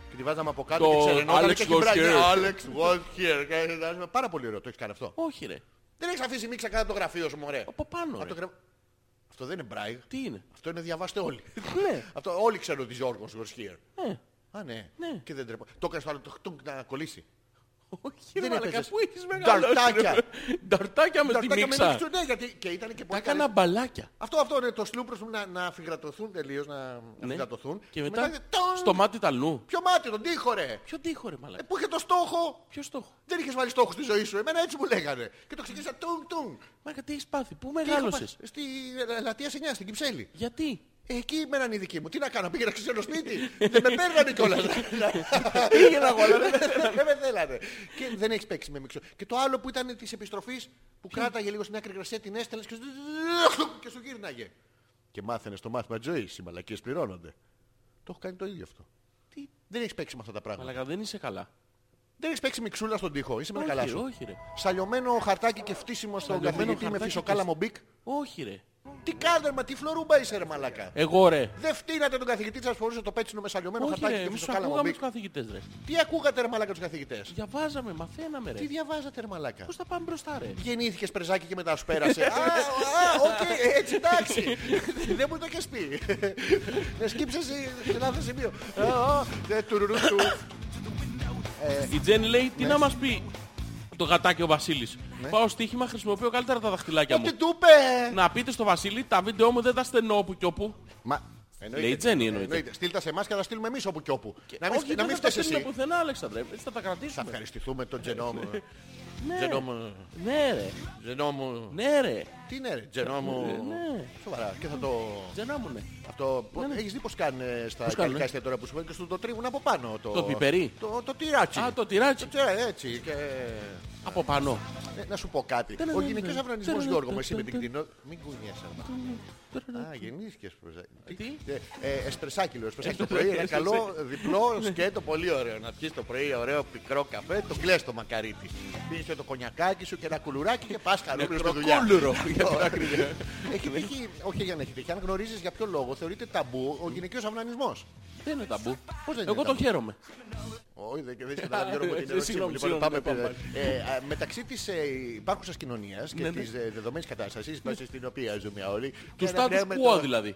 Και τη βάζαμε από κάτω Το και ξερενόταν Alex και was Μπράιγ. here. Alex was here. Ε, Πάρα πολύ ωραίο, το έχεις κάνει αυτό. Όχι, ρε. Δεν έχεις αφήσει μίξα κάτω από το γραφείο σου, μωρέ. Από πάνω, Από το ρε. γρα- Αυτό δεν είναι Μπράιγ. Τι είναι. Αυτό είναι διαβάστε όλοι. Ναι. Αυτό όλοι ξέρουν ότι Γιώργος was here. Ε, Α, ναι. Ναι. Και δεν τρεπώ. Το έκανες το άλλο, το χτουνκ, να κολλήσει. Όχι, ρε Δεν μαλακά, έπαιζες. πού έχεις μεγαλώσει. Νταρτάκια. ρε. Νταρτάκια με τη Ταρτάκια με μίξα. μίξου, ναι, γιατί και ήταν και Τα πολύ έκανα καλές. μπαλάκια. Αυτό, αυτό είναι το σλούπρος σου να, να αφιγρατωθούν τελείως, να αφιγρατωθούν. Ναι. Και μετά τόν, στο μάτι ταλνού. Ποιο μάτι, τον τοίχο ρε. Ποιο τείχο ρε Ε, μαλάκα. Που είχε το στόχο, Ποιο στόχο. δεν είχες βάλει στόχο στη ζωή σου. Εμένα έτσι μου λέγανε. Και το ξεκίνησα τουν τουν. Μαλάκα τι έχεις πάθει. Πού Τι είχα μεγάλωσες. πάθει, Στη Λατία 9, στην Κυψέλη. Γιατί. Εκεί μέναν οι δικοί μου. Τι να κάνω, πήγαινα σε ένα σπίτι. δεν με παίρνανε κιόλα. Πήγαινα εγώ, αλλά δεν με θέλανε. Και δεν έχεις παίξει με μίξο. Και το άλλο που ήταν της επιστροφής που κράταγε λίγο στην άκρη γρασία, την έστελε και, σου- και σου γύρναγε. Και μάθαινες στο μάθημα ζωή. Οι μαλακίε πληρώνονται. Το έχω κάνει το ίδιο αυτό. Τι. Δεν έχεις παίξει με αυτά τα πράγματα. Μαλάκα δεν είσαι καλά. Δεν έχεις παίξει μιξούλα στον τοίχο. Είσαι με τα καλά Όχι, σου. όχι ρε. Σαλιωμένο χαρτάκι και φτύσιμο στον Σαλιωμένο καθηγητή με χαρτάκι φυσοκάλα και- μπικ. Όχι ρε. Τι κάντε, μα τι φλωρούμπα είσαι, ρε μαλακά. Εγώ ρε. Δεν φτύνατε τον καθηγητή σας φορούσε το πέτσινο με σαλιωμένο Όχι χαρτάκι ρε. και Εμείς φυσοκάλα ακούγαμε μπικ. τους καθηγητές ρε. Τι ακούγατε, ρε μαλάκα, τους καθηγητές. Διαβάζαμε, μαθαίναμε ρε. Τι διαβάζατε, ρε μαλάκα. Πώς θα πάμε μπροστά ρε. Γεννήθηκες πρεζάκι και μετά σου πέρασε. Α, α, οκ, έτσι εντάξει. Δεν μου το έχεις πει. Με σκύψες ε, σε λάθος σημείο. Α, α, ε, τουρουρού, του. Ε, Η Τζέννη λέει τι να μας πει το γατάκι ο Βασίλης. Πάω στοίχημα, χρησιμοποιώ Ε, καλύτερα τα δαχτυλάκια μου. Τι του είπε. Να πείτε στο Βασίλη τα βίντεο μου δεν τα στενώ όπου κι όπου. Μα Εννοείται. Λέει Τζένι, εννοείται. Στείλ τα σε εμάς και θα τα στείλουμε εμείς όπου και όπου. Να μην, Όχι, να δεν μην θα τα φταίει στείλουμε εσύ. πουθενά, Αλέξανδρε. Έτσι θα τα Θα κρατήσουμε. ευχαριστηθούμε τον Τζενόμου. Ναι. Τζενόμου. Ναι, ρε. Τζενόμου. Ναι, ρε. Τι είναι, ρε, Τζενόμου. Ναι. Σοβαρά. Και θα το. Τζενάμουνε. Αυτό Ναι, έχεις δει πως κάνουν ε, στα κάνουν, ιταλικά ε? εστιατόρια που σου φαίνεται και στο το τρίβουν από πάνω. Το, Το πιπερί. Το, το τυράκι. Α, το τυράκι. έτσι. Και... Από πάνω. Ε, να σου πω κάτι. Ο γυναικείο αυνανισμός Γιώργο, με εσύ με την κτηνό. Μην κουνιέσαι. Α, γεννήθηκες προς... Τι? Ε, ε, εσπρεσάκι λέω, εσπρεσάκι το πρωί. Ένα καλό διπλό σκέτο, πολύ ωραίο. Να πιεις το πρωί ωραίο πικρό καφέ, το κλαις το μακαρίτι. Πίνεις και το κονιακάκι σου και ένα κουλουράκι και πας χαρούμενος στη δουλειά. Νεκροκούλουρο, για την Έχει τύχει, όχι για να έχει τύχει, αν γνωρίζεις για ποιο λόγο θεωρείται ταμπού ο γυναικείος αυνανισμός. Δεν είναι ταμπού. Πώς δεν είναι Εγώ το ταμπού? Ε, χαίρομαι. Όχι, δεν δεν καταλαβαίνω Γιώργο, μου την Ε, ερώτησή μου. συγγνώμη, Λοιπόν, πάμε συγγνώμη, πάμε πέρα. Ε, α, Μεταξύ της ε, υπάρχουσας κοινωνίας και Ναι, ναι. της ε, δεδομένης κατάστασης, μέσα στην οποία ζούμε όλοι. Του και στάτους αναπνέουμε κουό ναι, το- δηλαδή.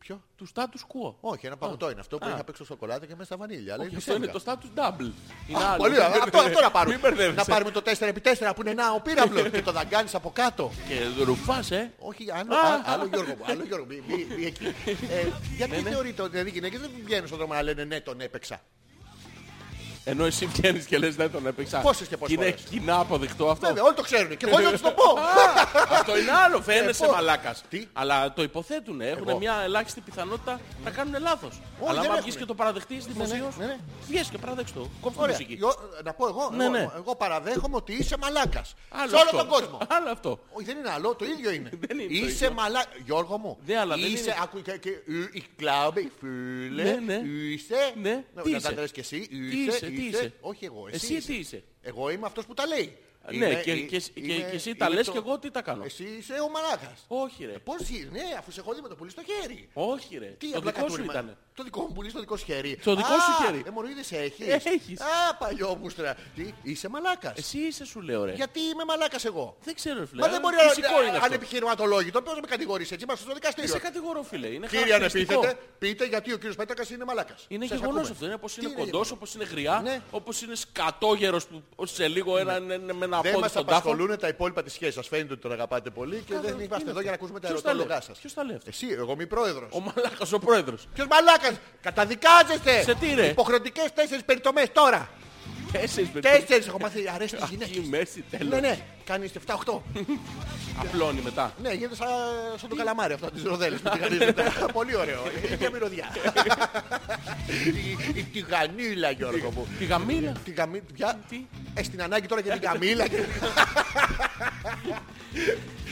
Ποιο? Του στάτους κουό. Όχι, ένα παγωτό είναι αυτό που Α. είχα παίξει στο σοκολάτα και μέσα στα βανίλια. αλλά Όχι, είναι αυτό είναι σέντρα. το status double. Είναι Ε, Α, άλλο. πολύ ωραία. αυτό, αυτό να Μην πάρουμε. μπερδεύεσαι. να πάρουμε το 4x4 που είναι ένα ο πύραυλος και το δαγκάνεις από κάτω. Και ρουφάς, ε. Όχι, άλλο, α- άλλο Γιώργο μου, άλλο Γιώργο μου. Μη- μη εκεί. Ε, Ναι, Γιατί θεωρείτε ότι δηλαδή οι γυναίκες δεν βγαίνουν στον δρόμο να λένε ναι τον έπαιξα. Ενώ εσύ βγαίνεις και λες δεν τον έπαιξα. Πόσες και πόσες Είναι φορές. κοινά αποδεικτό αυτό. Βέβαια, όλοι το ξέρουν και χωρίς να τους το πω. Αυτό είναι άλλο, φαίνεσαι Ε, μαλάκας. Τι? Αλλά το υποθέτουν, έχουν Εγώ. μια ελάχιστη πιθανότητα να κάνουν λάθο. Όχι, Αλλά δεν άμα έχουν. βγεις και το παραδεχτείς δημοσίως, ναι, ναι. βγες και παραδέξ το. Κόψτε τη Ωραία. μουσική. Γιώ- Να πω εγώ. Ναι, εγώ, ναι. εγώ παραδέχομαι ότι είσαι μαλάκας. Άλλο Σε όλο αυτό. τον κόσμο. Άλλο αυτό. Όχι, δεν είναι άλλο, το ίδιο είναι. Δεν είναι το είσαι ίδιο. μαλάκα. Γιώργο μου. Δεν, αλλά δεν είσαι, είναι. άκου και, και ε, η κλάμπη, η φίλε. Ναι, ναι. Είσαι. Ναι. Να Τι να είσαι. τα λες και εσύ. Είσαι, Τι είσαι, τι είσαι. Όχι εγώ. Εσύ, Εσύ τι είσαι. Εγώ είμαι αυτός που τα λέει. Ναι, Είμαι- και, ε, και, εσύ- και- είμαι- και εσύ τα είμαι λες το- και εγώ τι τα κάνω. Εσύ είσαι ο μαλάκας. Όχι ρε. Πώς είναι, ναι, αφού σε έχω δει με το πουλί στο χέρι. Όχι ρε. Τι το απλά δικό σου κατούριμα. ήταν. Το δικό μου πουλί στο δικό σου χέρι. Το δικό Α, ε, σου χέρι. Αιμορροίδες έχεις. Έχεις. Α, παλιό μουστρα. Τι, είσαι μαλάκας. Εσύ είσαι σου λέω ρε. Γιατί είμαι μαλάκας εγώ. Δεν ξέρω ρε φίλε. Μα δεν μπορεί Φυσικό είναι να αυτό. ανεπιχειρηματολόγητο. Πώς να με κατηγορήσει έτσι, είμαστε στο Δεν δικαστήριο. σε κατηγορώ φίλε. Είναι Κύριε χαρακτηριστικό. ανεπίθετε, πείτε γιατί ο κύριος Πέτρακας είναι μαλάκας. Είναι Σας γεγονός ακούμε. αυτό. Είναι όπως Τι είναι κοντός, όπως είναι γριά, Ναι. όπως είναι σκατόγερος που ως σε λίγο ένα, είναι με ένα Δεν πόδι μας στον τάφο. απασχολούν τα υπόλοιπα της σχέσης. Σας φαίνεται ότι τον αγαπάτε πολύ και δεν είμαστε εδώ για να ακούσουμε τα Ποιος τα λέει? ερωτόλογά σας. Ποιος τα λέει αυτά? Εσύ, εγώ είμαι η πρόεδρος. Ο μαλάκας ο πρόεδρος. Ποιος μαλάκας, καταδικάζεστε. Σε τι, ρε? Υποχρεωτικές τέσσερις περιτομές τώρα. Τέσσερις περίπου. Τέσσερις έχω μάθει αρέσει στις Αρχή, γυναίκες. μέση, τέλος. Ναι, ναι, κάνεις 7-8. Απλώνει μετά. Ναι, γίνεται σαν, σαν το καλαμάρι αυτό, τις ροδέλες που τηγανίζεται. Πολύ ωραίο. Έχει μια μυρωδιά. Η- Η τηγανίλα, Γιώργο μου. Τη γαμήλα. Τη γαμί... Ποια... Τι? Ε, στην ανάγκη τώρα για την καμίλα. και-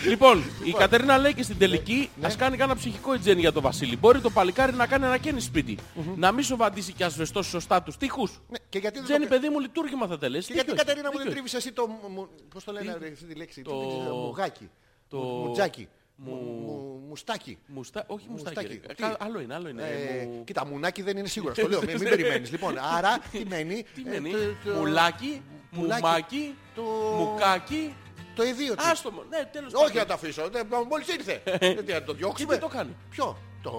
Λοιπόν, η Κατερίνα λέει και στην Ναι, τελική, ας κάνει κανένα ψυχικό ετζένι για τον Βασίλη. Μπορεί το παλικάρι να κάνει ένα καίνι σπίτι. Να μην σοβαντήσει και ασβεστώσει σωστά τους τοίχους. Ναι, και γιατί δεν το Τζένι, κα- παιδί μου, λειτουργήμα θα τελέσει. Και γιατί Δίκιο Κατερίνα μου έχεις, δεν δίκιο τρίβεις εσύ το... μου- μου- Πώς το λένε ρε, αυτή τη λέξη. Το- Το... Μουγάκι. το- Μου- Μουτζάκι. Μου- μου- Μουστάκι. έχεις. Μουστα... Όχι μουστάκι. Μουστάκι. Ε, Τι? κα- Άλλο είναι, άλλο είναι. Ε, Μου- Ναι. Κοίτα, μουνάκι δεν είναι σίγουρο. Το λέω, μην, μην περιμένεις. λοιπόν, άρα τι μένει. Τι ε, μένει. το- το- Μουλάκι, Μουλάκι. μουμάκι, Το- μουκάκι. Το εδίο της. Άστο μου. Ναι, τέλος Όχι πάντων. να το αφήσω. δεν- Μόλις ήρθε. Δεν τι, να το διώξουμε. Και τι το κάνει? Ποιο. Το...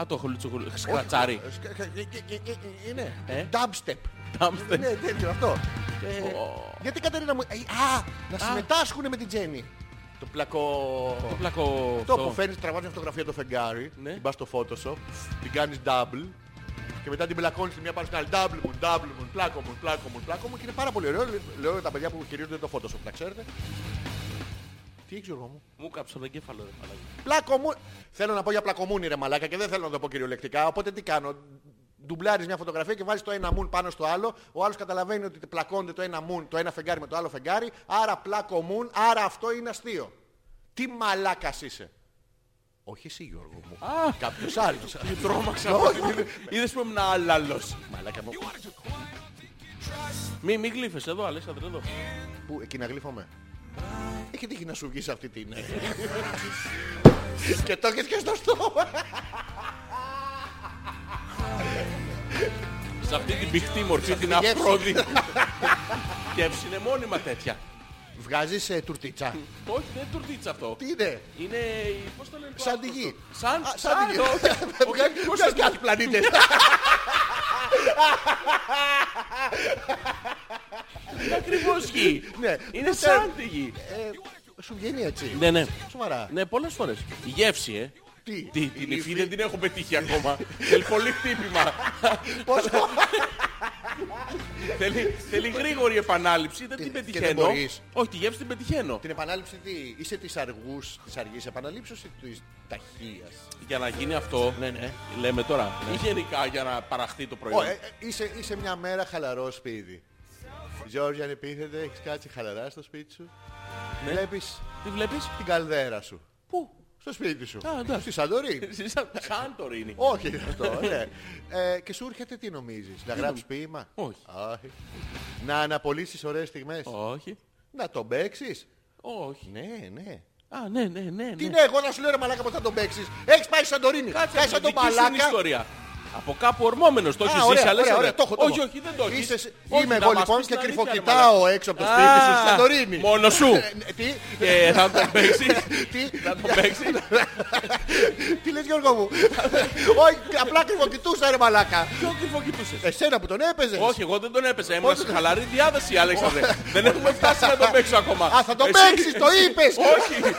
Α, το χολουτσοκουλ. Σκρατσάρι. Ε, σκα- ε, ε, ε, ε, Ε. Είναι. Dubstep. Ντάμστερ. Ναι, τέτοιο αυτό. Ε, Γιατί Κατερίνα μου. ε, Α, να συμμετάσχουν με την Τζέννη. Το πλακό. Το πλακό. Το που αυτό. φέρνεις, τραβάς μια φωτογραφία το φεγγάρι, Ναι. την πας στο Photoshop, την κάνεις double και μετά την πλακώνεις τη μία πάνω στην άλλη. Double μου, double μου, πλάκο μου, πλάκο μου, πλάκο μου και είναι πάρα πολύ ωραίο. Λέω τα παιδιά που χειρίζονται το Photoshop, να ξέρετε. Τι έχει Γιώργο μου. Μου κάψε τον εγκέφαλο, ρε μαλάκα. Πλακομού... Θέλω να πω για πλακομούνι ρε μαλάκα και δεν θέλω να το πω κυριολεκτικά. Οπότε τι κάνω. Ντουμπλάρεις μια φωτογραφία και βάζεις το ένα μουν πάνω στο άλλο. Ο άλλος καταλαβαίνει ότι πλακώνεται το ένα μουν, το ένα φεγγάρι με το άλλο φεγγάρι. Άρα πλάκο μουν, άρα αυτό είναι αστείο. Τι μαλάκας είσαι. Όχι εσύ Γιώργο μου. Κάποιος άλλος. Τρόμαξα. Είδες που ήμουν άλλαλος. Μαλάκα μου. Μη, μη γλύφες εδώ, Αλέξανδρε, εδώ. Πού, εκεί να γλύφομαι. Ε, Έχει τύχει να σου βγεις σε αυτή την... και το έχεις και στο στόμα. Σε αυτή την πηχτή μορφή, την γεύση. αφρόδη. Γεύση είναι μόνιμα τέτοια. Βγάζεις ε, τουρτίτσα. Όχι, δεν είναι τουρτίτσα αυτό. Τι είναι. Είναι. η- Πώς το λένε. το Σαν άσπρο τη γη. αυτό. Σαν, Α, σαν, σαν τη γη. όχι, όχι, Βγάζει- πώς βγάζει θα- άλλους πλανήτες. Είναι ακριβώς γη. Ναι. Είναι σαν τη γη. Ε, Σου βγαίνει έτσι. Ναι, ναι. Σοβαρά. Ναι, πολλές φορές. Η γεύση, ε. Τι, Τι, η την λυφή. υφή δεν την έχω πετύχει ακόμα. Θέλει πολύ χτύπημα. Πόσο θέλει, θέλει γρήγορη επανάληψη, δεν Τι- την και δεν πετυχαίνω. μπορείς. Όχι, τη γεύση την πετυχαίνω. την επανάληψη τι, είσαι της αργούς, της αργής επαναλήψης ή της ταχείας. Για να γίνει αυτό, Ναι, ναι. λέμε τώρα, ή γενικά για να παραχθεί το Ω, προϊόν. ε, ε, είσαι, είσαι μια μέρα χαλαρό σπίτι. Γιώργη, αν επίθεται, έχεις κάτσει χαλαρά στο σπίτι σου. Ναι. Βλέπεις Τι βλέπεις, την καλδέρα σου. πού. Στο σπίτι σου. Α, εντάξει. Στη Σαντορίνη. Εσύ σαν- Σαν το ρίνι. Όχι είναι αυτό, ναι. Ε, και σου έρχεται τι νομίζεις, να γράψεις ποίημα. Όχι. Να αναπολύσεις ωραίες στιγμές. Όχι. Να τον παίξεις. Όχι. Ναι, ναι. Α, ναι, ναι, ναι. Τι ναι. ναι, εγώ να σου λέω ρε μαλάκα ποτέ τον παίξεις. Έχεις πάει στη Σαντορίνη. Κάτσε Κάτσε, Κάτσε σαν τον δική σου είναι η μαλάκα. ιστορία. Από κάπου ορμόμενος, το Α, έχεις ωραία, ζήσει, αλλά ωραία, είσαι ωραία, ωραίο. το έχω, το Όχι, έχω. όχι, δεν το έχεις. Είσαι εσύ- Όχι, Είμαι να εγώ μας λοιπόν πεις και την αλήθεια, ρε κρυφοκοιτάω μαλάκα. έξω από το Α, σπίτι σου στη Σαντορίνη. Μόνο σου. Ε, Τι, Ε, θα το παίξεις. τι, Θα το παίξεις. τι λες Γιώργο μου. Όχι, απλά κρυφοκοιτούσα ρε μαλάκα. Ποιο κρυφοκοιτούσες. Εσένα που τον έπαιζες. Όχι, εγώ δεν τον έπεσα. Ήμουν Πότε σε τον- χαλαρή διάδεση, Αλέξανδρε. δεν έχουμε φτάσει να τον παίξω ακόμα. Α, θα τον Εσύ- παίξεις, το είπες. Όχι.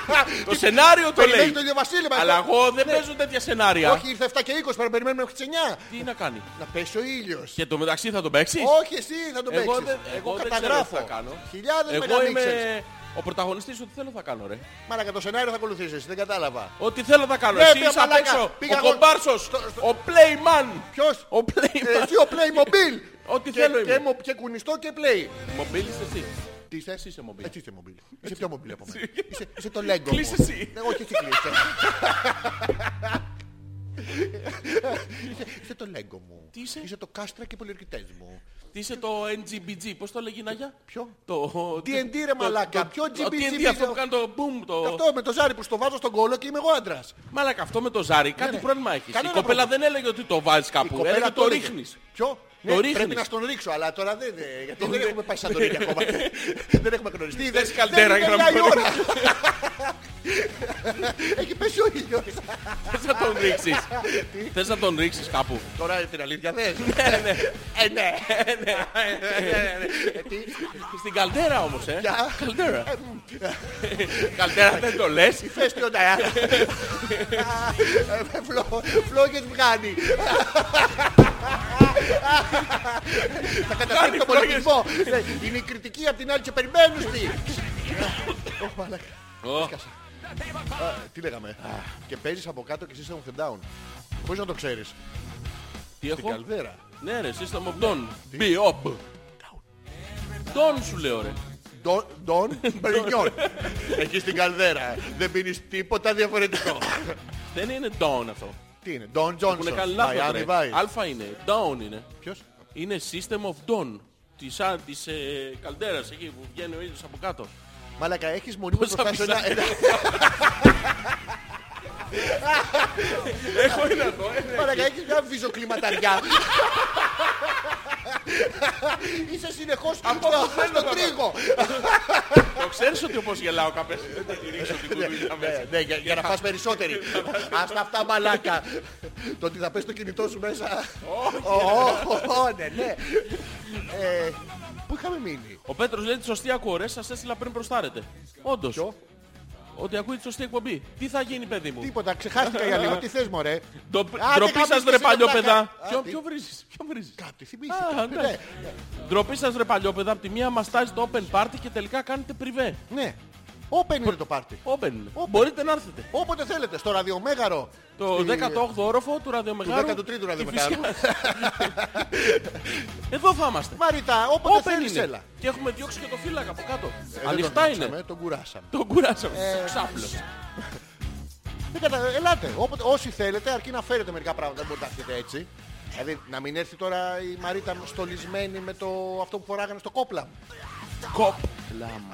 το σενάριο το Περιμένεις λέει. το ίδιο βασίλεμα. Αλλά εγώ δεν παίζω τέτοια σενάρια. Όχι, ήρθε 7 και 20, πρέπει να περιμένουμε μέχρι τις 9. Τι να κάνει. Να πέσει ο ήλιος. Και το μεταξύ θα τον παίξεις. Όχι, εσύ θα τον Εγώ παίξεις. δεν- Εγώ εγώ δεν καταγράφω. ξέρω τι θα κάνω. Χιλιάδες Εγώ μεγαμίξερς. είμαι ο πρωταγωνιστής ό,τι θέλω θα κάνω, ρε. Μαλάκα, το σενάριο θα ακολουθήσεις, δεν κατάλαβα. Ό,τι θέλω θα κάνω. Ναι, Εσύ ρε, είσαι απ' μαλάκα. έξω. Πήγα Ο εγώ- κομπάρσος. στο- στο- Ο playman. Ποιος? Ο playman. Ε, Εσύ ο Playmobil. Ό,τι Και- θέλω και είμαι. μο- Και κουνιστό και play. Ε, Μομπίλ είσαι εσύ. Τι είσαι, εσύ είσαι mobile. Εσύ είσαι mobile. Είσαι πιο mobile από μένα. Είσαι- Είσαι το Lego. Κλείσε μου. εσύ. Ναι, Όχι, εσύ κλείσε. Είσαι- Είσαι το Lego μου. Τι είσαι? Είσαι το κάστρα και οι πολυερκητές μου. Τι είσαι το NGBG, πώς το λέγει η Ναγιά. Ποιο? Το... D&D, ρε το- μαλάκα. το- Ποιο το GBG, D&D ποιο- αυτό που κάνει το boom. Το... Αυτό με το ζάρι που στο βάζω στον κόλο και είμαι εγώ άντρας. Μαλάκα αυτό με το ζάρι κάτι ναι. πρόβλημα έχεις. Η Κανένα κοπέλα πρόβλημα. δεν έλεγε ότι το βάζεις Η κάπου. κοπέλα Έλεγε το έλεγε. ρίχνεις. Ποιο? Ναι, Το Πρέπει ρίχνεις. να στον ρίξω, αλλά τώρα δεν, ε, γιατί δεν έχουμε πάει σαν τον ρίχνει ακόμα. δεν έχουμε γνωριστεί. Θες καλτέρα δεν για να είναι μην εννιά η ώρα. Έχει πέσει ο ήλιος. Θες να τον ρίξεις. Θες να τον ρίξεις κάπου. Τώρα την αλήθεια θες. Ναι, ναι. Ε, ναι. Ε, Στην καλτέρα όμως, ε. Ποια? Καλτέρα. Καλτέρα δεν το λες. Πες τι ωραία. Ε, φλο- Φλόγες βγάνει. Θα καταφέρει Βγάνει τον φλόγες. πολιτισμό. Ε, Είναι η κριτική απ' την άλλη και περιμένουν τι. Ωχ, μαλάκα. Ω, Α, Τι λέγαμε. Και παίζεις από κάτω και εσύ είσαι on the down. Πώς να το ξέρεις. Τι Την έχω. καλδέρα. Ναι ρε, system of down. Biop. Down σου λέω ρε. Ντόν Περινιόν. Εκεί στην καλδέρα. Δεν πίνεις τίποτα διαφορετικό. Δεν είναι down αυτό. Τι είναι. Ντόν Που Τζόνσον. είναι καλή λάθος Miami ρε. Vice. Αλφα είναι. Down είναι. Ποιος. Είναι system of down. Της, α, της ε, καλτέρας εκεί που βγαίνει ο ήλιος από κάτω. Μαλάκα, έχεις μονίμως Πώς θα μπροστά σου ένα... ψάξεις. ένα- Έχω ένα εδώ, ε. Μαλάκα, έχεις μια βυζοκλιματαριά. Είσαι συνεχώς Από στο- το θέλω, στο βέβαια. τρίγο. Το ξέρεις ότι όπως γελάω κάποιες φορές θα τη ρίξω την κουλούλια μέσα. Ναι, ναι, για- για να φας περισσότεροι. Ας τα αυτά μαλάκα. Το ότι θα πες το κινητό σου μέσα. Ω, ω, ω, ναι, ναι. Ε, Πού είχαμε μείνει. Ο Πέτρος λέει τη σωστή ακούω ρε, σας έστειλα πριν προστάρετε. Όντως. Ποιο? Ότι ακούει τη σωστή εκπομπή. Τι θα γίνει παιδί μου. Τίποτα, ξεχάστηκα για λίγο. Τι θες μωρέ. Το Άντε, ντροπή σας γαμίστε, βρε εσύ, παλιόπαιδα. βλάκα. Α, Ποιον- τι- Ποιον βρίζεις. Ποιον βρίζεις. Κάτι Α, θυμήθηκα. εντάξει. Ναι, Ντροπή σας βρε παλιόπαιδα. Απ' τη μία μας τάζει το open party και τελικά κάνετε privé. Ναι. Open είναι το πάρτι. Open. είναι. Μπορείτε να έρθετε. Όποτε θέλετε, στο ραδιομέγαρο. Το Στη- 18ο όροφο του ραδιομεγάρου. Του 13ου Τη ραδιομεγάρου. Φυσιάς. Εδώ θα είμαστε. Μαρίτα, όποτε Open θέλεις έλα. είναι. Και έχουμε διώξει και το φύλακα από κάτω. Ε, δεν Ανοιχτά τον Ε, δείξαμε, είναι. Τον κουράσαμε. Τον κουράσαμε. Ξάπλος. Δεν κατα... Ελάτε. Όποτε, όσοι θέλετε, αρκεί να φέρετε μερικά πράγματα. Δεν μπορείτε να έρθετε έτσι. Δηλαδή να μην έρθει τώρα η Μαρίτα στολισμένη με το αυτό που φοράγανε στο κόπλα. Κοπ.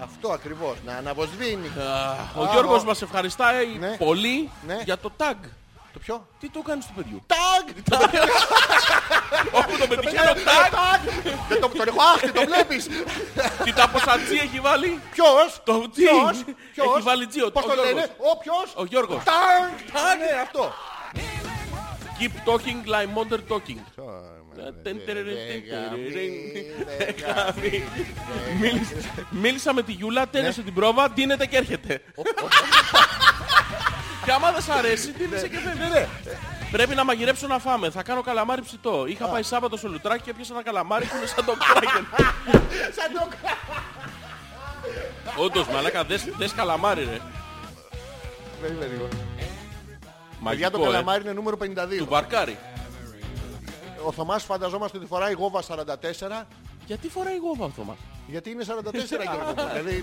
Αυτό ακριβώς. Να αναβοσβήνει. Αχ, Ο Μπράβο. Γιώργος μας ευχαριστάει Ναι. πολύ Ναι. για το tag. Το πιο. Τι το κάνεις του παιδιού. Τάγκ! Όπου το πετυχαίνω tag. Δεν το, τον έχω άχτη, το βλέπεις. Τι τα ποσατζή έχει βάλει. Ποιος. Το τι. Ποιος. Έχει βάλει τζίο. Πώς Ο το Γιώργος. λένε. Ο ποιος. Ο Γιώργος. Τάγκ. Τάγκ. Ναι, αυτό. Keep talking like modern talking. Μίλησα- Ναι. Μίλησα με τη Γιούλα, τέλειωσε την πρόβα, ντύνεται και έρχεται. Και άμα δεν σ' αρέσει, τίνησε και Ναι, φεύγεις. ναι. Πρέπει να μαγειρέψω να φάμε. Θα κάνω καλαμάρι ψητό. Είχα πάει Σάββατο στο λουτράκι και έπιασα ένα καλαμάρι που είναι σαν το κράκεν. Σαν το Όντως, μαλάκα, δες, δες καλαμάρι, ρε. Περίμενε λίγο. Παιδιά, το Μαγικό, ε. καλαμάρι είναι νούμερο Του 52. βαρκάρι. Ο Θωμάς φανταζόμαστε ότι φοράει γόβα 44, Γιατί φοράει γόβα αυτό, γιατί είναι 44 και Δηλαδή,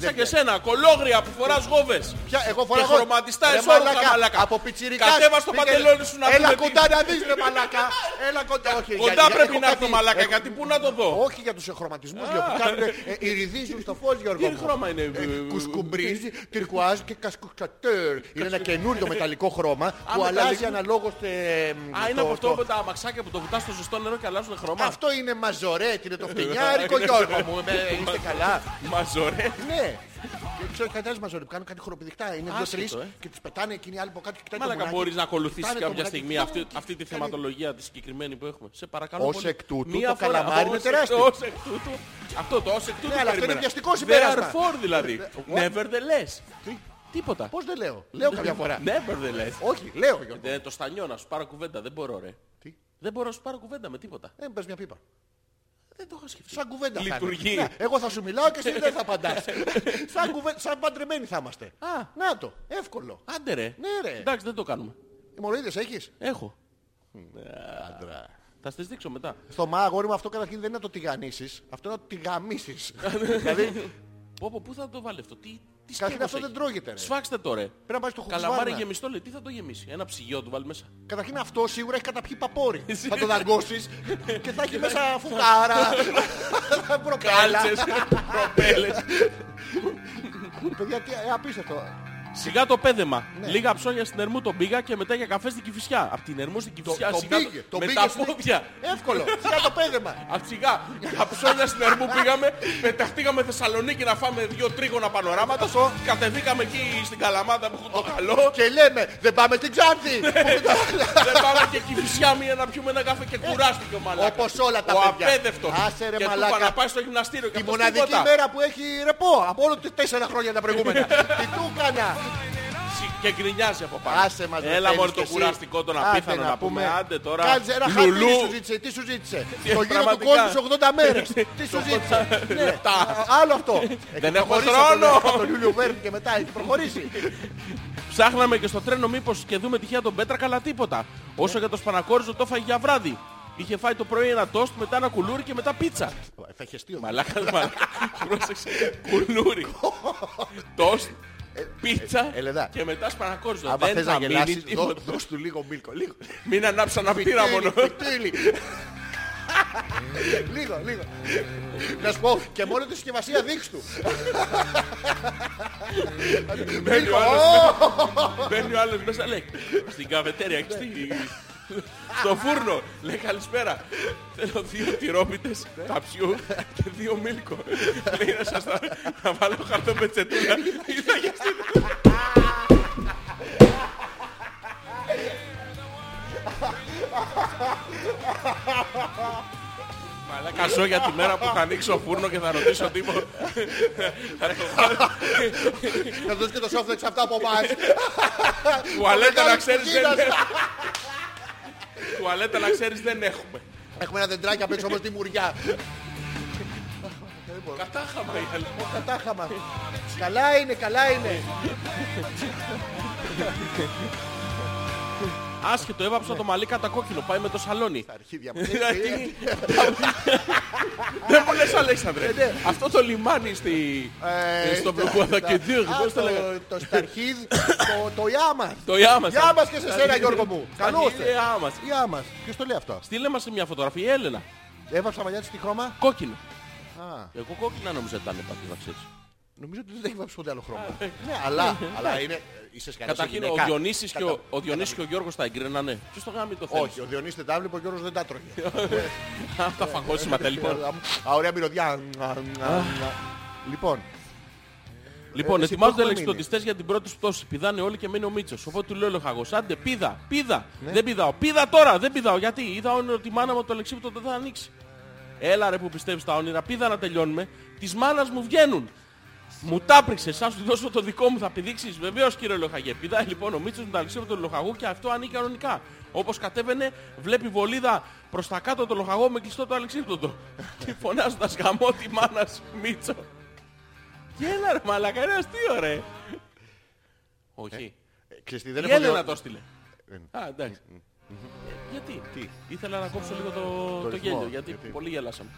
Σαν και σένα, κολόγρια που φοράς γόβες. Ποια, εγώ φοράω Και χρωματιστά Ρε εσόρουχα, μαλάκα. Από πιτσιρικάς. Κατέβα στο παντελόνι σου να Έλα δούμε τι- κοντά να δεις ρε μαλακά. Έλα κοντά. Όχι, για- Κοντά για- πρέπει έχω να έρθω, κάτι- μαλάκα, έχω- γιατί πού να το δω. Όχι για τους χρωματισμούς Γιώργο, που κάνουν ε, Ιριδίζουν στο φως Γιώργο Τι μου. χρώμα είναι, Ε, ε, Κουσκουμπρίζ, τυρκουάζ και κασκουξατέρ. Είναι ένα καινούριο μεταλλικό χρώμα που μεταλλικό. αλλάζει αναλόγως ε, Α, είναι το- από αυτό το- με τα μαξάκια που το βουτάς στο ζεστό νερό και αλλάζουν χρώμα. Αυτό είναι μαζορέτ, είναι το φτηνιάρικο Γιώργο μου. Ε, Είστε καλά. Μαζορέ. Ναι. Και ξέρω ότι κατάζει μαζόρι που κάνουν κάτι χοροπηδικά. Είναι Άσχετο, δύο-τρει ε. και τις πετάνε εκείνοι οι άλλοι από κάτω και κοιτάνε. Μαλάκα, το μπορείς να ακολουθήσεις Κοιτάνε το κάποια μουράκι. στιγμή Κοιτάνε, αυτή, κοιτάνε. αυτή τη θεματολογία τη συγκεκριμένη που έχουμε. Σε παρακαλώ. Ως πολύ. εκ τούτου Μία το φορά- καλαμάρι είναι ως εκ- τεράστιο. ως εκ τούτου. Αυτό το ως εκ τούτου. Ναι, αλλά αυτό είναι περίμενα. βιαστικό συμπέρασμα. Therefore δηλαδή. What? Nevertheless. Τίποτα. Πώς δεν λέω. Λέω κάποια Ναι. φορά. Nevertheless. Όχι, λέω Γιώργο. Ε, το στανιό να σου πάρω κουβέντα. Δεν μπορώ, ρε. Τι. Δεν μπορώ να σου πάρω κουβέντα με τίποτα. Ε, πες μια πίπα. Δεν το έχω σκεφτεί. Σαν κουβέντα θα είναι. Λειτουργεί. Ναι, εγώ θα σου μιλάω και εσύ δεν θα απαντάς. σαν, κουβέ... σαν παντρεμένοι θα είμαστε. Α. Να το. Εύκολο. Άντε ρε. Ναι, ρε. Εντάξει, δεν το κάνουμε. Μοροίδες έχεις. Έχω. Ναι, Θα στις δείξω μετά. Θωμά, αγόρι μου, αυτό καταρχήν δεν είναι να το τηγανίσεις. Αυτό είναι να το τηγαμίσεις. δηλαδή, Πω, πω, πού θα το βάλει αυτό. Τι, τι καταρχήν σκεύος αυτό δεν έχει. τρώγεται. Ρε. Σφάξτε το ρε. Πρέπει να πάει στο Καλαμάρι χουξβάρνα. γεμιστό λέει, τι θα το γεμίσει. Ένα ψυγείο του βάλει μέσα. Καταρχήν αυτό σίγουρα έχει καταπιεί παπόρι. θα το δαγκώσεις και θα έχει μέσα φουκάρα. προκάλα. Κάλτσες, προπέλες. Παιδιά, τι ε, απίστευτο. Σιγά το πέδεμα. Ναι. Λίγα ψώνια στην Ερμού τον πήγα και μετά για καφέ στην Κηφισιά. Απ' την Ερμού στην Το, Κηφισιά. το σιγά πήγε. Το με πήγε τα στην- πόδια. Εύκολο. Σιγά το πέδεμα. Απ' σιγά. Τα ψώνια στην Ερμού πήγαμε. Πεταχτήκαμε Θεσσαλονίκη να φάμε δύο τρίγωνα πανοράματα. Αυτό. Κατεβήκαμε εκεί στην Καλαμάδα που έχουν το καλό. Ναι, Και λέμε, δεν πάμε στην Ξάνθη. Δεν πάμε και Κηφισιά μία να πιούμε ένα καφέ και κουράστηκε ο μαλάκας. Όπως όλα τα Ο παιδιά. απέδευτος. Άσε, ρε, Και του μαλάκα. είπα να πάει στο γυμναστήριο και Η αυτός μοναδική τίποτα. μέρα που έχει ρεπό από όλα τα τέσσερα χρόνια τα προηγούμενα. Τι του έκανα. Συ- Και γκρινιάζει από πάνω. Άσε μας, ρε, Έλα θέλεις μόνο κι το εσύ. κουραστικό τον Άντε απίθανο να πούμε. Άντε τώρα. Κάτσε ένα χάπι, τι σου ζήτησε, τι σου ζήτησε. Το γύρο του πραγματικά. κόσμου σε 80 μέρες. Τι σου ζήτησε. Ναι, α, Άλλο αυτό. Ε, Έχει έχω προχωρήσει χρόνο. από τον- Από τον Ιούλιο Βέρν και μετά έχει προχωρήσει. Ψάχναμε και στο τρένο μήπως και δούμε τυχαία τον Πέτρακα, αλλά τίποτα. Ναι. Όσο για το σπανακόριζο το έφαγε για βράδυ. Είχε φάει το πρωί ένα τόστ, μετά ένα κουλούρι και μετά πίτσα. Ε, Θα χεστεί ο Μαλάκα, μαλάκα. Πρόσεξε. Κουλούρι. Τόστ, πίτσα ε, Ελέντα. και μετά σπανακόριζο. Άμα Δεν θες να θα μείνει γελάσεις, δώ- τίποτα. δώσ' του λίγο μίλκο. Λίγο. Μην ανάψα ένα πύρα Πιτήλι, μόνο. πιτήλι. Λίγο, λίγο. Να σου πω και μόνο τη συσκευασία δείξ' του. Μπαίνει ο άλλος μέσα- Μπαίνει ο άλλος μέσα, λέει, στην καφετέρια, και στη- στο φούρνο. Λέει, καλησπέρα. Θέλω δύο τυρόπιτες ταψιού και δύο μίλκο. Λέει, να σας τα... να βάλω χαρτό με τσετούλα. Είδα για στην... Μαλάκα ζω για τη μέρα που θα ανοίξω φούρνο και θα ρωτήσω τύπο. Θα το βάλω Να δώσει και το σόφτεξ αυτά από εμάς. Τουαλέτα να Μεγάλη ξέρεις δεν κουζίνα. έχουμε. Τουαλέτα να ξέρεις δεν έχουμε. Έχουμε ένα δεντράκι απ' έξω όμως τη μουριά. Κατάχαμα η άλλη. Κατάχαμα. Καλά είναι, καλά είναι. Άσχετο, έβαψα το μαλλί κατά κόκκινο. Πάει με το σαλόνι. Τα αρχίδια μου. Δηλαδή, ε, Δεν μου λες Αλέξανδρε. ναι. Αυτό το λιμάνι στη... Ε, στο Βλουκουαδακεντήρ. Α, Πώς το το- λέγανε. Το σταρχίδ, το- το Ιάμα. Το Ιάμας. Γεια μας και σε σένα Γιώργο μου. Καλό Το είστε. Ιάμας. Γεια μας. Ποιος το λέει αυτό. Στείλε μας μια φωτογραφία, η Έλενα. Έβαψα μαλλιά της τι χρώμα. Κόκκινο. Α. Εγώ κόκκινα νόμιζα ήταν πάντως να ξέρεις. Νομίζω ότι δεν έχει βάψει ποτέ άλλο χρώμα. Ναι, αλλά, αλλά είναι. Είσαι σκατός ε. Καταρχήν σε ο γυναίκα. Διονύσης και ο- Κατα- ο Διονύσης και ο Γιώργος τα εγκρίνανε. Ποιος το γάμι το θέλει. Όχι, ο Διονύσης δεν τα έβλεπε, ο Γιώργος δεν τα τρώγε. Τα φαγόσιματα λοιπόν. Α, ωραία μυρωδιά. Λοιπόν, Λοιπόν, Ε, εσύ ετοιμάζονται πού έχουμε λεξιδοτιστέ για την πρώτη πτώση. Πηδάνε όλοι και μένει ο Μίτσος. Οπότε του λέει ο Λοχαγό: Άντε, πήδα, πήδα. Δεν πηδάω. Πήδα τώρα, δεν πηδάω. Γιατί είδα όνειρο τη μάνα μου το λεξίπτο δεν θα ανοίξει. Έλα ρε που πιστεύεις τα όνειρα, πήδα να τελειώνουμε. Της μάνας μου βγαίνουν. Μου τάπριξε, σα σου δώσω το δικό μου, θα πηδήξεις βεβαίως κύριε Λοχαγέ. Πηδάει λοιπόν ο Μίτσος με τον Αλεξίου τον Λοχαγό και αυτό ανήκει κανονικά. Όπως κατέβαινε, βλέπει βολίδα προς τα κάτω τον Λοχαγό με κλειστό το Αλεξίου Και φωνάζοντας γαμό τη μάνα σου, Μίτσο. Γέλα ρε μαλακα, είναι αστείο ρε. Όχι. ε, Ξέρεις τι, Η δεν έχω Έλενα δει- το έστειλε. Ε, Α, εντάξει. Ε, Γιατί, Τι? ήθελα να κόψω λίγο το, το, ρυθμό, γέλιο, γιατί, γιατί. πολύ γελάσαμε.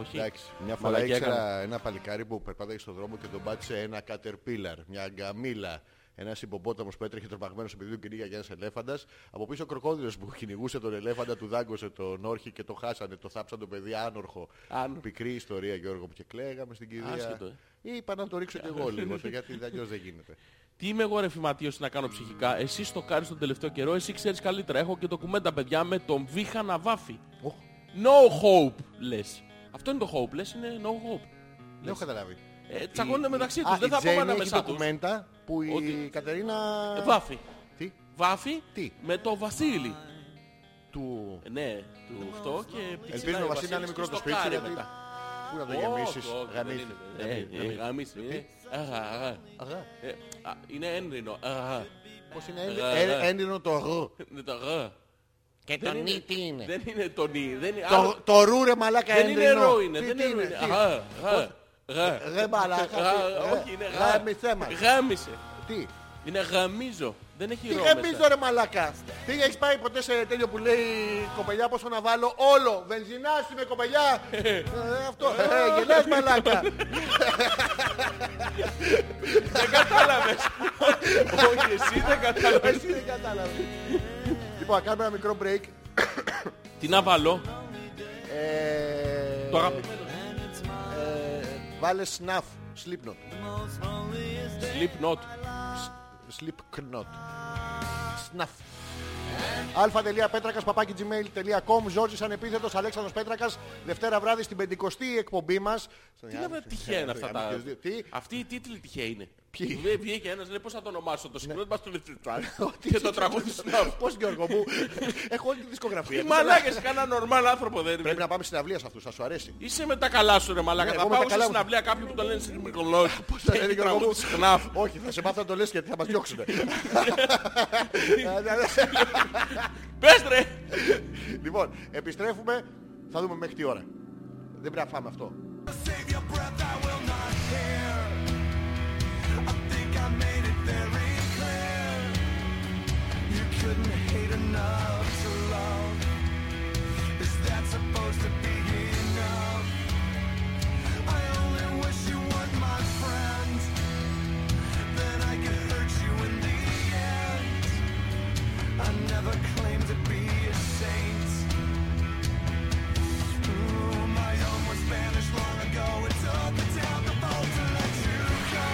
Όχι. Εντάξει, μια φορά Μαλακιά ήξερα έκανα. ένα παλικάρι που περπάταγε στον δρόμο και τον πάτησε ένα caterpillar, μια γκαμίλα. Ένας υποπόταμο που έτρεχε τρομαγμένο επειδή τον κυνήγαγε ένας ελέφαντας. Από πίσω ο κροκόδιλο που κυνηγούσε τον ελέφαντα, του δάγκωσε τον όρχη και το χάσανε. Το θάψαν το παιδί άνορχο. Άνο. Πικρή ιστορία Γιώργο που και κλαίγαμε στην κηδεία. Άσχετο, ε. Είπα να το ρίξω κι εγώ λίγο, το- γιατί αλλιώς δεν γίνεται. Τι είμαι εγώ ρε φυματίος να κάνω ψυχικά. Εσύ το κάνεις τον τελευταίο καιρό, εσύ ξέρεις καλύτερα. Έχω και το κουμέντα παιδιά με τον Βίχα να βάφει. Οχ, No hope λες. Αυτό είναι το hope λες, είναι no hope. Δεν έχω καταλάβει. Ε, τσακώνονται Η- μεταξύ η- τους, Α, δεν η θα Τζέννη πάμε ένα έχει μέσα τους. ντοκουμέντα που η Ότι- Κατερίνα. Ε, Βάφει. Τι, Βάφει Τι? με το Βασίλη. του. Ε, Ναι, του αυτό και Ελπίζω ξυνάει ο ο Βασίλης να είναι Βασίλης μικρό και το σπίτι σου, στοκάρει γιατί μετά. Πού να το Όχι, γεμίσεις, όχι, δεν γανίθι. είναι. Ε, ε, γαμίσει, ε. Αγα, αγα. Αγά. Ε, α, Είναι ένδυνο. Αγα. Πώς είναι ένδυ- Ε, ε, ε. έντυνο το αγό. Είναι το αγα. Και Δεν είναι- Δεν είναι το νι. Δεν είναι Το, το ρου ρε μαλάκα Δεν είναι έντυνο. ρο είναι. Τι- Δεν τι είναι ε, τι ρο. Αγα, αγα, αγα. Ρε μαλάκα. Αγα, τι- ε, Όχι, είναι ε, γα. Γάμισε μας. Γάμισε. Τι. Είναι γαμίζω. Δεν έχει Τι ρο γεμίζω μέσα. ρε μαλάκα. Τι έχεις πάει ποτέ σε τέλειο που λέει κοπελιά πόσο να βάλω όλο. Βενζινάς είμαι κοπελιά. Ε, Αυτό. Ε, Γελάς μαλάκα. Δεν κατάλαβες. Όχι, εσύ δεν κατάλαβες. Εσύ δεν κατάλαβες. Λοιπόν, να κάνουμε ένα μικρό break. Τι να βάλω. Ε, Το αγαπημένο. ε, Βάλε snuff. Slipknot. Sleep not. Slipknot. Snuff. αλφα.πέτρακα.gmail.com Ζόρζης ανεπίθετος Αλέξανδρος Πέτρακας. Δευτέρα βράδυ στην 50η εκπομπή μας. Τι να βρε τυχαία είναι αυτά τα. Τι, Αυτή η τίτλη τυχαία είναι. Ποιοι? Ναι. Βγε- Βγήκε ένας λέει πώς θα το ονομάσω το συγκρότημα στο Λεφτιτάν και το τραγούδι Σναφ. Πώς Γιώργο μου, έχω όλη τη δισκογραφία. Τι μαλάκες, κανένα νορμάλ άνθρωπο δεν Πρέπει είναι. να πάμε συναυλία σε αυτούς, θα σου αρέσει. Είσαι με τα καλά σου ρε μαλάκα. Ναι, Θα εγώ με τα πάω σε καλά μου. συναυλία κάποιου που το λένε Σνιμπρικολόγιο. Πώς θα λένε, Γιώργο μου? Σναφ. Όχι, θα σε μάθω να το λες γιατί θα μας διώξουν. Πες ρε. λοιπόν, επιστρέφουμε, θα δούμε μέχρι τι ώρα. Δεν πρέπει να φάμε αυτό. Save your breath, I will not hear. I think I made it very clear. You couldn't hate enough to love. Is that supposed to be enough? I only wish you weren't my friend. Then I could hurt you in the end. I never claimed to be a saint. Ooh, my own was banished long ago. It's open down the boat to let you go.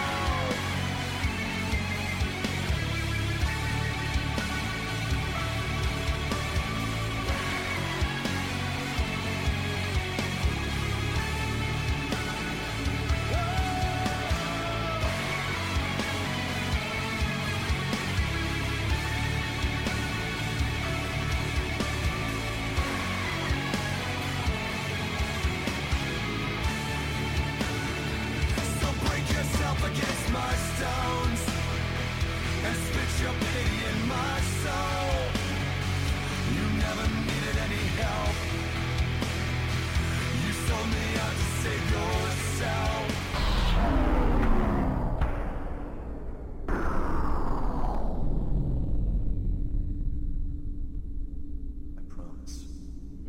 So break yourself against my stones and spit your pity in my soul. You never needed any help. You sold me out to save yourself.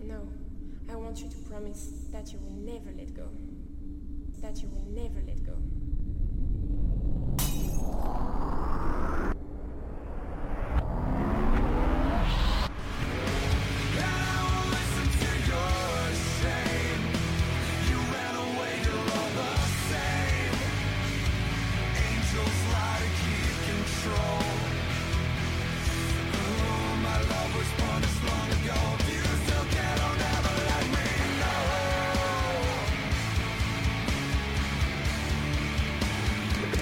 No, I want you to promise that you will never let go. That you will never let go. I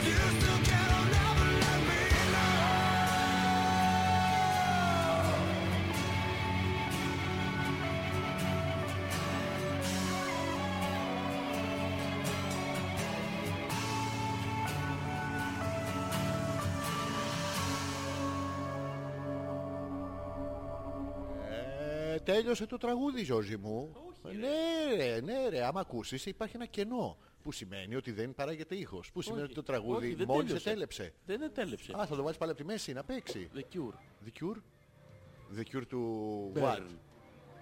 Ε, Τέλειωσε το τραγούδι, Ζόζι μου. ναι, ρε, ναι, ρε. Άμα ακούσεις, υπάρχει ένα κενό. Που σημαίνει ότι δεν παράγεται ήχος. Που σημαίνει ότι το τραγούδι δεν μόλις τέλειωσε. Ναι. ετέλεψε. Δεν ετέλεψε. Α, θα το βάλεις πάλι από τη μέση να παίξει. The Cure. The Cure. The Cure του Burn. What?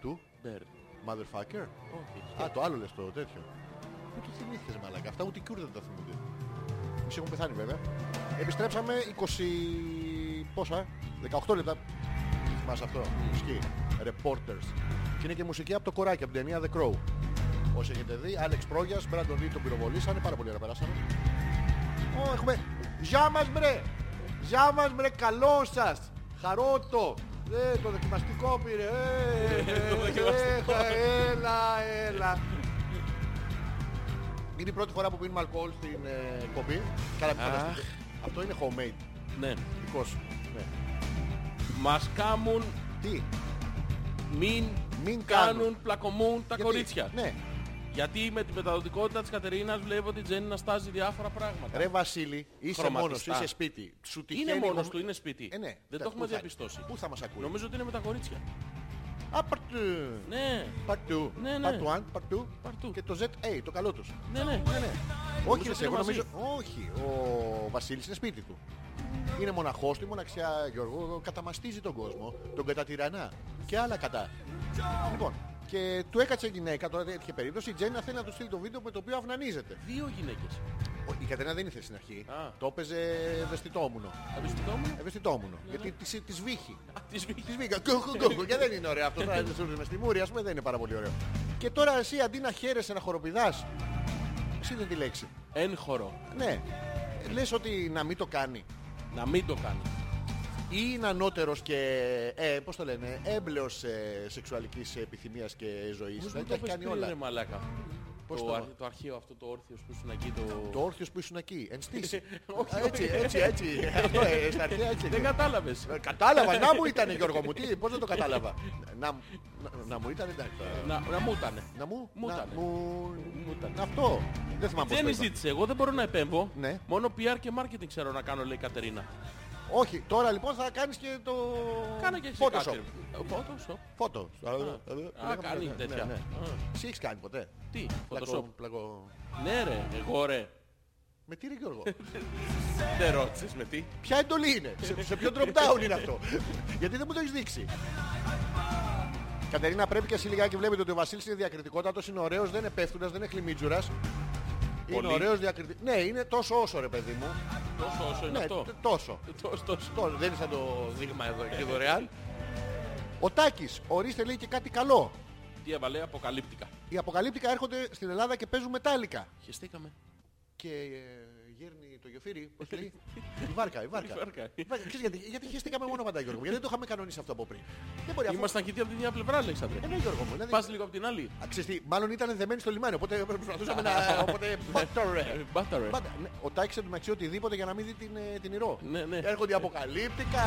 Του Μπέρ. Motherfucker. Όχι. Α, το άλλο λες το τέτοιο. Δεν το θυμήθηκες μαλάκα. Αυτά ούτε οι Cure δεν τα θυμούνται. Εμείς έχουμε πεθάνει βέβαια. Επιστρέψαμε 20... πόσα? 18 λεπτά. Θυμάσαι αυτό. Σκι. Reporters. Και είναι και μουσική από το κοράκι, από την ταινία The Crow. Όσοι έχετε δει, Άλεξ Πρόγιας, Μπράντον Λί τον πυροβολήσανε, πάρα πολύ ωραία περάσαμε. Ω, έχουμε... Γεια μας μπρε! Γεια μας μπρε, καλό σας! Χαρότο! Ε, το δοκιμαστικό πήρε. Ε, ε, Το δοκιμαστικό. ε, έλα, έλα. Είναι η πρώτη φορά που πίνουμε αλκοόλ στην ε, εκπομπή. Καλά, μην φανταστείτε. Αυτό είναι homemade. Ναι. Δικός σου. Ναι. Μας κάμουν Τι, μην, Μην κάνουν. κάνουν, πλακωμούν τα γιατί- κορίτσια. Ναι. Γιατί με την μεταδοτικότητα της Κατερίνας βλέπω την Τζέννη να στάζει διάφορα πράγματα. Ρε Βασίλη, είσαι Χρωματιστά. μόνος, είσαι σπίτι. Σου τυχαίνει. είναι μόνος χωμα- του, είναι σπίτι. Ε, ναι. Δεν το Πού έχουμε θα- διαπιστώσει. Πού θα μας ακούει. Νομίζω ότι είναι με τα κορίτσια. Α, παρτού. Ναι, Παρτού. Ναι, ναι. Παρτού, αν, παρτού. Παρτού. Και το ZA, το καλό τους. ναι, ναι. Ναι, ναι. Όχι, ότι ρε, είναι εγώ μαζί. νομίζω. Όχι, ο Βασίλης είναι σπίτι του. Είναι μοναχός του, η μοναξιά Γιώργο καταμαστίζει τον κόσμο, τον κατατυρανά και άλλα κατά. Λοιπόν, και του έκατσε γυναίκα, τώρα έτυχε περίπτωση, η Τζέννα θέλει να του στείλει το βίντεο με το οποίο αυνανίζεται. Δύο γυναίκες. Ο- Η Κατερίνα δεν ήθελε στην αρχή. Α. Το έπαιζε ευαισθητόμουνο. Εμπιστητόμουν. Ευαισθητόμουνο. Γιατί τη της βύχει. Α, τις βγήκε. Τη βήκα. Κούχου, κούχου. Και δεν είναι ωραίο αυτό. Τώρα δεν σου στη μούρη, ας πούμε, δεν είναι πάρα πολύ ωραίο. Και τώρα εσύ αντί να χαίρεσαι να χοροπηδάς, εσύ δεν τη λέξη. Έγχωρο. Ναι. Λες ότι να μην το κάνει. Να μην το κάνει. Ή είναι ανώτερος και, ε, πώς το λένε, έμπλεος ε, σεξουαλικής επιθυμίας και ζωής. Πώς Δηλαδή, μου τα το έχει πες κάνει πριν, όλα. ρε μαλάκα. Πώς το, το- αρχ- το αρχείο αυτό το όρθιος που ήσουν εκεί το... Το όρθιος που ήσουν εκεί. Εν στήση. Όχι, έτσι, όχι. έτσι, έτσι. Αυτό, ε, στα αρχαία έτσι. Δεν κατάλαβες. Ε, Κατάλαβα, να μου ήταν Γιώργο μου, τι, πώς δεν το κατάλαβα. Να, να, να μου ήταν εντάξει. θα- Να, να μου ήτανε. Να μου, Μου να ήτανε. μου, Μου ήτανε. αυτό. Δεν θυμάμαι πώς το Δεν είπα. ζήτησε, εγώ δεν μπορώ να επέμβω. Ναι. Μόνο PR και marketing ξέρω να κάνω, λέει η Κατερίνα. Όχι, τώρα λοιπόν θα κάνεις και το... Κάνα και εσύ Photoshop. κάτι. Ε, Photoshop. Φώτο. Α, κάνει τέτοια. Α, Εσύ έχεις κάνει ποτέ. Τι, Πλακό, Photoshop. πλακό. Ναι ρε, εγώ ρε. Με τι ρε Γιώργο. Δεν ρώτησες με τι. Ποια εντολή είναι. Σε, σε ποιο drop down είναι αυτό. Γιατί δεν μου το έχεις δείξει. Κατερίνα πρέπει και εσύ λιγάκι βλέπετε ότι ο Βασίλης είναι διακριτικότατος, είναι ωραίος, δεν είναι πέφτουνας, δεν είναι χλιμίτζουρας. Είναι Πολύ. ωραίος διακριτικός. Ναι, είναι τόσο όσο ρε παιδί μου. Τόσο όσο είναι Ναι, αυτό. τ- τόσο. Τόσο, τόσο. Τόσο, δεν είναι σαν το δείγμα εδώ εκεί δωρεάν. ε, Ο Τάκης, ορίστε λέει και κάτι καλό. Τι έβαλε, αποκαλύπτηκα. Οι αποκαλύπτικα έρχονται στην Ελλάδα και παίζουν μετάλλικα. Χεστήκαμε. Και ε, γέρνει το γεφύρι, πώς τη λέει. η βάρκα, η βάρκα. Η βάρκα. Η βάρκα. Ξέρεις γιατί, γιατί χαιστήκαμε μόνο παντά Γιώργο μου, γιατί δεν το είχαμε κανονίσει αυτό από πριν. Δεν μπορεί αυτό. Ήμασταν και δύο από τη μια πλευρά, Αλέξανδρε. Ε, ναι, Γιώργο μου, δηλαδή. Πας λίγο από την άλλη. Α, ξέρεις τι, μάλλον ήταν δεμένοι στο λιμάνι, οπότε προσπαθούσαμε να... Οπότε... Ε, Μπάταρε. Μπάτα ρε. Πάντα, ναι, ο Τάκης εντωμεταξύ οτιδήποτε για να μην δει την, ε, την ηρώ. Ναι, ναι. Έρχονται οι αποκαλύπτικα.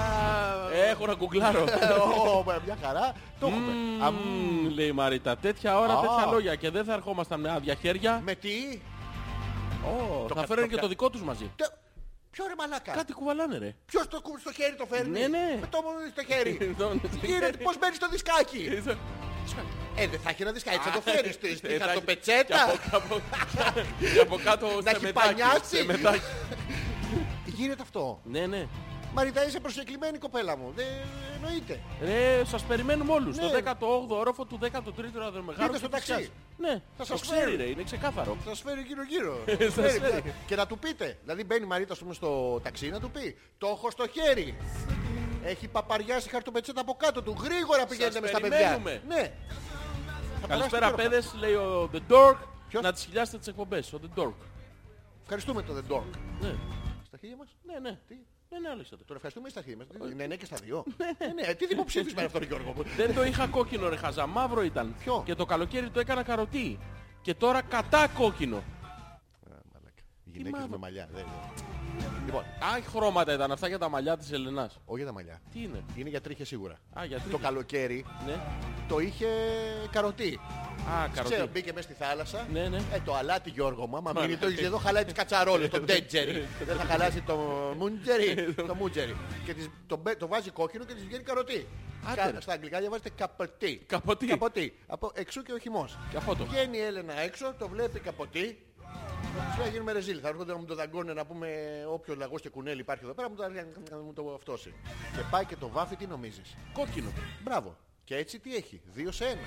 Έχω να κουκλάρω. Ε, ω, ω, μια χαρά. Το έχουμε. Α, Μμμ, λέει η Μαρίτα, τέτοια ώρα Α. τέτοια λόγια και δεν θα ερχόμασταν με άδεια χέρια. Με τι. Ω, Το θα κα- φέρουν το και κα- Ε, το δικό τους μαζί. Τε- Ποιο ρε μαλάκα. Κάτι κουβαλάνε ρε. Ποιος το κου- στο χέρι το φέρνεις. Ναι, ναι. Με το μόνο στο χέρι. Το- το Κύριε, χέρι. πώς μπαίνεις στο δισκάκι. Ε, δεν θα έχει ένα δισκάκι, θα το φέρεις Ε, στη στη χαρτοπετσέτα. Και από- Και από κάτω Να σε έχει μετάκι. πανιάσει. σε μετάκι. Γίνεται αυτό. Ναι, ναι. Μαριτα, είσαι προσκεκλημένη κοπέλα μου. Δεν εννοείται. Ρε, σας περιμένουμε όλους. Ναι. Το 18ο όροφο του 13ου αδερμεγάρου. Μπείτε στο ταξί. Ναι, Θα το σας ξέρει φέρουν. ρε, είναι ξεκάθαρο. Θα σας φέρει γύρω-γύρω. σας Φέρει, φέρει. ναι. Και να του πείτε. Δηλαδή μπαίνει η Μαρίτα ας πούμε, στο ταξί να του πει. Το έχω στο χέρι. Έχει παπαριάσει χαρτοπετσέτα από κάτω του. Γρήγορα πηγαίνετε με στα παιδιά. περιμένουμε. Ναι. Θα περάσετε Καλησπέρα υπέροχα. παιδες, λέει ο The Dork. Ποιος? Να τις χιλιάσετε τις εκπομπές, ο The Dork. Ευχαριστούμε το The Dork. Ναι, Στα χέρια μας. ναι, ναι. Τι? Ναι, ναι, Αλέξανδρε. Τον ευχαριστούμε ή στα χέρια μας. Ναι, ναι και στα δύο. Ναι, ναι. Τι δημοψήφισμα είναι αυτό, ρε Γιώργο μου. Δεν το είχα κόκκινο ρε χαζά, μαύρο ήταν. Ποιο? Και το καλοκαίρι το έκανα καροτί. Και τώρα κατά κόκκινο. Γυναίκες με μαλλιά. δεν- Λοιπόν, Α, χρώματα ήταν αυτά για τα μαλλιά της Ελενάς. όχι για τα μαλλιά. Τι είναι. Είναι για τρίχες σίγουρα. Α, για Το τρίχες. καλοκαίρι Ναι. το είχε καροτή. Α, Ξέρω, καροτή. μπήκε μέσα στη θάλασσα. Ναι, ναι. Ε, το αλάτι Γιώργο μου, άμα μείνει το έχεις εδώ, χαλάει τις κατσαρόλες, το ναι. ντέτζερι. Δεν θα χαλάσει το μουντζερι. Το μουντζερι. Και τις- το, μπε- το βάζει κόκκινο και της βγαίνει καροτή. Άντε, Κα- ρε. Στα αγγλικά διαβάζετε καποτή. Καποτή. Καποτή. Από εξού και ο χυμός. Καπότο. Βγαίνει η Έλενα έξω, το βλέπει καποτή. Σου λέει γίνουμε ρεζίλ. Θα έρχονται να μου το δαγκώνε να πούμε όποιο λαγός και κουνέλι υπάρχει εδώ πέρα. Μου το, να μου το αυτόσει. Και πάει και το βάφει, τι νομίζεις. Κόκκινο. Μπράβο. Και έτσι τι έχει. Δύο σε ένα.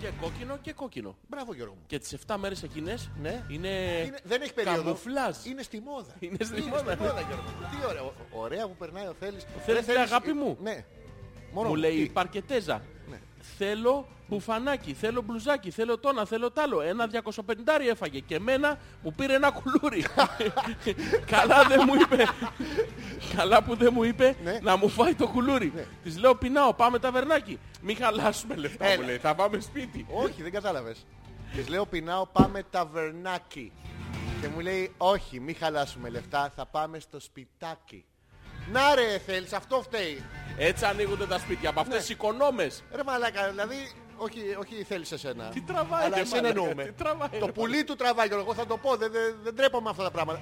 Και κόκκινο και κόκκινο. Μπράβο Γιώργο μου. Και τις 7 μέρες εκείνες Ναι. είναι... Είναι- δεν έχει περίοδο. Καμουφλάζ. Είναι στη μόδα. Είναι στη μόδα. Γιώργο. Τι ωραία, ω- ωραία που περνάει ο Θέλης. Ο Θέλης λέει, αγάπη μου. Ναι. Μόνο Μου μου. λέει Τι. Ναι. η παρκετέζα. Θέλω μπουφανάκι, θέλω μπλουζάκι, θέλω τόνα, θέλω τ' άλλο. Ένα 250 έφαγε και εμένα μου πήρε ένα κουλούρι. Καλά δεν μου είπε. Καλά που δεν μου είπε Ναι. να μου φάει το κουλούρι. Της λέω πεινάω, πάμε ταβερνάκι. Μην χαλάσουμε λεφτά Έλα. μου λέει, θα πάμε σπίτι. Όχι, δεν κατάλαβες. Της λέω πεινάω πάμε ταβερνάκι. Και μου λέει όχι, μη χαλάσουμε λεφτά, θα πάμε στο σπιτάκι. Να ρε Θέλης, αυτό φταίει. Έτσι ανοίγονται τα σπίτια. Από Ναι. αυτές τις οικονόμες. Ρε μαλάκα, δηλαδή όχι, όχι θέλεις εσένα. Τι τραβάει, Αλλά ρε εσένα μαλάκα, εννοούμε. τι τραβάει, ρε το πουλί του τραβάει, Γιώργο, εγώ θα το πω, δεν, δεν, δεν τρέπομαι με αυτά τα πράγματα.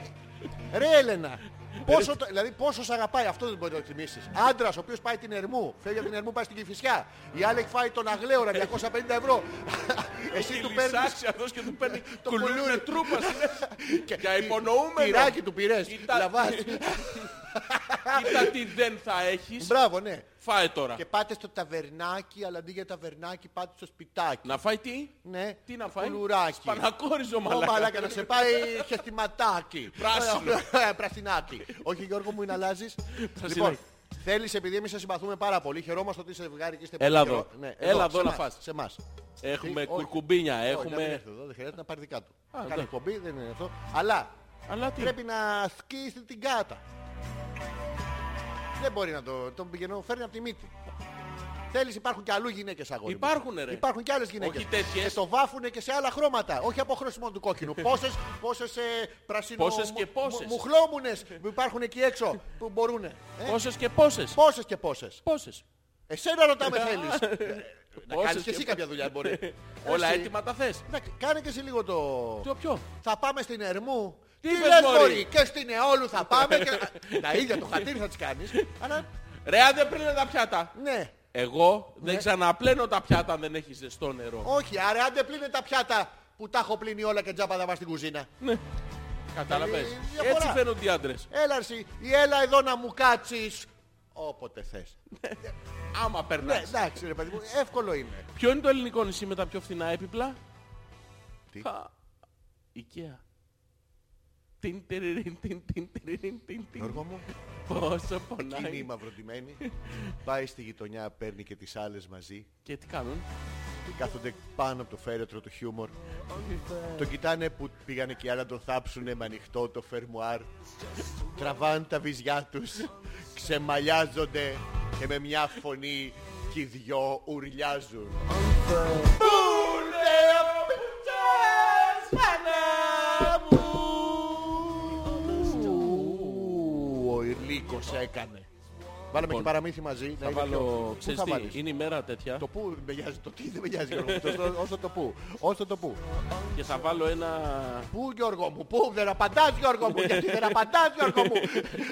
Ρε Έλενα, πόσο, το- δηλαδή πόσο σ' αγαπάει, αυτό δεν μπορεί να το εκτιμήσεις. Άντρας ο οποίος πάει την Ερμού, φεύγει από την Ερμού, πάει στην Κηφισιά. Η άλλη έχει φάει τον Αγλέωρα 250 ευρώ. Εσύ του παίρνεις Λυσάξει αυτός και του παίρνει Το κουλούρι κουλούρι. με τρούπα. και- Για υπονοούμενο. Τυράκι του πήρες, Κοίτα- λαβάς. Κοίτα τι δεν θα έχεις. Μπράβο, ναι. Φάε τώρα. Και πάτε στο ταβερνάκι, αλλά αντί για ταβερνάκι πάτε στο σπιτάκι. Να φάει τι. Ναι. Τι να φάει. Κουλουράκι. Σπανακόριζο Μαλάκα. μαλάκα. μαλάκα να σε πάει χεστηματάκι. Πράσινο. Ε, Πρασινάκι. Όχι Γιώργο μου, είναι αλλάζεις. λοιπόν, Πρασινάκι. θέλεις επειδή εμείς σε συμπαθούμε πάρα πολύ, χαιρόμαστε ότι είσαι ζευγάρι και είστε Έλα πολύ εδώ. καιρό. Ναι, Έλα εδώ σε να μας, φας. Σε εμάς. Έχουμε Όχι. κουρκουμπίνια, Έχουμε... Δεν έχουμε... έρθει εδώ, δεν χρειάζεται να πάρει δικά του. Α, Κάνει εντάξει. εκπομπή, δεν είναι αυτό. Αλλά Αλλά τι, πρέπει να σκίσει την κάτα. Δεν μπορεί να το, τον πηγαίνω, φέρνει από τη μύτη. Θέλεις, υπάρχουν και αλλού γυναίκες αγόρι. μου. Υπάρχουνε, ρε. Υπάρχουν και άλλες γυναίκες. Όχι τέτοιες. Και το βάφουνε και σε άλλα χρώματα. Όχι από χρώσιμο του κόκκινου. Πόσες πόσες, ε, πρασινό. Πόσες και πόσες. Μουχλόμουνε που υπάρχουν εκεί έξω που μπορούνε. Ε, πόσες και πόσες. πόσες και πόσες. Πόσες. Εσένα ρωτάμε θέλει. να Ε, Πόσες κάνει και και εσύ κάποια δουλειά μπορεί. Όλα Εσύ. έτοιμα τα θες. Εντάξει, Κάνε και εσύ λίγο το. Το ποιο. Θα πάμε στην Ερμού. Τι, Τι λες είπες, μωρή? μωρή, και στην Εόλου θα πάμε και... Τα ίδια το χατήρι θα τις κάνεις. Αλλά Ρε, αν δεν πλύνε τα πιάτα. ναι, Εγώ δεν ξαναπλένω τα πιάτα αν δεν έχεις ζεστό νερό. όχι, άρα άντε πλύνε τα πιάτα που τα έχω πλύνει όλα και τζάπα θα πας στην κουζίνα. Κατάλαβες. Ε, διαφορά. Έτσι φαίνονται οι άντρες. Έλα εσύ, ή έλα εδώ να μου κάτσεις. Όποτε θες. Άμα Ναι, περνάς. εντάξει ρε παιδί μου, εύκολο είναι. Ποιο είναι το ελληνικό νησί με τα πιο φθηνά έπιπλα. Τι? Α, Ikea. Τιν, τιριρίν, τιν, τιν, τιριρίν, τιν, τιν. Γιώργο μου, Πόσο εκείνη η πονάει. μαυροντημένη πάει στη γειτονιά, παίρνει και τις άλλες μαζί. Και τι κάνουν. Ναι, Κάθονται πάνω από το φέρετρο του χιούμορ. Τον κοιτάνε που πήγανε και οι άλλοι να τον θάψουνε με ανοιχτό το φερμουάρ. Τραβάνε τα βυζιά τους, ξεμαλιάζονται και με μια φωνή κι οι δυο ουρλιάζουν. Ου, Ο Ιρλίκος έκανε. Βάλαμε και παραμύθι μαζί. Λοιπόν, Θα βάλω... Ξέρεις θα βάλεις? τι, είναι η μέρα τέτοια. Το που με νοιάζει, το τι δεν με νοιάζει Γιώργο μου, το- όσο το που, όσο το που. Και θα βάλω ένα... Πού Γιώργο μου, πού δεν απαντάς Γιώργο μου, γιατί δεν απαντάς Γιώργο μου.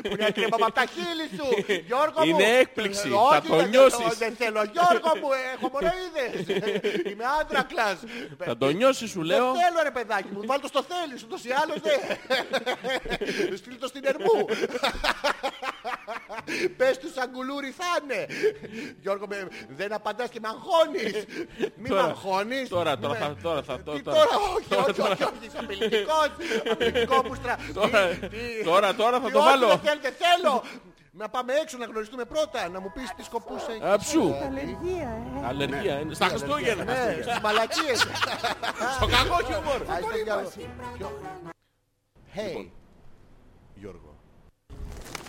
Που είναι κρέμα από τα χείλη σου, Γιώργο μου. Είναι έκπληξη, Ε, θα όχι, το δεν- νιώσεις. Δεν θέλω Γιώργο μου, έχω μονοίδες. Είμαι άντρακλας. Θα το νιώσεις σου Δεν λέω. θέλω ρε παιδάκι μου, βάλ το στο θέλεις, ούτως ή άλλως δεν. Στείλ το στην Ερμού. Πες τους σαγκουλούρι θα είναι. Γιώργο, με- δεν απαντάς και με αγχώνεις. Μη με Τώρα, αγχώνεις. τώρα, τώρα Μη θα- με- τώρα θα- Τι τώρα, Τώρα, τώρα. όχι, όχι, όχι, όχι, είσαι απειλητικός. Απειλητικό μου στρα... Τώρα, Τι- τι- τώρα, τώρα θα τι το όχι βάλω. Δεν θέλω, δεν θέλω. Να πάμε έξω να γνωριστούμε πρώτα, να μου πεις τι σκοπούς έχεις. Αψού. Αλλεργία, ε. Αλλεργία είναι. Στα Χριστούγεννα. Ναι, στις μαλακίες. Στο κακό χιούμορ. Α, είστε διάλογο. Hey. Γιώργο.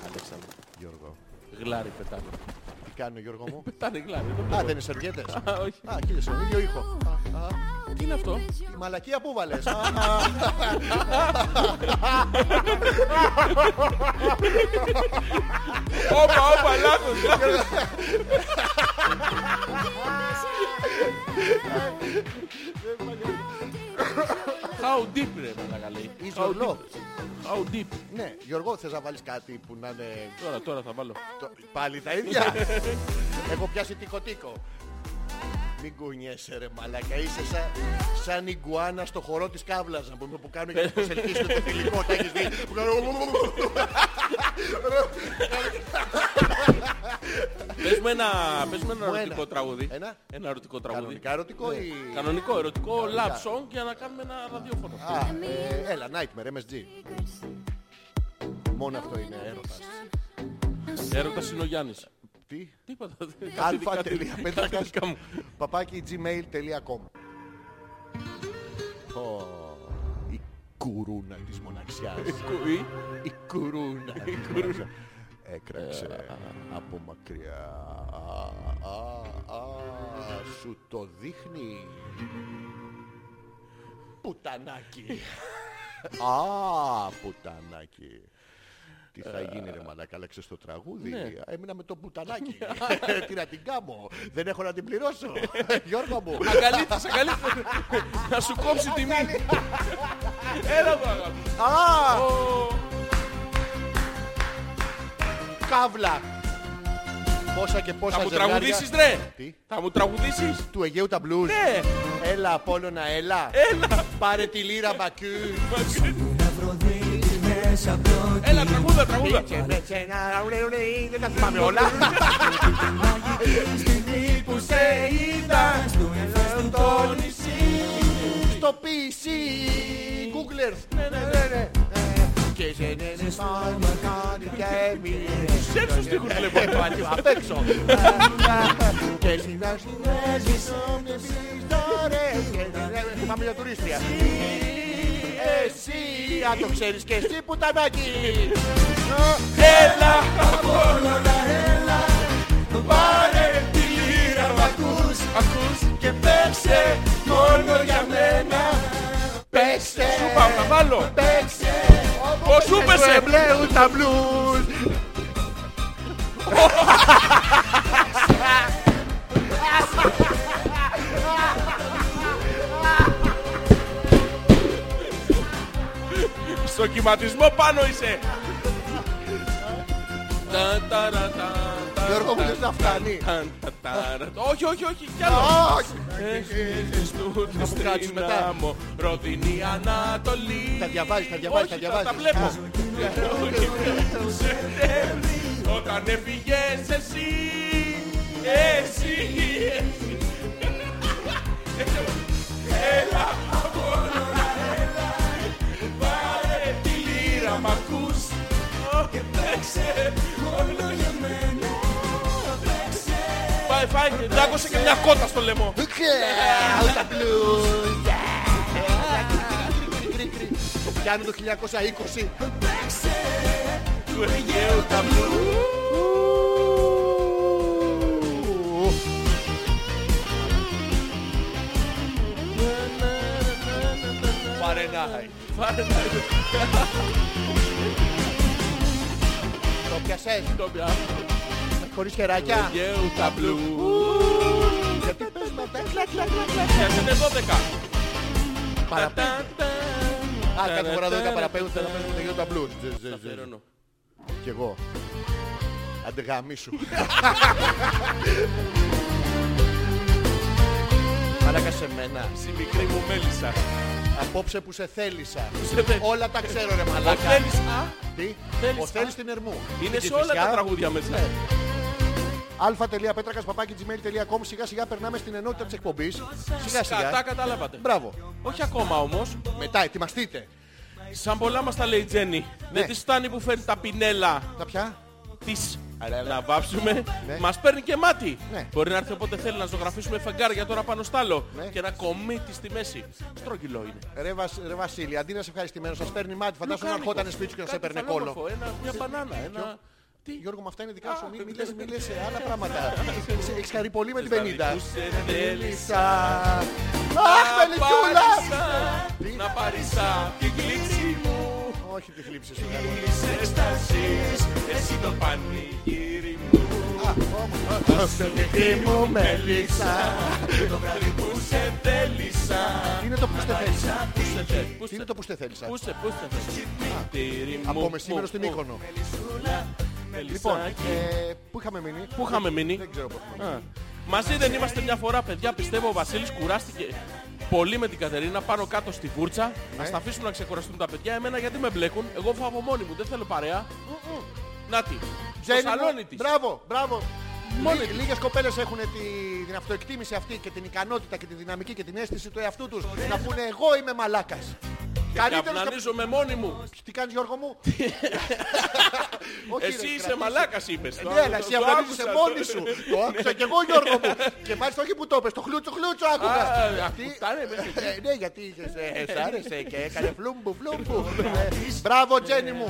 Αλέξανδρο. Γιώργο. Γλάρι πετάνε. Τι κάνει ο Γιώργο μου. Πετάνε γλάρι. δεν Α, μπορώ. δεν είναι σερβιέτες. Α, όχι. Α, κοίτασε, τον ίδιο ήχο. Α, α, Τι είναι αυτό. Η μαλακία που βάλες. Όπα, όπα, λάθος, λάθος. How deep ρε μετακαλέ. Is your love. How deep. Ναι, Γιώργο, θες να βάλεις κάτι που να είναι... Τώρα, τώρα θα βάλω. το- Πάλι τα ίδια. Έχω πιάσει τικο-τίκο. Μην κουνιέσαι ρε μαλάκα, είσαι σαν, σαν ιγκουάνα στο χορό της κάβλας να πούμε που κάνουν για να προσελκύσουν το θηλυκό και έχεις δει που κάνουν Πες μου ένα, πες μου ένα Μου ένα. ερωτικό τραγούδι. Ένα. Ένα ερωτικό τραγούδι. κανονικά ερωτικό ή... Κανονικό, ερωτικό love Κανονικά. song για να κάνουμε ένα ραδιόφωνο. Α, ε, έλα, Nightmare, MSG. Μόνο αυτό είναι έρωτας. Έρωτας είναι ο Γιάννης. Τι? Τίποτα. αλφα.πέτρακας Κάτι μου. παπάκι gmail.com Ω, Η κουρούνα της μοναξιάς. Κουβί. Η κουρούνα Ε, της μοναξιάς. Έκραξε από μακριά. Α, α, α, Σου το δείχνει. Πουτανάκι. Α, πουτανάκι. Τι θα γίνει ρε μαλάκα, άλλαξες το τραγούδι. Ναι. Έμεινα με το πουτανάκι. Τι να την κάμω. Δεν έχω να την πληρώσω. Γιώργο μου. Αγκαλίτης, αγκαλίτης. Να σου κόψει τη μύτη. Έλα μου αγάπη. Α, Ω, καύλα. Πόσα και πόσα Θα μου ζευγάρια- τραγουδήσεις ρε. Τι? Θα μου τραγουδήσεις. Του Αιγαίου τα μπλουζ. Ναι. Έλα Απόλλωνα, έλα. Έλα. Πάρε τη λύρα Μπακού. Έλα τραγούδα, τραγούδα. Πίτσε, πέτσε, να, ουρε, ουρε, Δεν τα θυμάμαι όλα. Που σε είδα στο νησί. Στο PC. Googlers. Ναι, ναι, ναι. Και σε ναι, ναι, πάμε, κάνει και εμείς. Ξέρεις τους στίχους βλέπω. Ε, πάλι, Απ' έξω. Και εσύ να σου βάζεις όντως ιστορές. Και ναι, να λέμε, Θυμάμαι για τουρίστρια. Εσύ, αν το ξέρεις και εσύ που ήταν Ναι. Έλα, Απόλλωνα, έλα Πάρε τη λύρα μ' ακούς, ακούς Και παίξε μόνο για μένα Πέστε, Σου πάω να βάλω παίξε. Ω σου πέσε Εμπλέουν τα μπλουζ. Στο κυματισμό πάνω είσαι Τα, τα, ρα, τα, τα, Γιώργο μου τα, λες να φτάνει. τα, τα, τα, ρα. Όχι, όχι, όχι, κι άλλο Όχι. Έχεις τούτους μου κάτσεις στην μετά. άμμο Ροδινή Ανατολή Τα διαβάζεις, τα διαβάζεις, τα Όχι, διαβάζεις. τα βλέπω. Όταν έφυγες εσύ Εσύ εσύ. Έλα Απόλλωνα, έλα Πάρε τη λύρα μ' ακούς Και παίξε μόνο για μένα Παίξε Πάει, πάει, τάκωσε και μια κότα στο λαιμό Out τα μπλουζ. Το πιάνει το 1920. Του Αιγαίου τα μπλου Φαρενάι. Το πιασές Το πια χωρίς χεράκια. Αιγαίου τα μπλου Γιατί πες μετά. Πιάσετε 12. Παραπέμπει. Α, κάθε φορά δεν τα παραπέμπουν, θα τα παίζουν τελείω τα μπλουζ. Αφιερώνω. Κι εγώ. Αντεγαμίσου. Μαλάκα σε μένα. Στη μικρή μου μέλισσα. Απόψε που σε θέλησα. σε θέλησα. Όλα τα ξέρω ρε Ο μαλάκα. Θέλης, α, Τι? Θέλης, Ο α. Θέλης την Ερμού. είναι Στην σε όλα Κηφισιά. τα τραγούδια μέσα. Ναι. α.πέτρακας.gmail.com Σιγά σιγά περνάμε στην ενότητα της εκπομπής. Σιγά Κατά σιγά. καταλάβατε. Μπράβο. Όχι ακόμα όμως. Μετά ετοιμαστείτε. Σαν πολλά μας τα λέει η Τζέννη. Ναι. Δεν της φτάνει που φέρνει τα πινέλα Τα πια. της να βάψουμε. Ναι. Μας παίρνει και μάτι. Ναι. Μπορεί να έρθει όποτε θέλει να ζωγραφίσουμε φεγγάρια τώρα πάνω στάλο. Ναι. Και να κομίτη στη μέση. Στρογγυλό είναι. Ρε, Βασ- ρε Βασίλη, αντί να σε ευχαριστημένο, σας παίρνει μάτι. Φαντάζομαι να Λουκάνικο. ερχόταν σπίτι σου και να σε Κάτι έπαιρνε φαλόμορφο, κόλλο. ένα- Μια μπανάνα. Ένα... Τι. Γιώργο, με αυτά είναι δικά σου. Α, Μην μιλές, μιλές σε άλλα πράγματα. Έχεις- Έχεις χαρεί πολύ με την Τα 50. δικούς σε θέλησα. Αχ, Να Μελιτούλα! πάρεις σαν- Να πάρεις σαν την κλίξη μου Όχι τη θλίψη σου. Εξτάσεις, εσύ το πανηγύρι μου Σε δική μου μέλισσα. Το βράδυ που σε θέλησα Τι είναι το που στε θέλησα. Τι είναι Πούστε, το που στε θέλησα. πούστε, πούστε. Τυρί μου, Από μου, μεσήμερο στην μου. Μύκονο. Λοιπόν, Μελισσάκι. ε, πού είχαμε μείνει. Πού είχαμε μείνει. Δεν ξέρω πώς. Α. Μαζί δεν είμαστε μια φορά, παιδιά. Πιστεύω ο Βασίλης κουράστηκε πολύ με την Κατερίνα πάνω κάτω στη βούρτσα. Ναι. Ας τα αφήσουμε να ξεκουραστούν τα παιδιά. Εμένα γιατί με μπλέκουν. Εγώ φάβω μόνη μου. Δεν θέλω παρέα. Να τη. Στο Τζένι μου, σαλόνι της. Μπράβο, μπράβο. Μόνη Λί- της. Λίγες κοπέλες έχουν τη- την αυτοεκτίμηση αυτή και την ικανότητα και τη δυναμική και την αίσθηση του εαυτού τους να πούνε εγώ είμαι μαλάκας. Και Καλύτερος κα- απνανίζομαι μόνη μου. Τι κάνεις Γιώργο μου. Όχι, ρε, Εσύ είσαι κρατήστε. μαλάκας είπες. Το- Ναι, αλλά το- εσύ το Ναι. αυνανίζεσαι άκουσα, μόνη το- σου. Το άκουσα και εγώ Γιώργο μου. Και μάλιστα όχι που το είπες, το χλούτσο χλούτσο άκουγα. Α, Αυτή- ακουστάρε, με. Ε, Ναι, γιατί είχες, ε, σ' άρεσε και έκανε φλούμπου φλούμπου. Ε, Μπράβο Τζένι μου.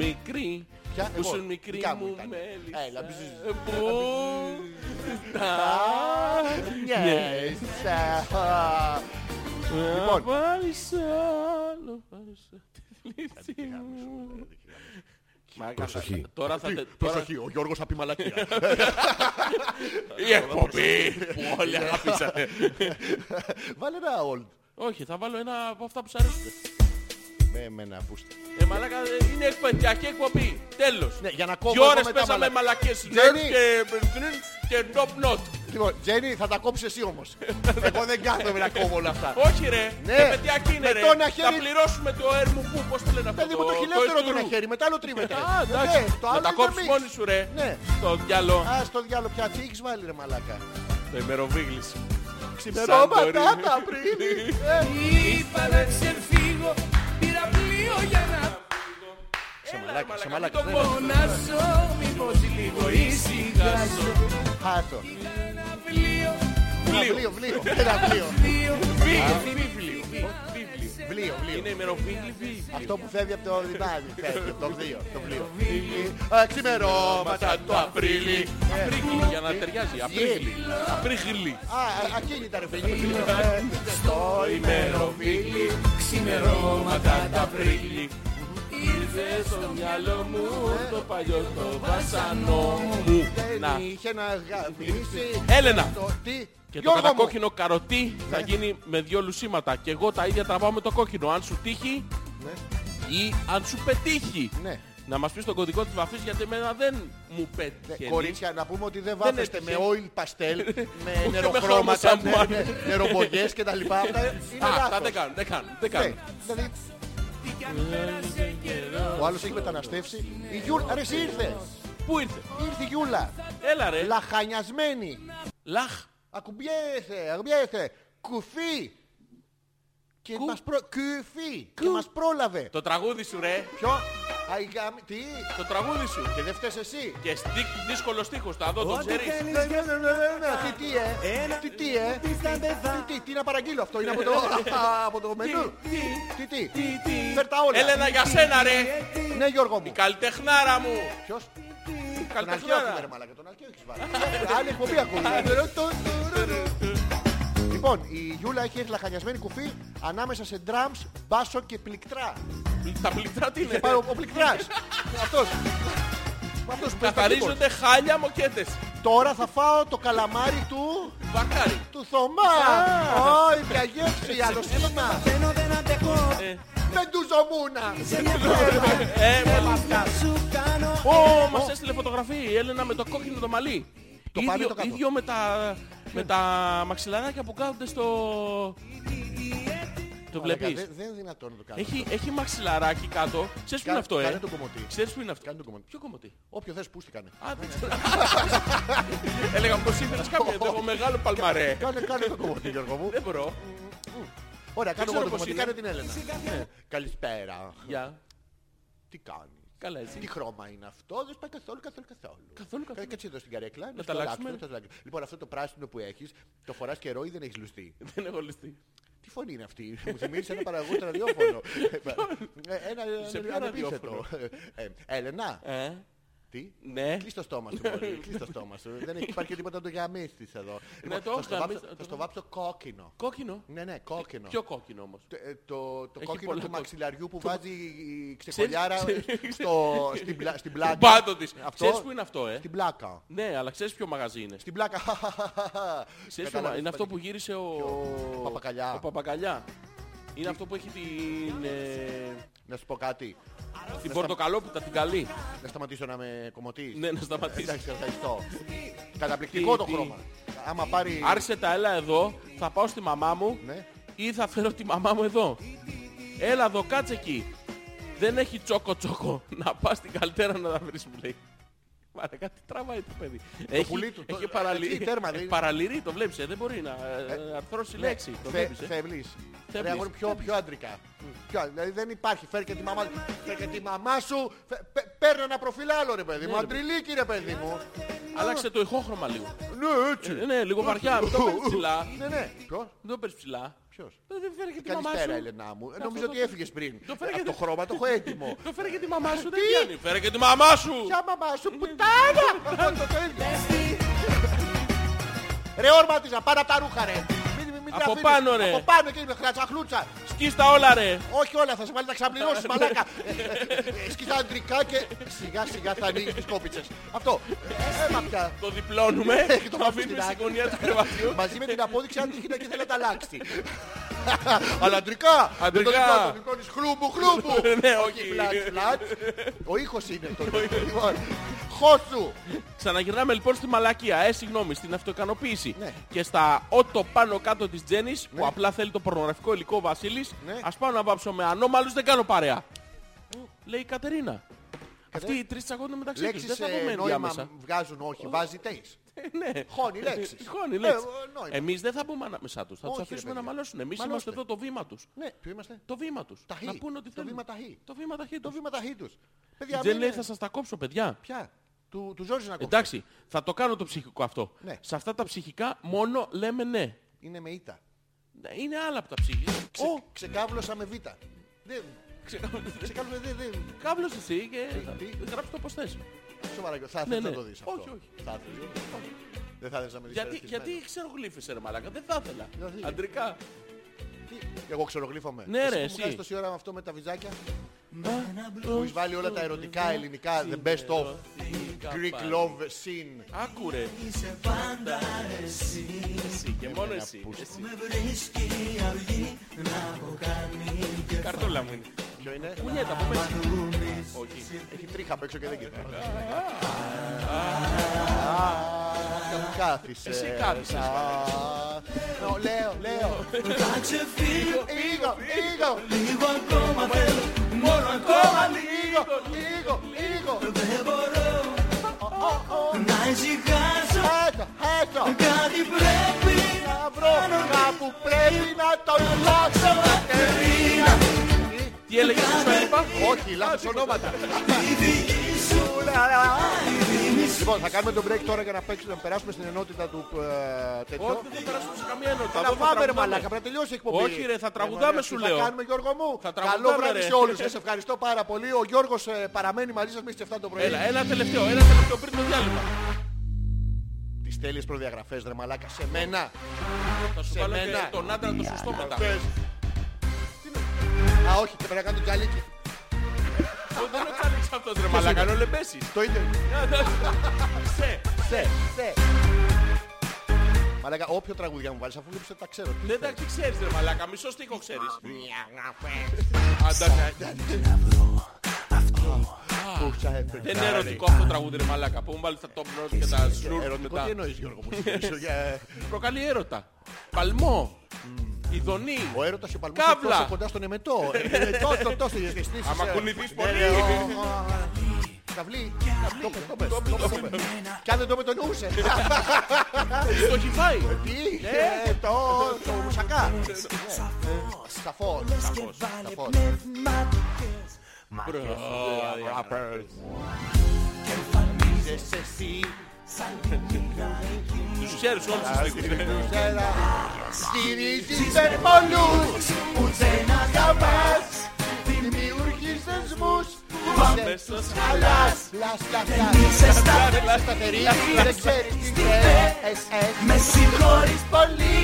Μικρή. Ποια- Ε, Που ε, εγώ, σου μικρή δικιά μου μου ήταν. Ε, μέλισσα. Έλα, μπζζ. Που ναι. Yes. Α, Λοιπόν. Λοιπόν. Βάλεις άλλο, βάλεις άλλο. Τη λύση μου. Μάκα, Προσοχή. Τώρα θα τε- τώρα- Προσοχή, ο Γιώργος θα πει μαλακία. Η εκπομπή που όλοι αγαπήσατε. Βάλε ένα old. Όχι, θα βάλω ένα από αυτά που σου αρέσουν. Με εμένα που είστε. Ε, μαλάκα, ε, είναι εκπαιδευτική εκπομπή. Τέλος. Ναι, για να κόβω Δύο εγώ ώρες μετά πέσαμε μαλακ- μαλακές Τζέρι. νερ και και top not. Λοιπόν, Τζένι, θα τα κόψεις εσύ όμως. Εγώ δεν κάθομαι να κόβω όλα αυτά. Όχι ρε, Ναι. εκπαιδευτική είναι Με ρε. το ένα Θα χέρι- πληρώσουμε το έρμου που, πώς το λένε αυτό. Παιδί μου το χιλιότερο το ένα χέρι, μετά άλλο τρίβεται. Α, Ναι, εντάξει. το Να άλλο τα είναι κόψεις mix. μόνη σου ρε. Ναι. Το διάλο. Α το διάλογο πια, τι έχεις βάλει ρε μαλάκα. Το ημεροβίγλης. Ξημερώματα τα πριν. Ε. Είπα να ξεφύγω, πήρα πλοίο για να Σε Έλα, μαλάκα, σε μαλάκα, μαλάκα. μην ναι. το πω. φωνάσω Μήπως λίγο ησυχάσω Χάτο. Ένα πλοίο, Ένα Βλίο, βλίο. Ένα βλίο. δύο, Βίβλιο. Βίβλιο. Βλίο, βλίο. Είναι ημεροβίγλη βίβλιο. Αυτό που φεύγει από το λιμάνι, φεύγει από το βλίο. Το βλίο. Α, Ξημερώματα το Απρίλι. Απρίγλι, για να Ε. ταιριάζει. Απρίγλι. Απρίγλι. Α, α, ακίνητα ρε παιδί. Ε, Στο ημεροβίλι, ξημερώματα τα πρίλι Ήρθε στο μυαλό μου το παλιό το βασανό μου. Να. Δεν είχε να γαμίσει. Έλενα. Το τι. Και το Γιώργο μου. Ναι. κατακόκκινο καροτί θα γίνει με δύο λουσίματα. Και εγώ τα ίδια τραβάω με το κόκκινο. Αν σου τύχει Ναι, ή αν σου πετύχει. Ναι. Να μας πεις τον κωδικό της βαφής γιατί εμένα δεν μου Ναι, πέτυχε. κορίτσια, να πούμε ότι δεν βάφεστε με έτυχε. oil pastel, με με νεροχρώματα, χρώμα σαμπουάν. ναι, ναι, νεροπογιές και τα λοιπά. Αυτά είναι Α, αυτά λάθος. δεν κάνουν, δεν κάνουν, δεν Ναι, κάνουν. δηλαδή, Ο άλλος έχει μεταναστεύσει. Η Γιούλα, ρε, εσύ ήρθες. Πού ήρθε. Ήρθε η Γιούλα. Έλα ρε. Λαχανιασμένη. Λαχ. Ακουμπιέθε, ακουμπιέθε. Κουφί. Και Κου- μας προ... Κουφί. Και μας πρόλαβε. Το τραγούδι σου ρε. Ποιο? Αϊ, γαμ- Τι. Το τραγούδι σου. Και δεν φταίς εσύ. Και στικ- δύσκολο στίχος, θα δω, το ξέρεις. Ναι, ναι, ναι, ναι, ναι, ναι. Τι τι ε, τι τι ε, τι τι, τι να παραγγείλω αυτό, είναι από το, από το μενού. Τι τι, φέρ τα όλα. Έλενα για σένα ρε. Ναι Γιώργο μου. Καλλιτεχνάρα μου. Ποιος, τον αρχαίο έχουμε ρε Καλλιτεχνάρα. μαλάκα, τον αρχαίο έχεις βάλει. Άλλη εκπομπή ακούγεται. Λοιπόν, η Γιούλα έχει έρθει λαχανιασμένη κουφή ανάμεσα σε drums, μπάσο και πληκτρά. Τα πληκτρά τι είναι. Πάει ο ο πληκτράς. Αυτός. Αυτός που είναι Καθαρίζονται χάλια μοκέτες. Τώρα θα φάω το καλαμάρι του... Βαρκάρι. του Θωμά. Όι, μια γεύση, αλωσίμα. Ενώ δεν αντέχω Δεν του ζωμούνα. Ε, μα- να σου κάνω Ω, μας έστειλε φωτογραφία η Έλενα με το κόκκινο το μαλλί. Το πάνω, ίδιο, το κάτω. ίδιο με τα, με τα μαξιλαράκια που κάθονται στο... Το Μαλάκα, βλέπεις. Δεν δεν είναι δυνατόν να το κάνω. Έχει, έχει μαξιλαράκι κάτω. Ξέρεις Κάνε- που είναι αυτό, κάνε ε. το κομμωτή. Ξέρεις που είναι αυτό. Κάνε το κομμωτή. Ποιο κομμωτή. Όποιο θες πούστη κάνε. Α, δεν ξέρω. Έλεγα πως ήθελες κάποιο. Το έχω μεγάλο παλμαρέ. Κάνε, κάνε το κομμάτι Γιώργο μου. Δεν μπορώ. Ωραία, κάνω εγώ Ε, το ξέρω πώς κομμάτι. είναι. Κάνε την Έλενα. Ναι. Καλησπέρα. Γεια. Τι κάνεις. Καλά Τι εσύ. χρώμα είναι αυτό, δεν σπάει καθόλου, καθόλου, καθόλου. Καθόλου, καθόλου. Κα- Κάτσε εδώ στην καρέκλα. Να τα το αλλάξουμε. αλλάξουμε, να το αλλάξουμε. Λοιπόν, αυτό το πράσινο που έχεις, το φοράς καιρό ή δεν έχεις λουστεί. Δεν έχω ληστεί. Τι φωνή είναι αυτή, μου θυμίζεις ένα παραγωγό ραδιόφωνο. Ε, Ένα Σε ποιο ανεπίθετο. Ε, Έλενα, Ε, Τι? Ναι. Ναι, Κλείς το στόμα σου, Μωρή. Κλείς το στόμα σου. Δεν έχει υπάρχει τίποτα να το γαμίσεις εδώ. Λοιπόν, θα το έχω στο βάψω- γαμίσει- Θα στο βάψω κόκκινο. Κόκκινο. Ναι, ναι, κόκκινο. Πιο κόκκινο όμως. Το- ε, Το, το Έχει κόκκινο πολλά του κόκκινα. μαξιλαριού που βάζει η ξεκολιάρα Ξέρεις- στο, στην, πλα, στην πλάτη. Στον πάτο της. Αυτό- Ξέρεις που είναι αυτό, ε? Στην πλάκα. Ναι, αλλά ξέρεις ποιο μαγαζί είναι. Στην πλάκα. Ξέρεις ποιο Καταλάβεις, μαγαζί. Είναι αυτό υπάρχει. που γύρισε ο... ο Παπακαλιά. Ο Παπακαλιά. Είναι αυτό που έχει την... ε, Να σου πω κάτι. Την πορτοκαλόπιτα, την καλή. Να σταματήσω να με κομμωτείς. Ναι, να σταματήσεις. Εντάξει, ευχαριστώ. Καταπληκτικό Τι- το τι- χρώμα. Άμα πάρει... Άρχισε τα έλα εδώ, θα πάω στη μαμά μου Ναι. ή θα φέρω τη μαμά μου εδώ. Έλα εδώ, κάτσε εκεί. Δεν έχει τσόκο τσόκο. Να πας στην καλτέρα να τα βρεις, μου λέει. Μάρα, κάτι τραβάει το παιδί. έχει πουλί του, το- έχει παραλυ... έτσι, τέρμα, ε, δεν- ναι, παραλυρεί, το βλέπεις. Δεν μπορεί να ε, αρθρώσει λέξη. Το Θε- βλέπεις, ε. Θεβλής. Θεβλής. Ρε αγόρι, πιο, πιο άντρικα. Πιο- δηλαδή δεν υπάρχει. Φέρ και τη μαμά, φέρ και τη μαμά σου. Φε- πε- Παίρνω ένα προφίλ άλλο ρε παιδί μου. Ναι, ρε. Αντριλίκι ρε παιδί μου. Άλλαξε το ηχόχρωμα λίγο. Ναι, έτσι. Ε, ναι, λίγο βαριά. Μην το παίρνεις ψηλά. Ναι, ναι. Ποιος, Μην το παίρνεις ψηλά. ποιος. Ε, Δεν φέρει και τη μαμά σου. Καλησπέρα, Ελενά μου. Ε, Νομίζω το- ότι έφυγες πριν. το φέρε Αυτό και- το χρώμα το έχω έτοιμο. Το φέρε και τη μαμά σου. Δεν Τι? πιάνει. Φέρε και τη μαμά σου. Ποια μαμά σου, πουτάνα! Αυτό το ίδιο. Ρε όρματιζα, πάνω από τα ρούχα ρε. Μην- μην- μην Από αφήνεις. πάνω, ρε. Από πάνω και με χρατσαχλούτσα. Σκίστα όλα, ρε. Όχι όλα, θα σε βάλει να ξαπληρώσεις Ναι. μαλάκα. Σκίτα αντρικά και σιγά σιγά θα ανοίγεις τις κόπιτσες. Αυτό. Έμα πια. Το διπλώνουμε. Έχει το Το αφήνουμε χαμιστηράκι. στην γωνία του κρεβατιού. Μαζί με την απόδειξη αν τύχει να και θέλει να τα αλλάξει. Αλλά αντρικά. Δεν το Αντρικά. διπλώνεις, το διπλώνεις χλούμπου, χλούμπου. Ναι, όχι. Φλατ, φλατ. Ο ήχος είναι το. Λοιπόν, Χώσου. Ξαναγυρνάμε λοιπόν στη μαλακία, ε, συγγνώμη, στην αυτοικανοποίηση. Ναι. Και στα ότο πάνω κάτω της Τζέννης, που Ναι. απλά θέλει το πορνογραφικό υλικό ο Βασίλης, Ναι. ας πάω να βάψω με ανώμαλους, δεν κάνω παρέα. Λέει η Κατερίνα. Αυτοί οι τρεις τσακώνται μεταξύ τους, δεν Λέξεις θα ε, πούμε νόημα διάμεσα. βγάζουν όχι, βάζει τέις. Ναι. Χώνει λέξεις. Χώνει λέξεις. Ε, νόημα. Εμείς δεν θα πούμε ανάμεσά τους, θα τους Όχι, ρε, αφήσουμε να παιδιά. μαλώσουν. Εμείς Μαλώστε. είμαστε εδώ το βήμα τους. Ναι, ποιο είμαστε. Το βήμα τους. Ταχύ. Να πούνε ότι Το θέλουν. βήμα ταχύ. Το βήμα ταχύ. Το τους. βήμα ταχύ τους. Η Παιδιά, Τζέννη μην λέει είναι- θα σας τα κόψω παιδιά. Ποια. Του, του Ζόρζη να κόψει. Εντάξει, θα το κάνω το ψυχικό αυτό. Ναι. Σε αυτά τα ψυχικά μόνο λέμε ναι. Είναι με ήττα. Ναι, Είναι άλλα από τα ψυχή. Ξε, Ω, Ξεκάβλωσα με βήτα. Δεν. Ξεκάβλωσα δεν. δεν. κάβλος εσύ και Τι? γράψε το πώς θες. Σοβαρά. Θα Ναι, ήθελα να ναι. το δεις αυτό. Όχι, όχι. Θα ήθελες. Δεν θα ήθελες να με δεις. Γιατί, ερεθισμένο. γιατί ξερογλύφεσαι ρε μαλάκα, δεν θα ήθελα. Γιατί? Αντρικά. Τι, Εγώ ξερογλύφομαι. Ναι, ρε, Που εσύ. μου κάνεις τόση ώρα με αυτό με τα βυζάκια. Που έχεις βάλει όλα τα ερωτικά ελληνικά. The best of Greek love scene. Άκουρε. Εσύ και μόνο εσύ. εσύ. Καρτούλα μου είναι. Ποιο είναι. Κουνιέται από μέσα. Όχι. Έχει τρίχα απ' έξω και δεν κοιτάει. Κάθισε. Εσύ κάθισες, Α, νο, Λέω, λέω. Λίγο, λίγο. Ακόμα λίγο, λίγο, λίγο. Έτω, έτω. Να βρω κάπου πρέπει να το αλλάξω. Κατερίνα. Τι έλεγες στο έλπα. Όχι, λάθος ονόματα. Λοιπόν, θα κάνουμε το break τώρα για να παίξουμε, να περάσουμε στην ενότητα του ε, τέτοιου. Όχι, δεν θα περάσουμε σε καμία ενότητα. Θα Εδώ θα φάμε ρε τραγουδάμε. μαλάκα, πρέπει να τελειώσει η εκπομπή. Όχι, ρε, θα Ε, τραγουδάμε, Μαρία, σου τι λέω. Θα κάνουμε Γιώργο μου. Θα Καλό τραγουδάμε, βράδυ ρε. σε όλους. Σας ευχαριστώ πάρα πολύ. Ο Γιώργος ε, παραμένει μαζί σας μέχρι τις 7 το πρωί. Έλα, ε. ένα τελευταίο, ένα τελευταίο πριν το διάλειμμα. Τις τέλειες προδιαγραφές ρε μαλάκα σε μένα. Θα σου Σε βάλω μένα. και τον άντρα το σωστό μετά. Πες. Τι είναι? Α, όχι, πρέπει να κάνω τζαλίκι. Ο- Δεν ο Τσάλιξ αυτός ρε μαλάκα, είναι ο Λεμπέσης. Το ίδιο. Σε, Σε, σε. Μαλάκα, όποιο τραγουδιά μου βάλεις, αφού βλέπεις ότι τα ξέρω. ναι εντάξει ξέρεις ρε μαλάκα, μισό στίχο ξέρεις. ναι. ναι. Που ξα- Δεν είναι ερωτικό αυτό το τραγούδι ρε μαλάκα, που μου βάλεις τα top note και τα σλουρ Ερωτικό τι μετά. εννοείς Γιώργο μου. Συγγνώμη, για- Προκαλεί έρωτα. Παλμό. Ιδονή. Mm. Ο έρωτας και ο παλμός είναι Καύλα. τόσο κοντά στον εμετό. Ε, Τόσο, τόσο οι αισθήσεις. Άμα ε, κουνηθείς ναι, πολύ. ρε, ο- ο- Καβλή. Το πες, το πες, το πες, το πες. Κι αν δεν το μετονοούσε. Το έχει φάει. Τι, ε, το το μουσακά. Ναι. Σαφώς. Σαφώς. σαφώς. Είσαι εσύ, Τους ξέρεις όλους τους στίχους. στην κουζέλα, στηρίζεις σε πολλούς που δεν αγαπάς, δημιουργείς δεσμούς που δεν στο Λας, λας, λας, λας. Είσαι στα Δεν είσαι σταθερή, δεν ξέρεις τι Ε, θες. Με συγχωρείς πολύ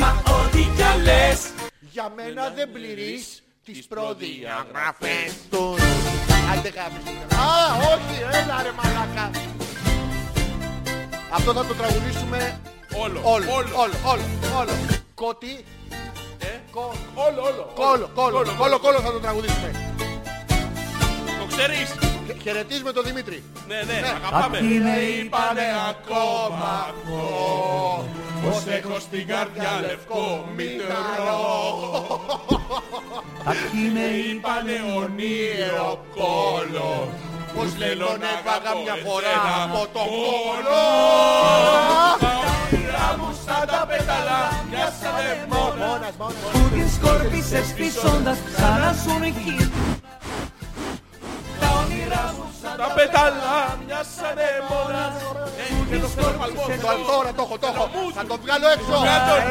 Μα ό,τι κι αν λες Για μένα δεν πληρείς τις προδιαγραφές του. Άντε γάμισε. Α, όχι, έλα ρε μαλάκα. Αυτό θα το τραγουδήσουμε Όλο. όλο, όλο, όλο, όλο. Κότι, ε. κο- Όλο, όλο. κόλο, κόλο, κόλο, κόλο θα το τραγουδήσουμε. Το ξέρεις. Χε- Χαιρετίζουμε τον Δημήτρη. Ναι, ναι, αγαπάμε. Τι με είπανε ακόμα Πως έχω στην καρδιά λευκό μητρό Εκεί με Είπανε ονείρο κόλο Πως λελόν έφαγα μια φορά από το κόλο Μια σαν Μόνας, μόνας που την σκόρπισες πισώντας Ξανά σου νυχεί Τα όνειρά μου σαν τα πεταλά, μια σαν μόνας. Ε, και το σκόρπαλμό. Το λοιπόν. τώρα το έχω, το έχω. Θα το βγάλω έξω.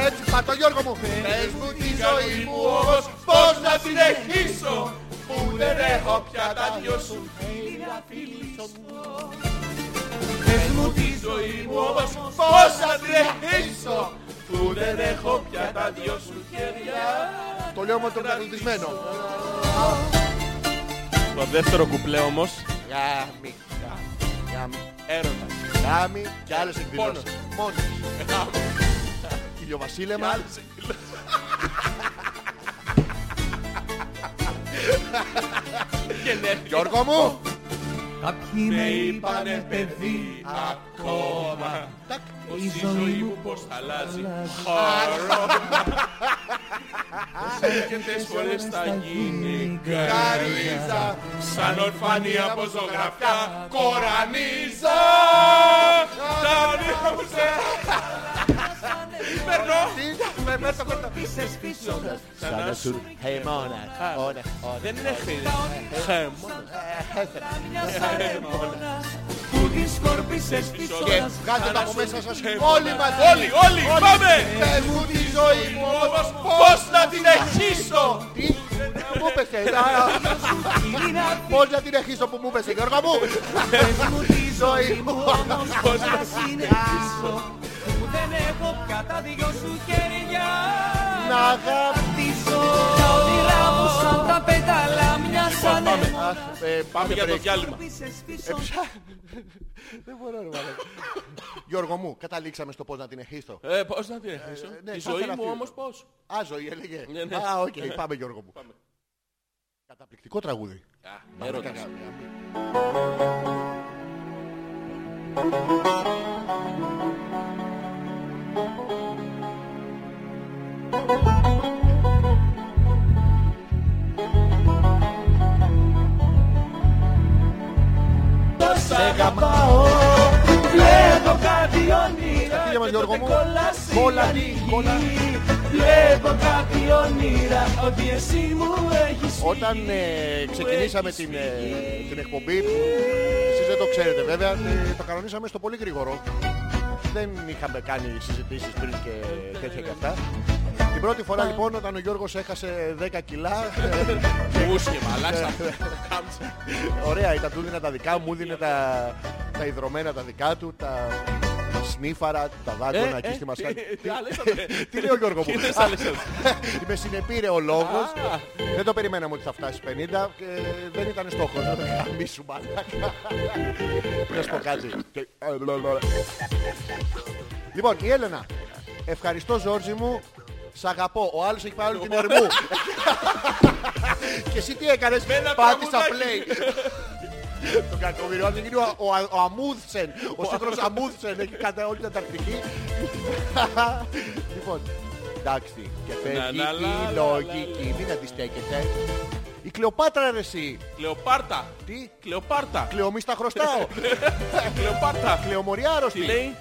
Έτσι, πατώ Γιώργο μου. Πες μου τη ζωή μου όμως πώς να συνεχίσω. Που δεν έχω πια τα δυο σου χέρια φιλήσω μου. Πες μου τη ζωή μου όμως πώς να συνεχίσω. Που δεν έχω πια τα δυο σου χέρια. Το λέω με τον κατελτισμένο. Το δεύτερο κουπλέ όμως. Γάμι, γάμι, Έρωτας. γάμι και άλλες εκδηλώσεις. Μόνος. Ηλιοβασίλεμα. Και ναι. Γιώργο μου. Κάποιοι με είπανε παιδί Ακόμα. Τακ. Πως η ζωή μου πως αλλάζει. Αρκετές φορές θα γίνει καρδίζα. Σαν ορφανή από ζωγραφιά κορανίζα. Τα νύχτα μου σε... Περνώ. Τι, με μέσα από τα... Πίσες πισώντας Σαν να σου χειμώνα, ώρα, ώρα. Δεν είναι χέρι. Μια σαρεμόνα που την σκόρπισες Και πισώντας βγάλτε τα από μέσα σας χειμώνα. όλοι μαζί. Ε, Όλοι, όλοι, πάμε. Πες μου τη ζωή μου όμως Πώς να την αρχίσω. Τι, μου πέσε. Είναι να Πώς να την αρχίσω που μου πέσε Γιώργο μου. Πες μου τη ζωή μου όμως πως να συνεχίσω Που δεν έχω πια τα δυο σου χέρια Να αγαπήσω. χτίσω Τα όνειρά μου σαν τα πέταλα μια σαν εμόνα Ε, Πάμε Για το break. διάλειμμα. Πίσες πίσω Δεν μπορώ να βάλω. Γιώργο μου, καταλήξαμε στο πώς να την αρχίσω. Ε, πώς να την αρχίσω. ναι, Τη θα ζωή ήθελα μου φίλο. όμως πώς. Α, ζωή έλεγε. Ναι, ναι. Α, οκ, πάμε Γιώργο μου. Καταπληκτικό τραγούδι. Έρωτας. Σ' αγαπάω Βλέπω κάτι όνειρα φίλια και μας, Γιώργο τότε μου. κολλάς η Κολλάνε, αυγή. κολλάνε. Βλέπω κάτι όνειρα ότι εσύ μου έχεις Όταν φύγει, ε, μου ξεκινήσαμε έχεις την, φύγει. ε, την εκπομπή, εσείς δεν το ξέρετε βέβαια, ε, το κανονίσαμε στο πολύ γρήγορο. Δεν είχαμε κάνει συζητήσεις πριν και τέτοια και αυτά. Την πρώτη φορά λοιπόν όταν ο Γιώργος έχασε 10 κιλά, ε, Ούσκευα, αλλάξα. Κάμψα. ωραία ήταν, του δίνε τα δικά μου, δίνε τα, τα υδρωμένα τα δικά του, τα σνίφαρα, τα δάγκωνα εκεί στη μασχάλη. Ε, Τι άλλες θα πες. Τι λέει ο Γιώργο μου. Τι θες άλλες θα πες. Είμαι συνεπήρε ο λόγος. Δεν το περιμέναμε ότι θα φτάσει 50. και δεν ήταν στόχος. Μη σου μαλάκα. Να σου πω κάτι. Και- ε, Λοιπόν, η Έλενα. Ευχαριστώ Ζόρζι μου. Σ' αγαπώ. Ο άλλος έχει πάρει όλη την ερμού. Και εσύ τι έκανες. Με ένα Πάτησα τραγουδάκι. play. Το κακομοιριό αν δεν γίνει ο, ο, ο Αμούδσεν. Ο σύγχρονος Αμούδσεν έχει κατά όλη την Ανταρκτική. λοιπόν, εντάξει. Και Να, φεύγει να, λα, η λα, λογική. Μην αντιστέκεται. Η Κλεοπάτρα ρε εσύ. Κλεοπάρτα. Τι, Κλεοπάρτα. κλεωμή στα χρωστάω. Κλεοπάρτα. Κλεομοριά Τι άρρωστη. λέει.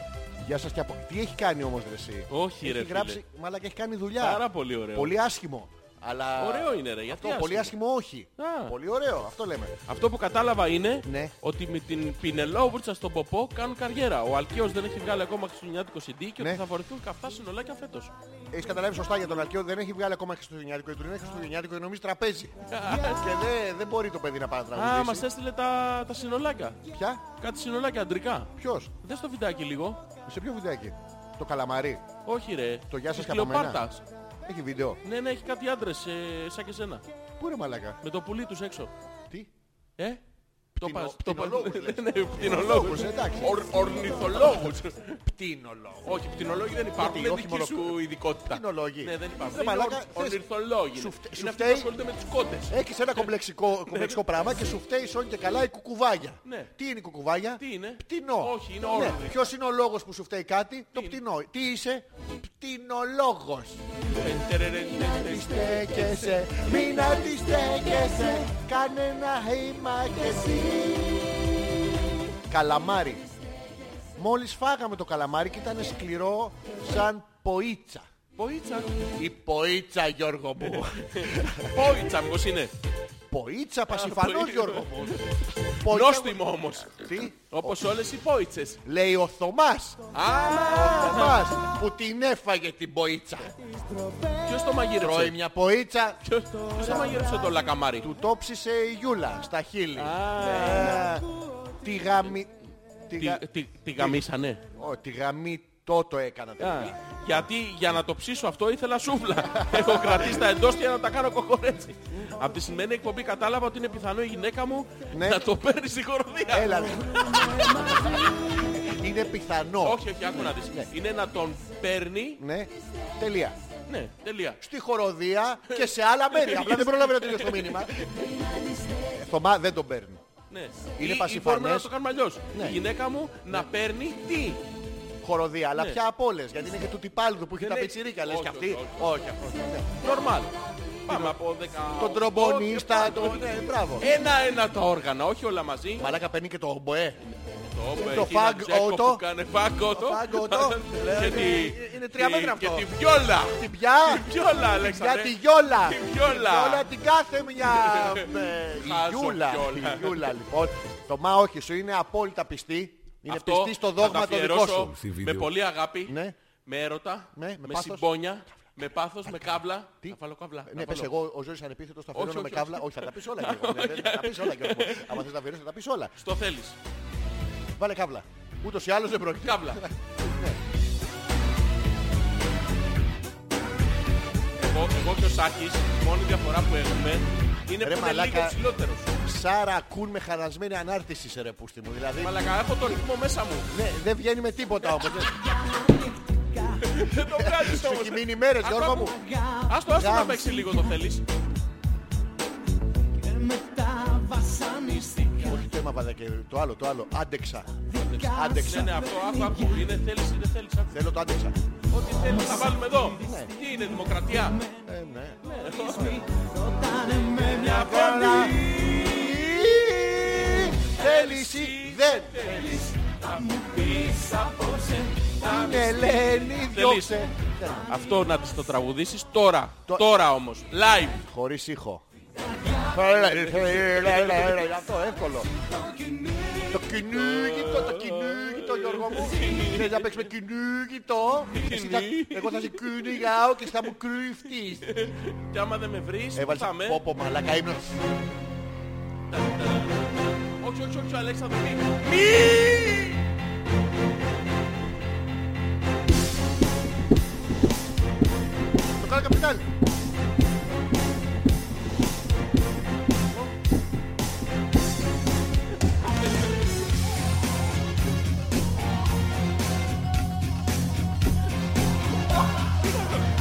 Γεια σας και από... Τι έχει κάνει όμως ρε εσύ. Όχι, ρε, Έχει φίλε. γράψει, μαλάκα έχει κάνει δουλειά. Πάρα πολύ ωραίο. Πολύ άσχημο. Αλλά Ωραίο είναι, ρε, γιατί Αυτό πολύ άσχημο. άσχημο όχι. Α. Πολύ ωραίο, αυτό λέμε. Αυτό που κατάλαβα είναι Ναι. ότι με την Πινελόβουρτσα στον Ποπό κάνουν καριέρα. Ο Αλκαίος δεν έχει βγάλει ακόμα χριστουγεννιάτικο CD και Ναι. ότι θα φορηθούν καυτά συνολάκια φέτος. Έχεις καταλάβει σωστά για τον Αλκαίο δεν έχει βγάλει ακόμα χριστουγεννιάτικο. Η του είναι χριστουγεννιάτικο και νομίζει τραπέζι. και δεν, δεν μπορεί το παιδί να πάει να Α, τραγουδήσει. μας έστειλε τα, τα συνολάκια. Ποια, Κάτι συνολάκια αντρικά. ποιος, Δες το βιντεάκι λίγο. σε ποιο βιντεάκι. Το καλαμαρί. Όχι ρε. Το γεια σας Της και από μένα. Κλεοπάτρας. Έχει βίντεο. Ναι, ναι, έχει κάτι άντρες ε, σαν και σένα. Πού είναι μαλακά. Με το πουλί τους έξω. Τι. Ε, το πας. Το πας. πτηνολόγος, λες. Ναι, πτυνολόγους. εντάξει. Ορνηθολόγους. Πτήνολο. Όχι, πτυνολόγοι δεν υπάρχουν. Γιατί, Δεν όχι δική μόνο σου ειδικότητα. Πτηνολόγοι. Ναι, δεν Ρε υπάρχουν. μαλάκα, Είναι θες- ορνηθολόγοι. σου φτε- σου Είναι αυτοί που φταίει- ασχολούνται με τις κότες. Έχεις ένα κομπλεξικό, κομπλεξικό πράγμα και σου φταίει σώνει και καλά η κουκουβάγια. Ναι. Τι είναι η κουκουβάγια? Τι είναι? Πτηνό. Ναι. Όχι, είναι όρνη. Ποιος είναι ο λόγος που σου φταίει κάτι? το είναι? πτηνό. Τι είσαι? Πτηνολόγος. Ε, τερερε, Μη στέκεσαι, μην αντιστέκεσαι, κάνε ένα χήμα κι εσύ. Καλαμάρι. Μόλις φάγαμε το καλαμάρι και ήταν σκληρό σαν ποίτσα. Ποίτσα. Η ποίτσα Γιώργο μου. Ποίτσα, μήπως είναι. ποίτσα πασιφανός ποίτσα. Γιώργο μου. Νόστιμο όμως. Τι, Όπως όλες οι πόιτσες. λέει ο Θωμάς. Ο Θωμάς που την έφαγε την ποίτσα. Ποιος το Τρώει μαγείρεψε. μια ποίτσα, Ποιος ποιος το μαγείρεψε το λακαμάρι. του το ψησε η Γιούλα στα χείλη. Ε, Τη γαμι... τη Τι- γα- τι- Τι γαμίσανε. Ω, τη γαμή το έκανα. Α, Γιατί για να το ψήσω αυτό ήθελα σούβλα. Έχω κρατήσει τα εντός για να τα κάνω κοκορέτσι. Από τη σημερινή εκπομπή κατάλαβα ότι είναι πιθανό η γυναίκα μου Ναι. να το παίρνει στη χοροδία. Έλα. ρε. Είναι πιθανό. Όχι, όχι, άκου να δεις. Είναι να τον παίρνει. Ναι. Τελεία. Ναι, τελεία. Στη χοροδία και σε άλλα μέρη. Απλά δεν πρόλαβε να τελειώσει το μήνυμα. Ε, Θωμά δεν τον παίρνει. Ναι. Είναι Ή- ή πασιφανές. Μπορούμε να το κάνουμε αλλιώς. Ναι. Η γυναίκα μου να παίρνει τι. Χοροδία, αλλά Ναι. πια από όλες. Γιατί είναι και του τυπάλιδου που έχει Δεν τα έχει- πιτσιρίκα. Λες όχι, και αυτή. όχι, Όχι, αυτό. ναι. Νορμάλ. Πάμε από 10. Τον τρομπονίστα, τον. Ναι, μπράβο. Ένα-ένα τα όργανα, όχι όλα μαζί. Μαλάκα παίρνει και το ομποέ. Το, το φαγ ότο. Το φαγ ότο. Και τη- Είναι τρία τη- μέτρα αυτό. Και τη βιόλα. Την πια. Τη βιόλα, Για Αλέξανδρε. τη γιόλα. Τη Γιόλα. Όλα την κάθε μια. ε, Η Χάζω γιούλα. Γιόλα. Η γιούλα λοιπόν. Το μα όχι σου είναι απόλυτα πιστή. Είναι Αυτό πιστή στο θα τα δόγμα το δικό αφιερώσω σου. Με πολύ αγάπη, Ναι. με έρωτα, Ναι, με με πάθος. συμπόνια, με πάθος, με κάβλα. Τι? Θα βάλω κάβλα. Ναι, θα πες βάλω. εγώ, ο Ζώρης ανεπίθετος, τα αφιερώνω Όχι, με όχι, καύλα. όχι. Όχι, θα τα πεις όλα. Γιώργο, ναι, δεν- Θα τα πεις όλα. Γιώργο. Άμα θες να αφιερώσεις, θα τα πεις όλα. Στο θέλεις. Βάλε καύλα. Ούτως ή άλλως δεν πρόκειται. Κάβλα. εγώ, εγώ και ο Σάκης, η μόνη διαφορά που έχουμε Ρε είναι που είναι λίγο μαλάκα. ψηλότερος. Σάρα κούν με χαρασμένη ανάρτηση σε ρε πούστη μου. Δηλαδή, Μαλακά, έχω το ρυθμό μέσα μου. ναι, δεν βγαίνει με τίποτα όμως. Δεν το βγάζεις Σου όμως. έχει μείνει μέρες, Άκου, Γιώργο άκου. μου. Άστο, άστο να Γάμ. παίξεις λίγο το θέλεις. Και μετά βασανίστηκα Όχι το έμαθα και το άλλο, το άλλο. Άντεξα. Δικά Άντεξα. Ναι, ναι, αυτό άκου, άκου. Είναι θέλεις, είναι θέλεις. άκου. Θέλω το άντεξα. Ό,τι θέλεις θα βάλουμε εδώ. Τι είναι, δημοκρατία. Ε, ναι. Ρωτάνε με μια Καλά. φωνή Θέλεις ή δεν Θα μου πεις απόψε Θα την Ελένη διώξε. Αυτό να της το τραγουδήσεις τώρα. Το- Τώρα όμως. Live. Χωρίς ήχο. Αυτό εύκολο. Το κυνήγητο, το κυνήγητο Γιώργο μου. Θες να παίξουμε κυνήγητο. Εσύ θα- Κυνή. Εγώ θα σε κυνηγάω και θα μου κρυφτείς. Και άμα δεν με βρεις, Έβαλες θα με... πόπο μαλακά ύμνος. Όχι, όχι, όχι, Αλέξανδρο, μη. Μη! Το κάνω καπιτάλι.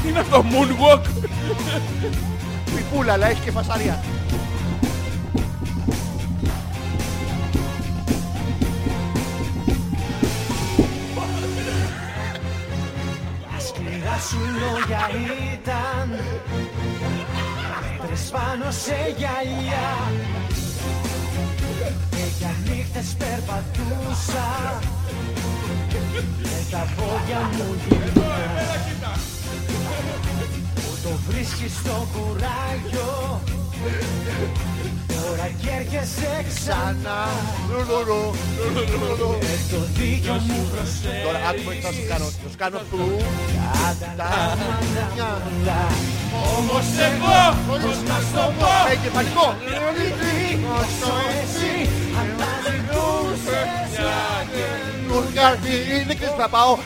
Τι είναι αυτό, moonwalk. Πιπούλα, αλλά έχει και φασαρία. Σκληρά σου λόγια ήταν Άχτρες πάνω σε γυαλιά Και για νύχτες περπατούσα Με τα πόδια μου γυρνά Το βρίσκεις στο κουράγιο Τώρα κι έρχεσαι ξανά Λουλουρού, λουλουρού. Με το δίκιο μου προσέχεις Τώρα άκουμε θα σου κάνω. Θα σου κάνω του. τα μάτια πολλά Όμως εγώ πως να σου το πω Έχει πανικό. Λυπή όσο εσύ Αν τα ζητούσες Του κάτι είναι και θα πάω.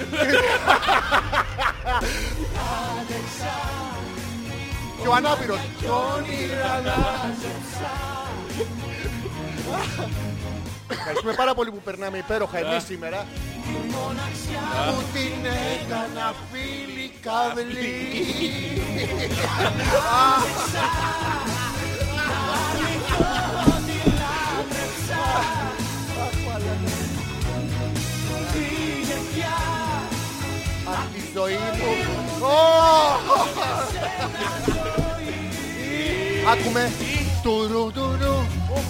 Και ο ανάπηρος. Ευχαριστούμε πάρα πολύ που περνάμε υπέροχα εμείς σήμερα. Που την έκανα φίλη ναι, καβλή. Αχ, τη ζωή μου. Ω! Άκουμε. Τουρου, τουρου.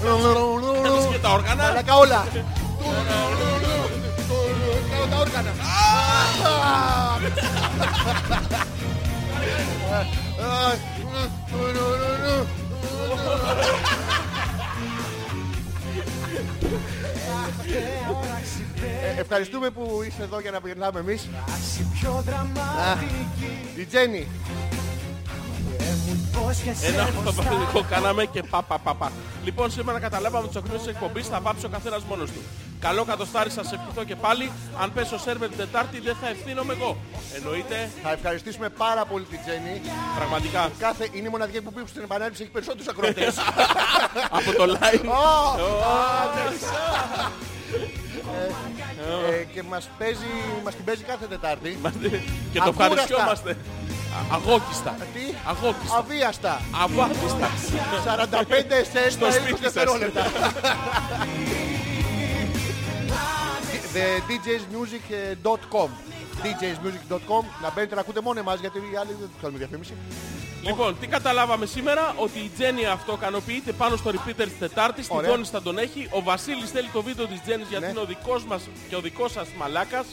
Ρου, ρου, ρου. Έχεις και τα όργανα. Μαλάκα όλα. Τουρου, ρου, ρου. Τουρου, κάνω τα όργανα. Α! Τουρου, ρου, ρου. Ε, Ευχαριστούμε που είστε εδώ για να περνάμε εμείς. Άση πιο δραματική Η Τζέννη. Μου υπόσχεσαι Ένα πως θα παπαδικό κάναμε και πα, πα, πα, πα. Λοιπόν, σήμερα καταλάβαμε τους ακροατές της εκπομπής, θα βάψει ο καθένας μόνος του. Καλό κατοστάρι σας ευχηθώ και πάλι. Αν πέσω σερβερ την Τετάρτη, δεν θα ευθύνομαι εγώ. Εννοείται, Θα ευχαριστήσουμε πάρα πολύ την Τζέννη. πραγματικά. Κάθε, είναι η μοναδική που πήγε στην επανάληψη έχει περισσότερους ακροτές. από το live. Ε, και μας, παίζει, μας την παίζει κάθε Τετάρτη. και το Ακούραστα. ευχαριστιόμαστε. Α- Αγόκιστα. Τι? Αγόκιστα. Αβίαστα. Αβάτιστα. 45 εσές Στο τα σπίτι 20 σας. δευτερόλεπτα. The ε, DJsmusic.com DJsmusic.com Να μπαίνετε να ακούτε μόνοι μας γιατί οι άλλοι δεν τους κάνουμε διαφήμιση. Λοιπόν, τι καταλάβαμε σήμερα, ότι η Τζέννη αυτοκανοποιείται πάνω στο repeater της Τετάρτης, τη Ωραία. Δόνης θα τον έχει, ο Βασίλης θέλει το βίντεο της Τζέννης γιατί Ναι. είναι ο δικός μας και ο δικός σας μαλάκας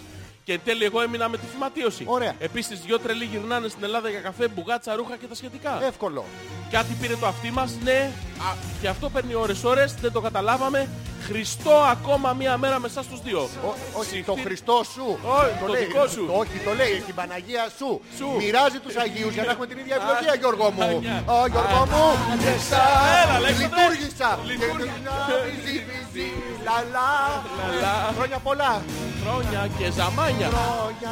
και εν τέλει εγώ έμεινα με τη φυματίωση. Ωραία. Επίσης δυο τρελοί γυρνάνε στην Ελλάδα για καφέ, μπουγάτσα, ρούχα και τα σχετικά. Εύκολο. Κάτι πήρε το αυτί μας, ναι, α, και αυτό παίρνει ώρες ώρες, δεν το καταλάβαμε. Χριστό ακόμα μία μέρα με εσάς τους δύο. Ό, όχι, Συχτή- το Χριστό σου. Όχι, το δικό σου. το- Όχι, το λέει. Την Παναγία σου. Σου. Μοιράζει τους Αγίους για να έχουμε την ίδια ευλογία, Γιώργο μου. Παναγιά. Ω, Γιώργο μου. Έλα, Αλέξανδρε. Λειτουργήσα. Λειτουργήσα. Και να βυζί, βυζί, λα, λα. λα. Χρόνια πολλά. Χρόνια και ζαμάνια. Χρόνια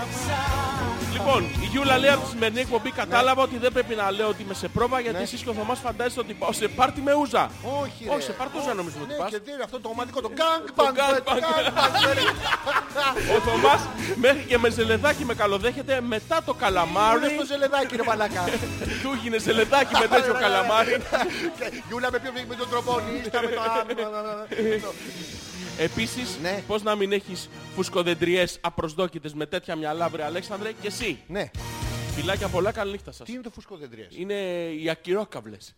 Λοιπόν, η Γιούλα λέει από τη σημερινή εκπομπή κατάλαβα ότι δεν πρέπει να λέω ότι είμαι σε πρόβα γιατί εσείς και ο Θωμάς φαντάζεστε ότι πάω σε πάρτι με ούζα. Ναι. Όχι, Όχι, ρε. σε παρτούζα νομίζω ότι Ναι, πας. και τι είναι αυτό το ομαδικό, το gangbang. ρε, gangbang. gangbang, ρε. Ο Θωμάς μέχρι και με ζελεδάκι με καλοδέχεται μετά το Πού είναι καλαμάρι. στο ζελεδάκι, ρε μαλακά. Του έγινε ζελεδάκι με τέτοιο καλαμάρι. Και Γιούλα με ποιο βγήκε, με τον τρομπονίστα, με το άμυνα. Επίσης, Ναι. πώς να μην έχεις φουσκοδεντριές απροσδόκητες με τέτοια μυαλά, βρε Αλέξανδρε, και εσύ. Ναι, Φιλάκια πολλά, καλή νύχτα σας. τι είναι το φούσκο δεντρίας. Είναι οι ακυρόκαυλες.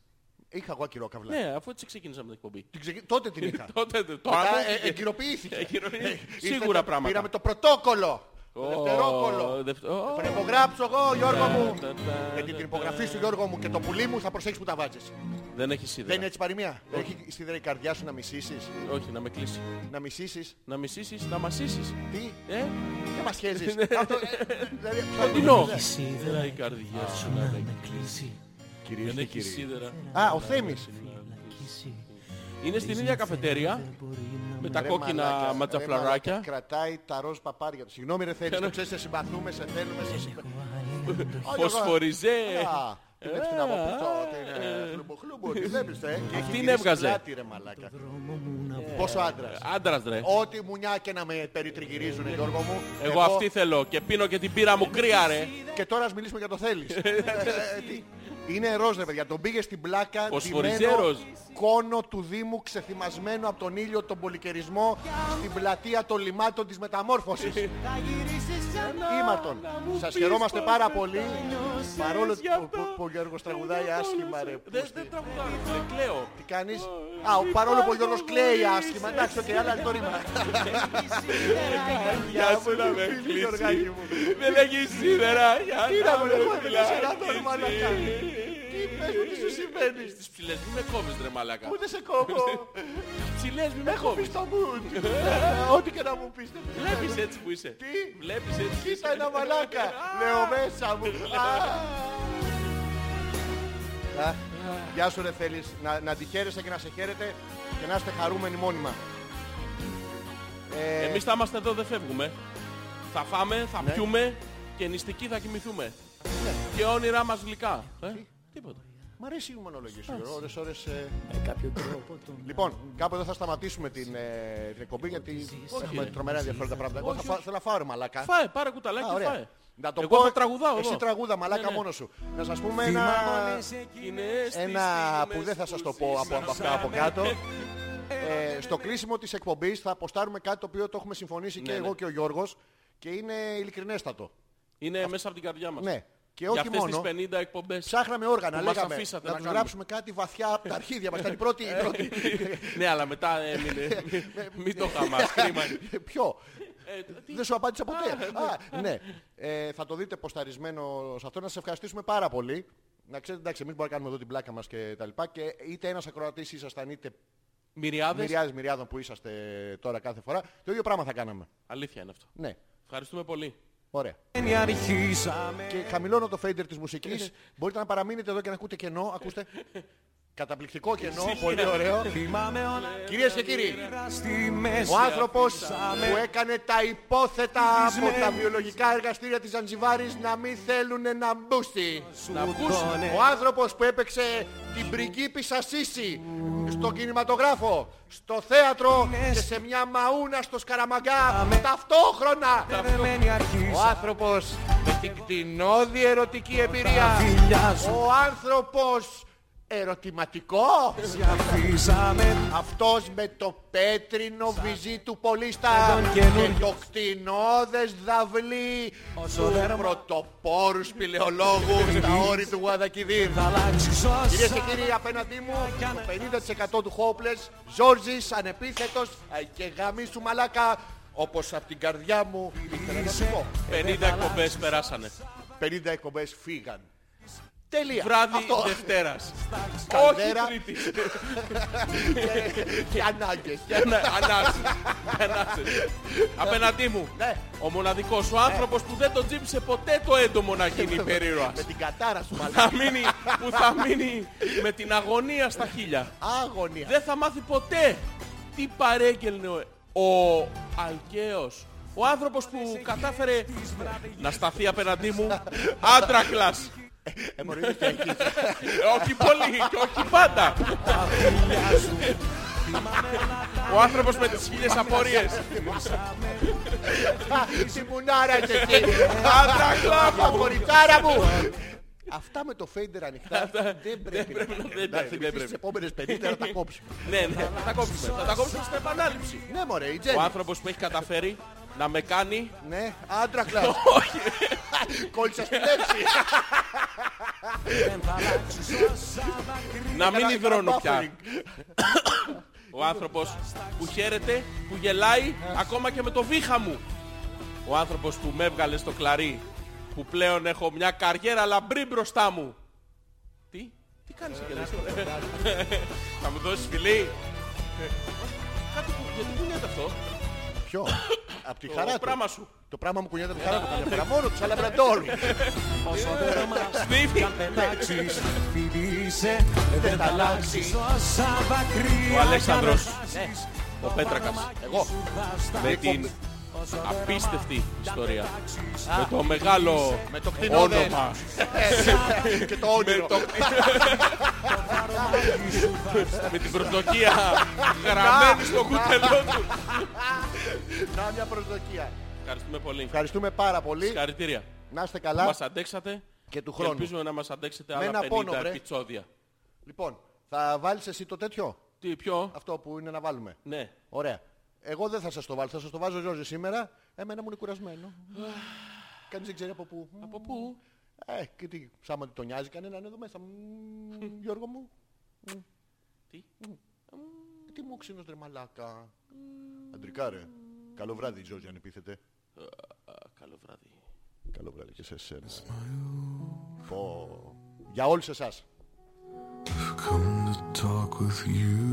Είχα εγώ ακυρόκαυλα. Ναι, αφού έτσι ξεκίνησα με την εκπομπή. Την ξεκι- Τότε την είχα. Τότε το Μετά ε, άκουγε. εγκυροποιήθηκε. Εγκυροποιήθηκε. Ε, Σίγουρα ήρθε- πράγματα. Πήραμε το πρωτόκολλο. Το Ω, δευτερόκολλο. Ε, δευτε- ω. Τον υπογράψω εγώ, Γιώργο μου. Τα- τα- Γιατί την υπογραφή σου, Γιώργο μου, και το πουλί μου θα προσέξεις που τα βάζεις. Δεν έχει σίδερα. Δεν είναι έτσι παροιμία. Ναι. Δεν έχει σίδερα η καρδιά σου να μισήσεις. Όχι, να με κλείσει. Να μισήσεις. Να μισήσεις, να μασίσεις. Τι, Ε, δεν μας χέζεις. Ναι. Αυτό, ε, δηλαδή, κοντινό. Ναι. Σίδερα η καρδιά σου να με κλείσει. Κυρίες Δεν και έχει κύριοι. σίδερα. Α, ο Θέμης. Είναι στην ίδια καφετέρια με τα Ρε κόκκινα μαλάκα, ρε ματζαφλαράκια. μαλάκα, Κρατάει τα ροζ παπάρια του. Συγγνώμη, ρε Θέμη, το ξέρεις, σε συμπαθούμε, σε θέλουμε. Σε... συμπα- Ω, Γιώργο. Φωσφοριζέ. Α, Την έψηνα από πίσω, την ε, χλουμποχλούμπο, τη βλέπεις, ε. Και έχει γυρίσει έβγαζε. πλάτη, ρε μαλάκα. Πόσο άντρας. Άντρας ρε. Ό,τι μουνιά και να με περιτριγυρίζουν, Γιώργο μου. ε. Εγώ αυτή θέλω και πίνω και την πύρα μου κρύα ρε. Και τώρα ας μιλήσουμε για το θέλεις. Ε, ε, τι- Είναι ροζ, ρε παιδιά. Τον πήγε στην πλάκα. Φωσφοριζέ ντυμένο, ροζ. εικόνο του Δήμου ξεθυμασμένο από τον ήλιο τον πολυκαιρισμό στην πλατεία των λιμάτων της μεταμόρφωσης. Θα γυρίσεις ξανά Ήμαρτον, να μου σας πεις χαιρόμαστε πως πάρα δεν πολύ. τα νιώσες Παρόλο που- γι' αυτό. που- που ο Γιώργος τραγουδάει Δεν άσχημα, ρε, νιώσες. πούστη. Δεν δεν τραγουδάω, ρε φίλε, κλαίω. Τι κάνεις? Α, ο- παρόλο που ο Γιώργος κλαίει άσχημα. Εντάξει, οκ, αλλά το ρήμα. Γεια σου να με κλείσει. Δεν έχεις σίδερα. Για Τι να μου με εγώ έβγαλε σε ένα φυλάει. τόνομα να κάνει. Τι πες μου, τι σου συμβαίνει. Στις ψηλές μην με κόβεις ρε μαλάκα. Πού δεν σε κόβω. Στις ψηλές μην με Έχω πει κόβεις. στο mood. Ό,τι και να μου πεις. δεν πειράζει. Βλέπεις έτσι που είσαι. Τι? Βλέπεις έτσι. που Κοίτα είσαι. ένα μαλάκα. Λέω μέσα μου. Α. Α, Γεια σου ρε θέλεις. Να, να τη χαίρεσαι και να σε χαίρετε και να είστε χαρούμενοι μόνιμα. Ε, Εμείς θα είμαστε εδώ, δεν φεύγουμε. Θα φάμε, Ναι. θα πιούμε και νηστικοί θα κοιμηθούμε. Και όνειρά μας γλυκά. Ε, Τίποτα. Μ' αρέσει η μονολογία σου, Γιώργο. Ώρες, ώρες... Ε... Λοιπόν, κάπου εδώ θα σταματήσουμε την, ε, την εκπομπή γιατί έχουμε ρε. τρομερά ενδιαφέροντα πράγματα. Εγώ θα φά- θέλω να φάω ρε μαλάκα. Φάε, πάρε κουταλάκι Α, και ωραία. φάε. Να το Εγώ πω, θα τραγουδάω Εσύ εδώ. τραγούδα, μαλάκα Ναι, ναι. μόνος σου. Να σας πούμε ένα, ένα που δεν θα σας το πω από, από αυτά από κάτω. Ε, στο κλείσιμο της εκπομπής θα αποστάρουμε κάτι το οποίο το έχουμε συμφωνήσει και Ναι, εγώ ναι. και ο Γιώργος και είναι ειλικρινέστατο. Είναι μέσα από την καρδιά μας. Ναι. Και Για όχι αυτές μόνο. τις 50 εκπομπές. Ψάχναμε όργανα, που μας λέγαμε. αφήσατε να να τους κάνουμε. γράψουμε κάτι βαθιά από τα αρχίδια μας. Ήταν η πρώτη. η πρώτη. Ε, ναι, αλλά μετά έμεινε. ε, Ναι. Μην το χαμάς, κρίμα. Ποιο. Ε, τι- Δεν σου απάντησα ποτέ. Α, ναι. Ε, θα το δείτε ποσταρισμένο σε αυτό. Να σας ευχαριστήσουμε πάρα πολύ. Να ξέρετε, εντάξει, εμείς μπορούμε να κάνουμε εδώ την πλάκα μας και τα λοιπά. Και είτε ένας ακροατής ήσασταν, είτε Μυριάδες. μυριάδες μυριάδων που είσαστε τώρα κάθε φορά, το ίδιο πράγμα θα κάναμε. Αλήθεια είναι αυτό. Ναι, Ευχαριστούμε πολύ. ωραία. Και χαμηλώνω το fader της μουσικής. Μπορείτε να παραμείνετε εδώ και να ακούτε κενό. Ακούστε. Καταπληκτικό κενό, πολύ ωραίο. Κυρίες και κύριοι, Ο άνθρωπος που έκανε τα υπόθετα από τα βιολογικά εργαστήρια της Ζανζιβάρης να μην θέλουν να μπούσει. Να ακούσουμε. ναι. Ο άνθρωπος που έπαιξε την πριγκίπισσα Σίση στο κινηματογράφο, στο θέατρο Ναι, και σε μια μαούνα στο σκαραμαγκά ταυτόχρονα. Ο άνθρωπος με την κτηνώδη ερωτική εμπειρία. Ο άνθρωπος ερωτηματικό. Αυτός με το πέτρινο βυζί του πολίστα τον και καινούριο. το κτηνώδες δαυλί του δέρμα. πρωτοπόρους σπηλαιολόγου στα όρη του Γουαδακιδίρ. Κυρίες και κύριοι, απέναντί μου το 50% του Hopeless, Ζόρζης, ανεπίθετος α, και γαμίσου μαλάκα, όπως από την καρδιά μου ήθελα να σου πω. 50 εκπομπές περάσανε. 50 εκπομπές φύγαν. Τέλεια. Βράδυ Αυτό. Δευτέρας. Καλδέρα. Όχι Τρίτη. και ανάγκες. Ναι, Ανάσε. Ανάσε. Απέναντί μου. Ναι. Ο μοναδικός, ο άνθρωπος που δεν τον τζίμψε ποτέ το έντομο να Ε, γίνει Με υπερήρωας. την κατάρα σου μαλάκα. Θα μείνει, που θα μείνει με την αγωνία στα χίλια. Άγωνια. Δεν θα μάθει ποτέ τι παρέγγελνε ο- ο Αλκαίος. Ο άνθρωπος που κατάφερε να σταθεί απέναντί μου άντρακλας. Εμορρύνεις και έχεις. Ε, όχι πολύ και όχι πάντα. Ο άνθρωπος με τις χίλιες απορίες. Στη μουνάρα και εκεί. Άντρακλα Τα μου. κοριτσάρα μου. Αυτά με το fader ανοιχτά δεν πρέπει να πρέπει να- κάνουμε. δεν πρέπει, Θα δεν τις πρέπει. επόμενες 50 να τα κόψουμε. Ναι, ναι, θα τα κόψουμε. Θα τα κόψουμε στην επανάληψη. Ναι μωρέ, η Ο Τζέννη. άνθρωπος που έχει καταφέρει να με κάνει Ναι, άντρα κλαμπ. Όχι. Κόλλησα στη λέξη. να μην Έκανα- υδρώνω έκανα πια. buffering. Ο άνθρωπος που χαίρεται, που γελάει ακόμα και με το βήχα μου. Ο άνθρωπος που με έβγαλε στο κλαρί, που πλέον έχω μια καριέρα λαμπρή μπροστά μου. Τι, τι κάνεις εκεί, λες? Θα μου δώσεις φιλί. Κάτι που, γιατί μου είναι αυτό, Ποιο. Απ' τη χαρά το του. πράγμα σου. Το πράγμα μου κουνιέται με τη χαρά του καμιά φορά. Μόνο τους, αλλά πρέπει να το όλοι. Σνίφι. Δεν θα αλλάξει. Ναι, Ο Αλέξανδρος, ο Πέτρακας, Εγώ. με την απίστευτη ιστορία. Με το μεγάλο Με το κτηνόδες. όνομα. Ε, Και το όνειρο. με την προσδοκία γραμμένη στο κούτελό του. Να μια προσδοκία. Ευχαριστούμε πολύ. Ευχαριστούμε πάρα πολύ. Συγχαρητήρια. Να είστε Μα καλά αντέξατε και του και χρόνου. ελπίζουμε να μας αντέξετε ένα άλλα πόνο, 50 βρε. επεισόδια. Λοιπόν, Θα βάλεις εσύ το τέτοιο. Τι, ποιο. Αυτό που είναι να βάλουμε. Ναι. Ωραία. Εγώ δεν θα σας το βάλω. Θα σας το βάζω Ζόρζη σήμερα. Εμένα μου είναι κουρασμένο. Κανείς δεν ξέρει από πού. Από πού. Ε, και τι, σάμα ότι τον νοιάζει κανέναν εδώ μέσα. Μμμ, Γιώργο μου. Μμμ. Τι? Μμμ. Ε, Τι μου ξύνος ρε μαλάκα. Αντρικά ρε. Καλό βράδυ Ζόρζη αν επίθετε. Α, Ε, Καλό βράδυ. Καλό βράδυ και σε εσένα. Πω. Για όλους εσάς. come to talk with you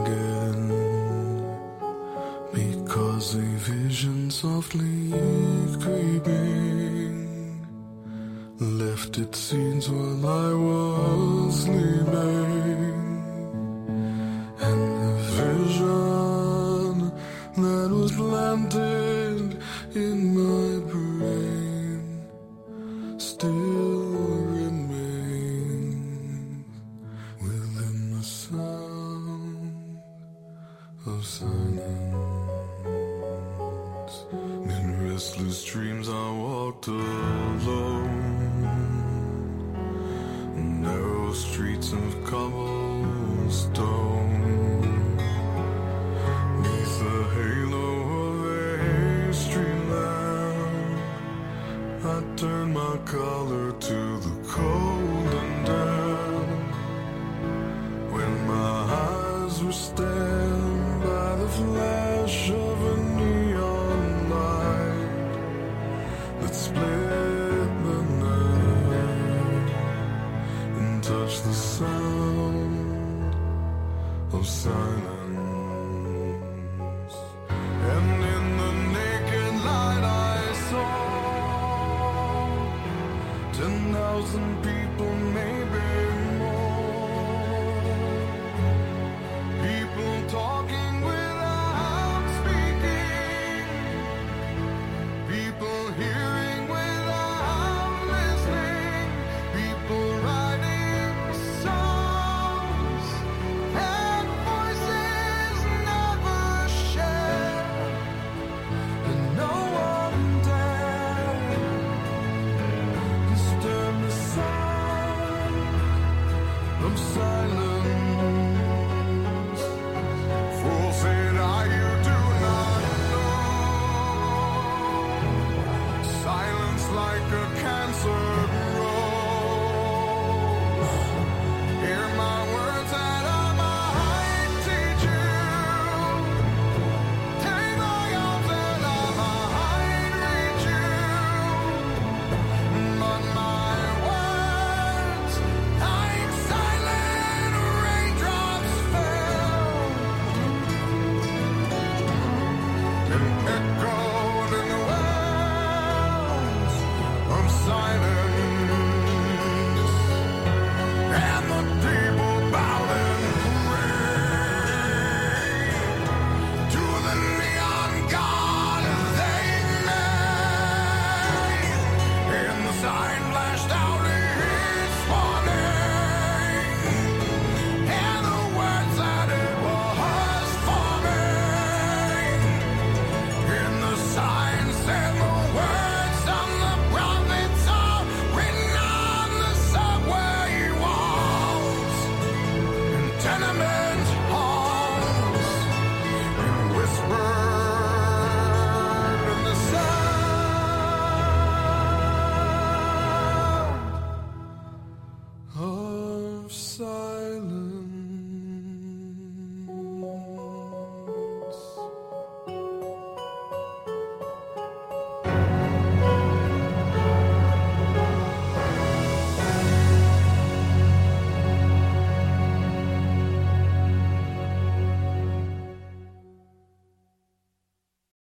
again because a vision softly creeping left its seeds while I was sleeping, and the vision that was planted in my brain still remains within the sound of silence. In restless dreams, I walked alone. Narrow streets of cobblestone. Neath the halo of a street lamp, I turned my collar to the cold and damp when my eyes were stabbed by the flash of a neon light that split the night and touched the sound of silence. And in the naked light, I saw ten thousand people.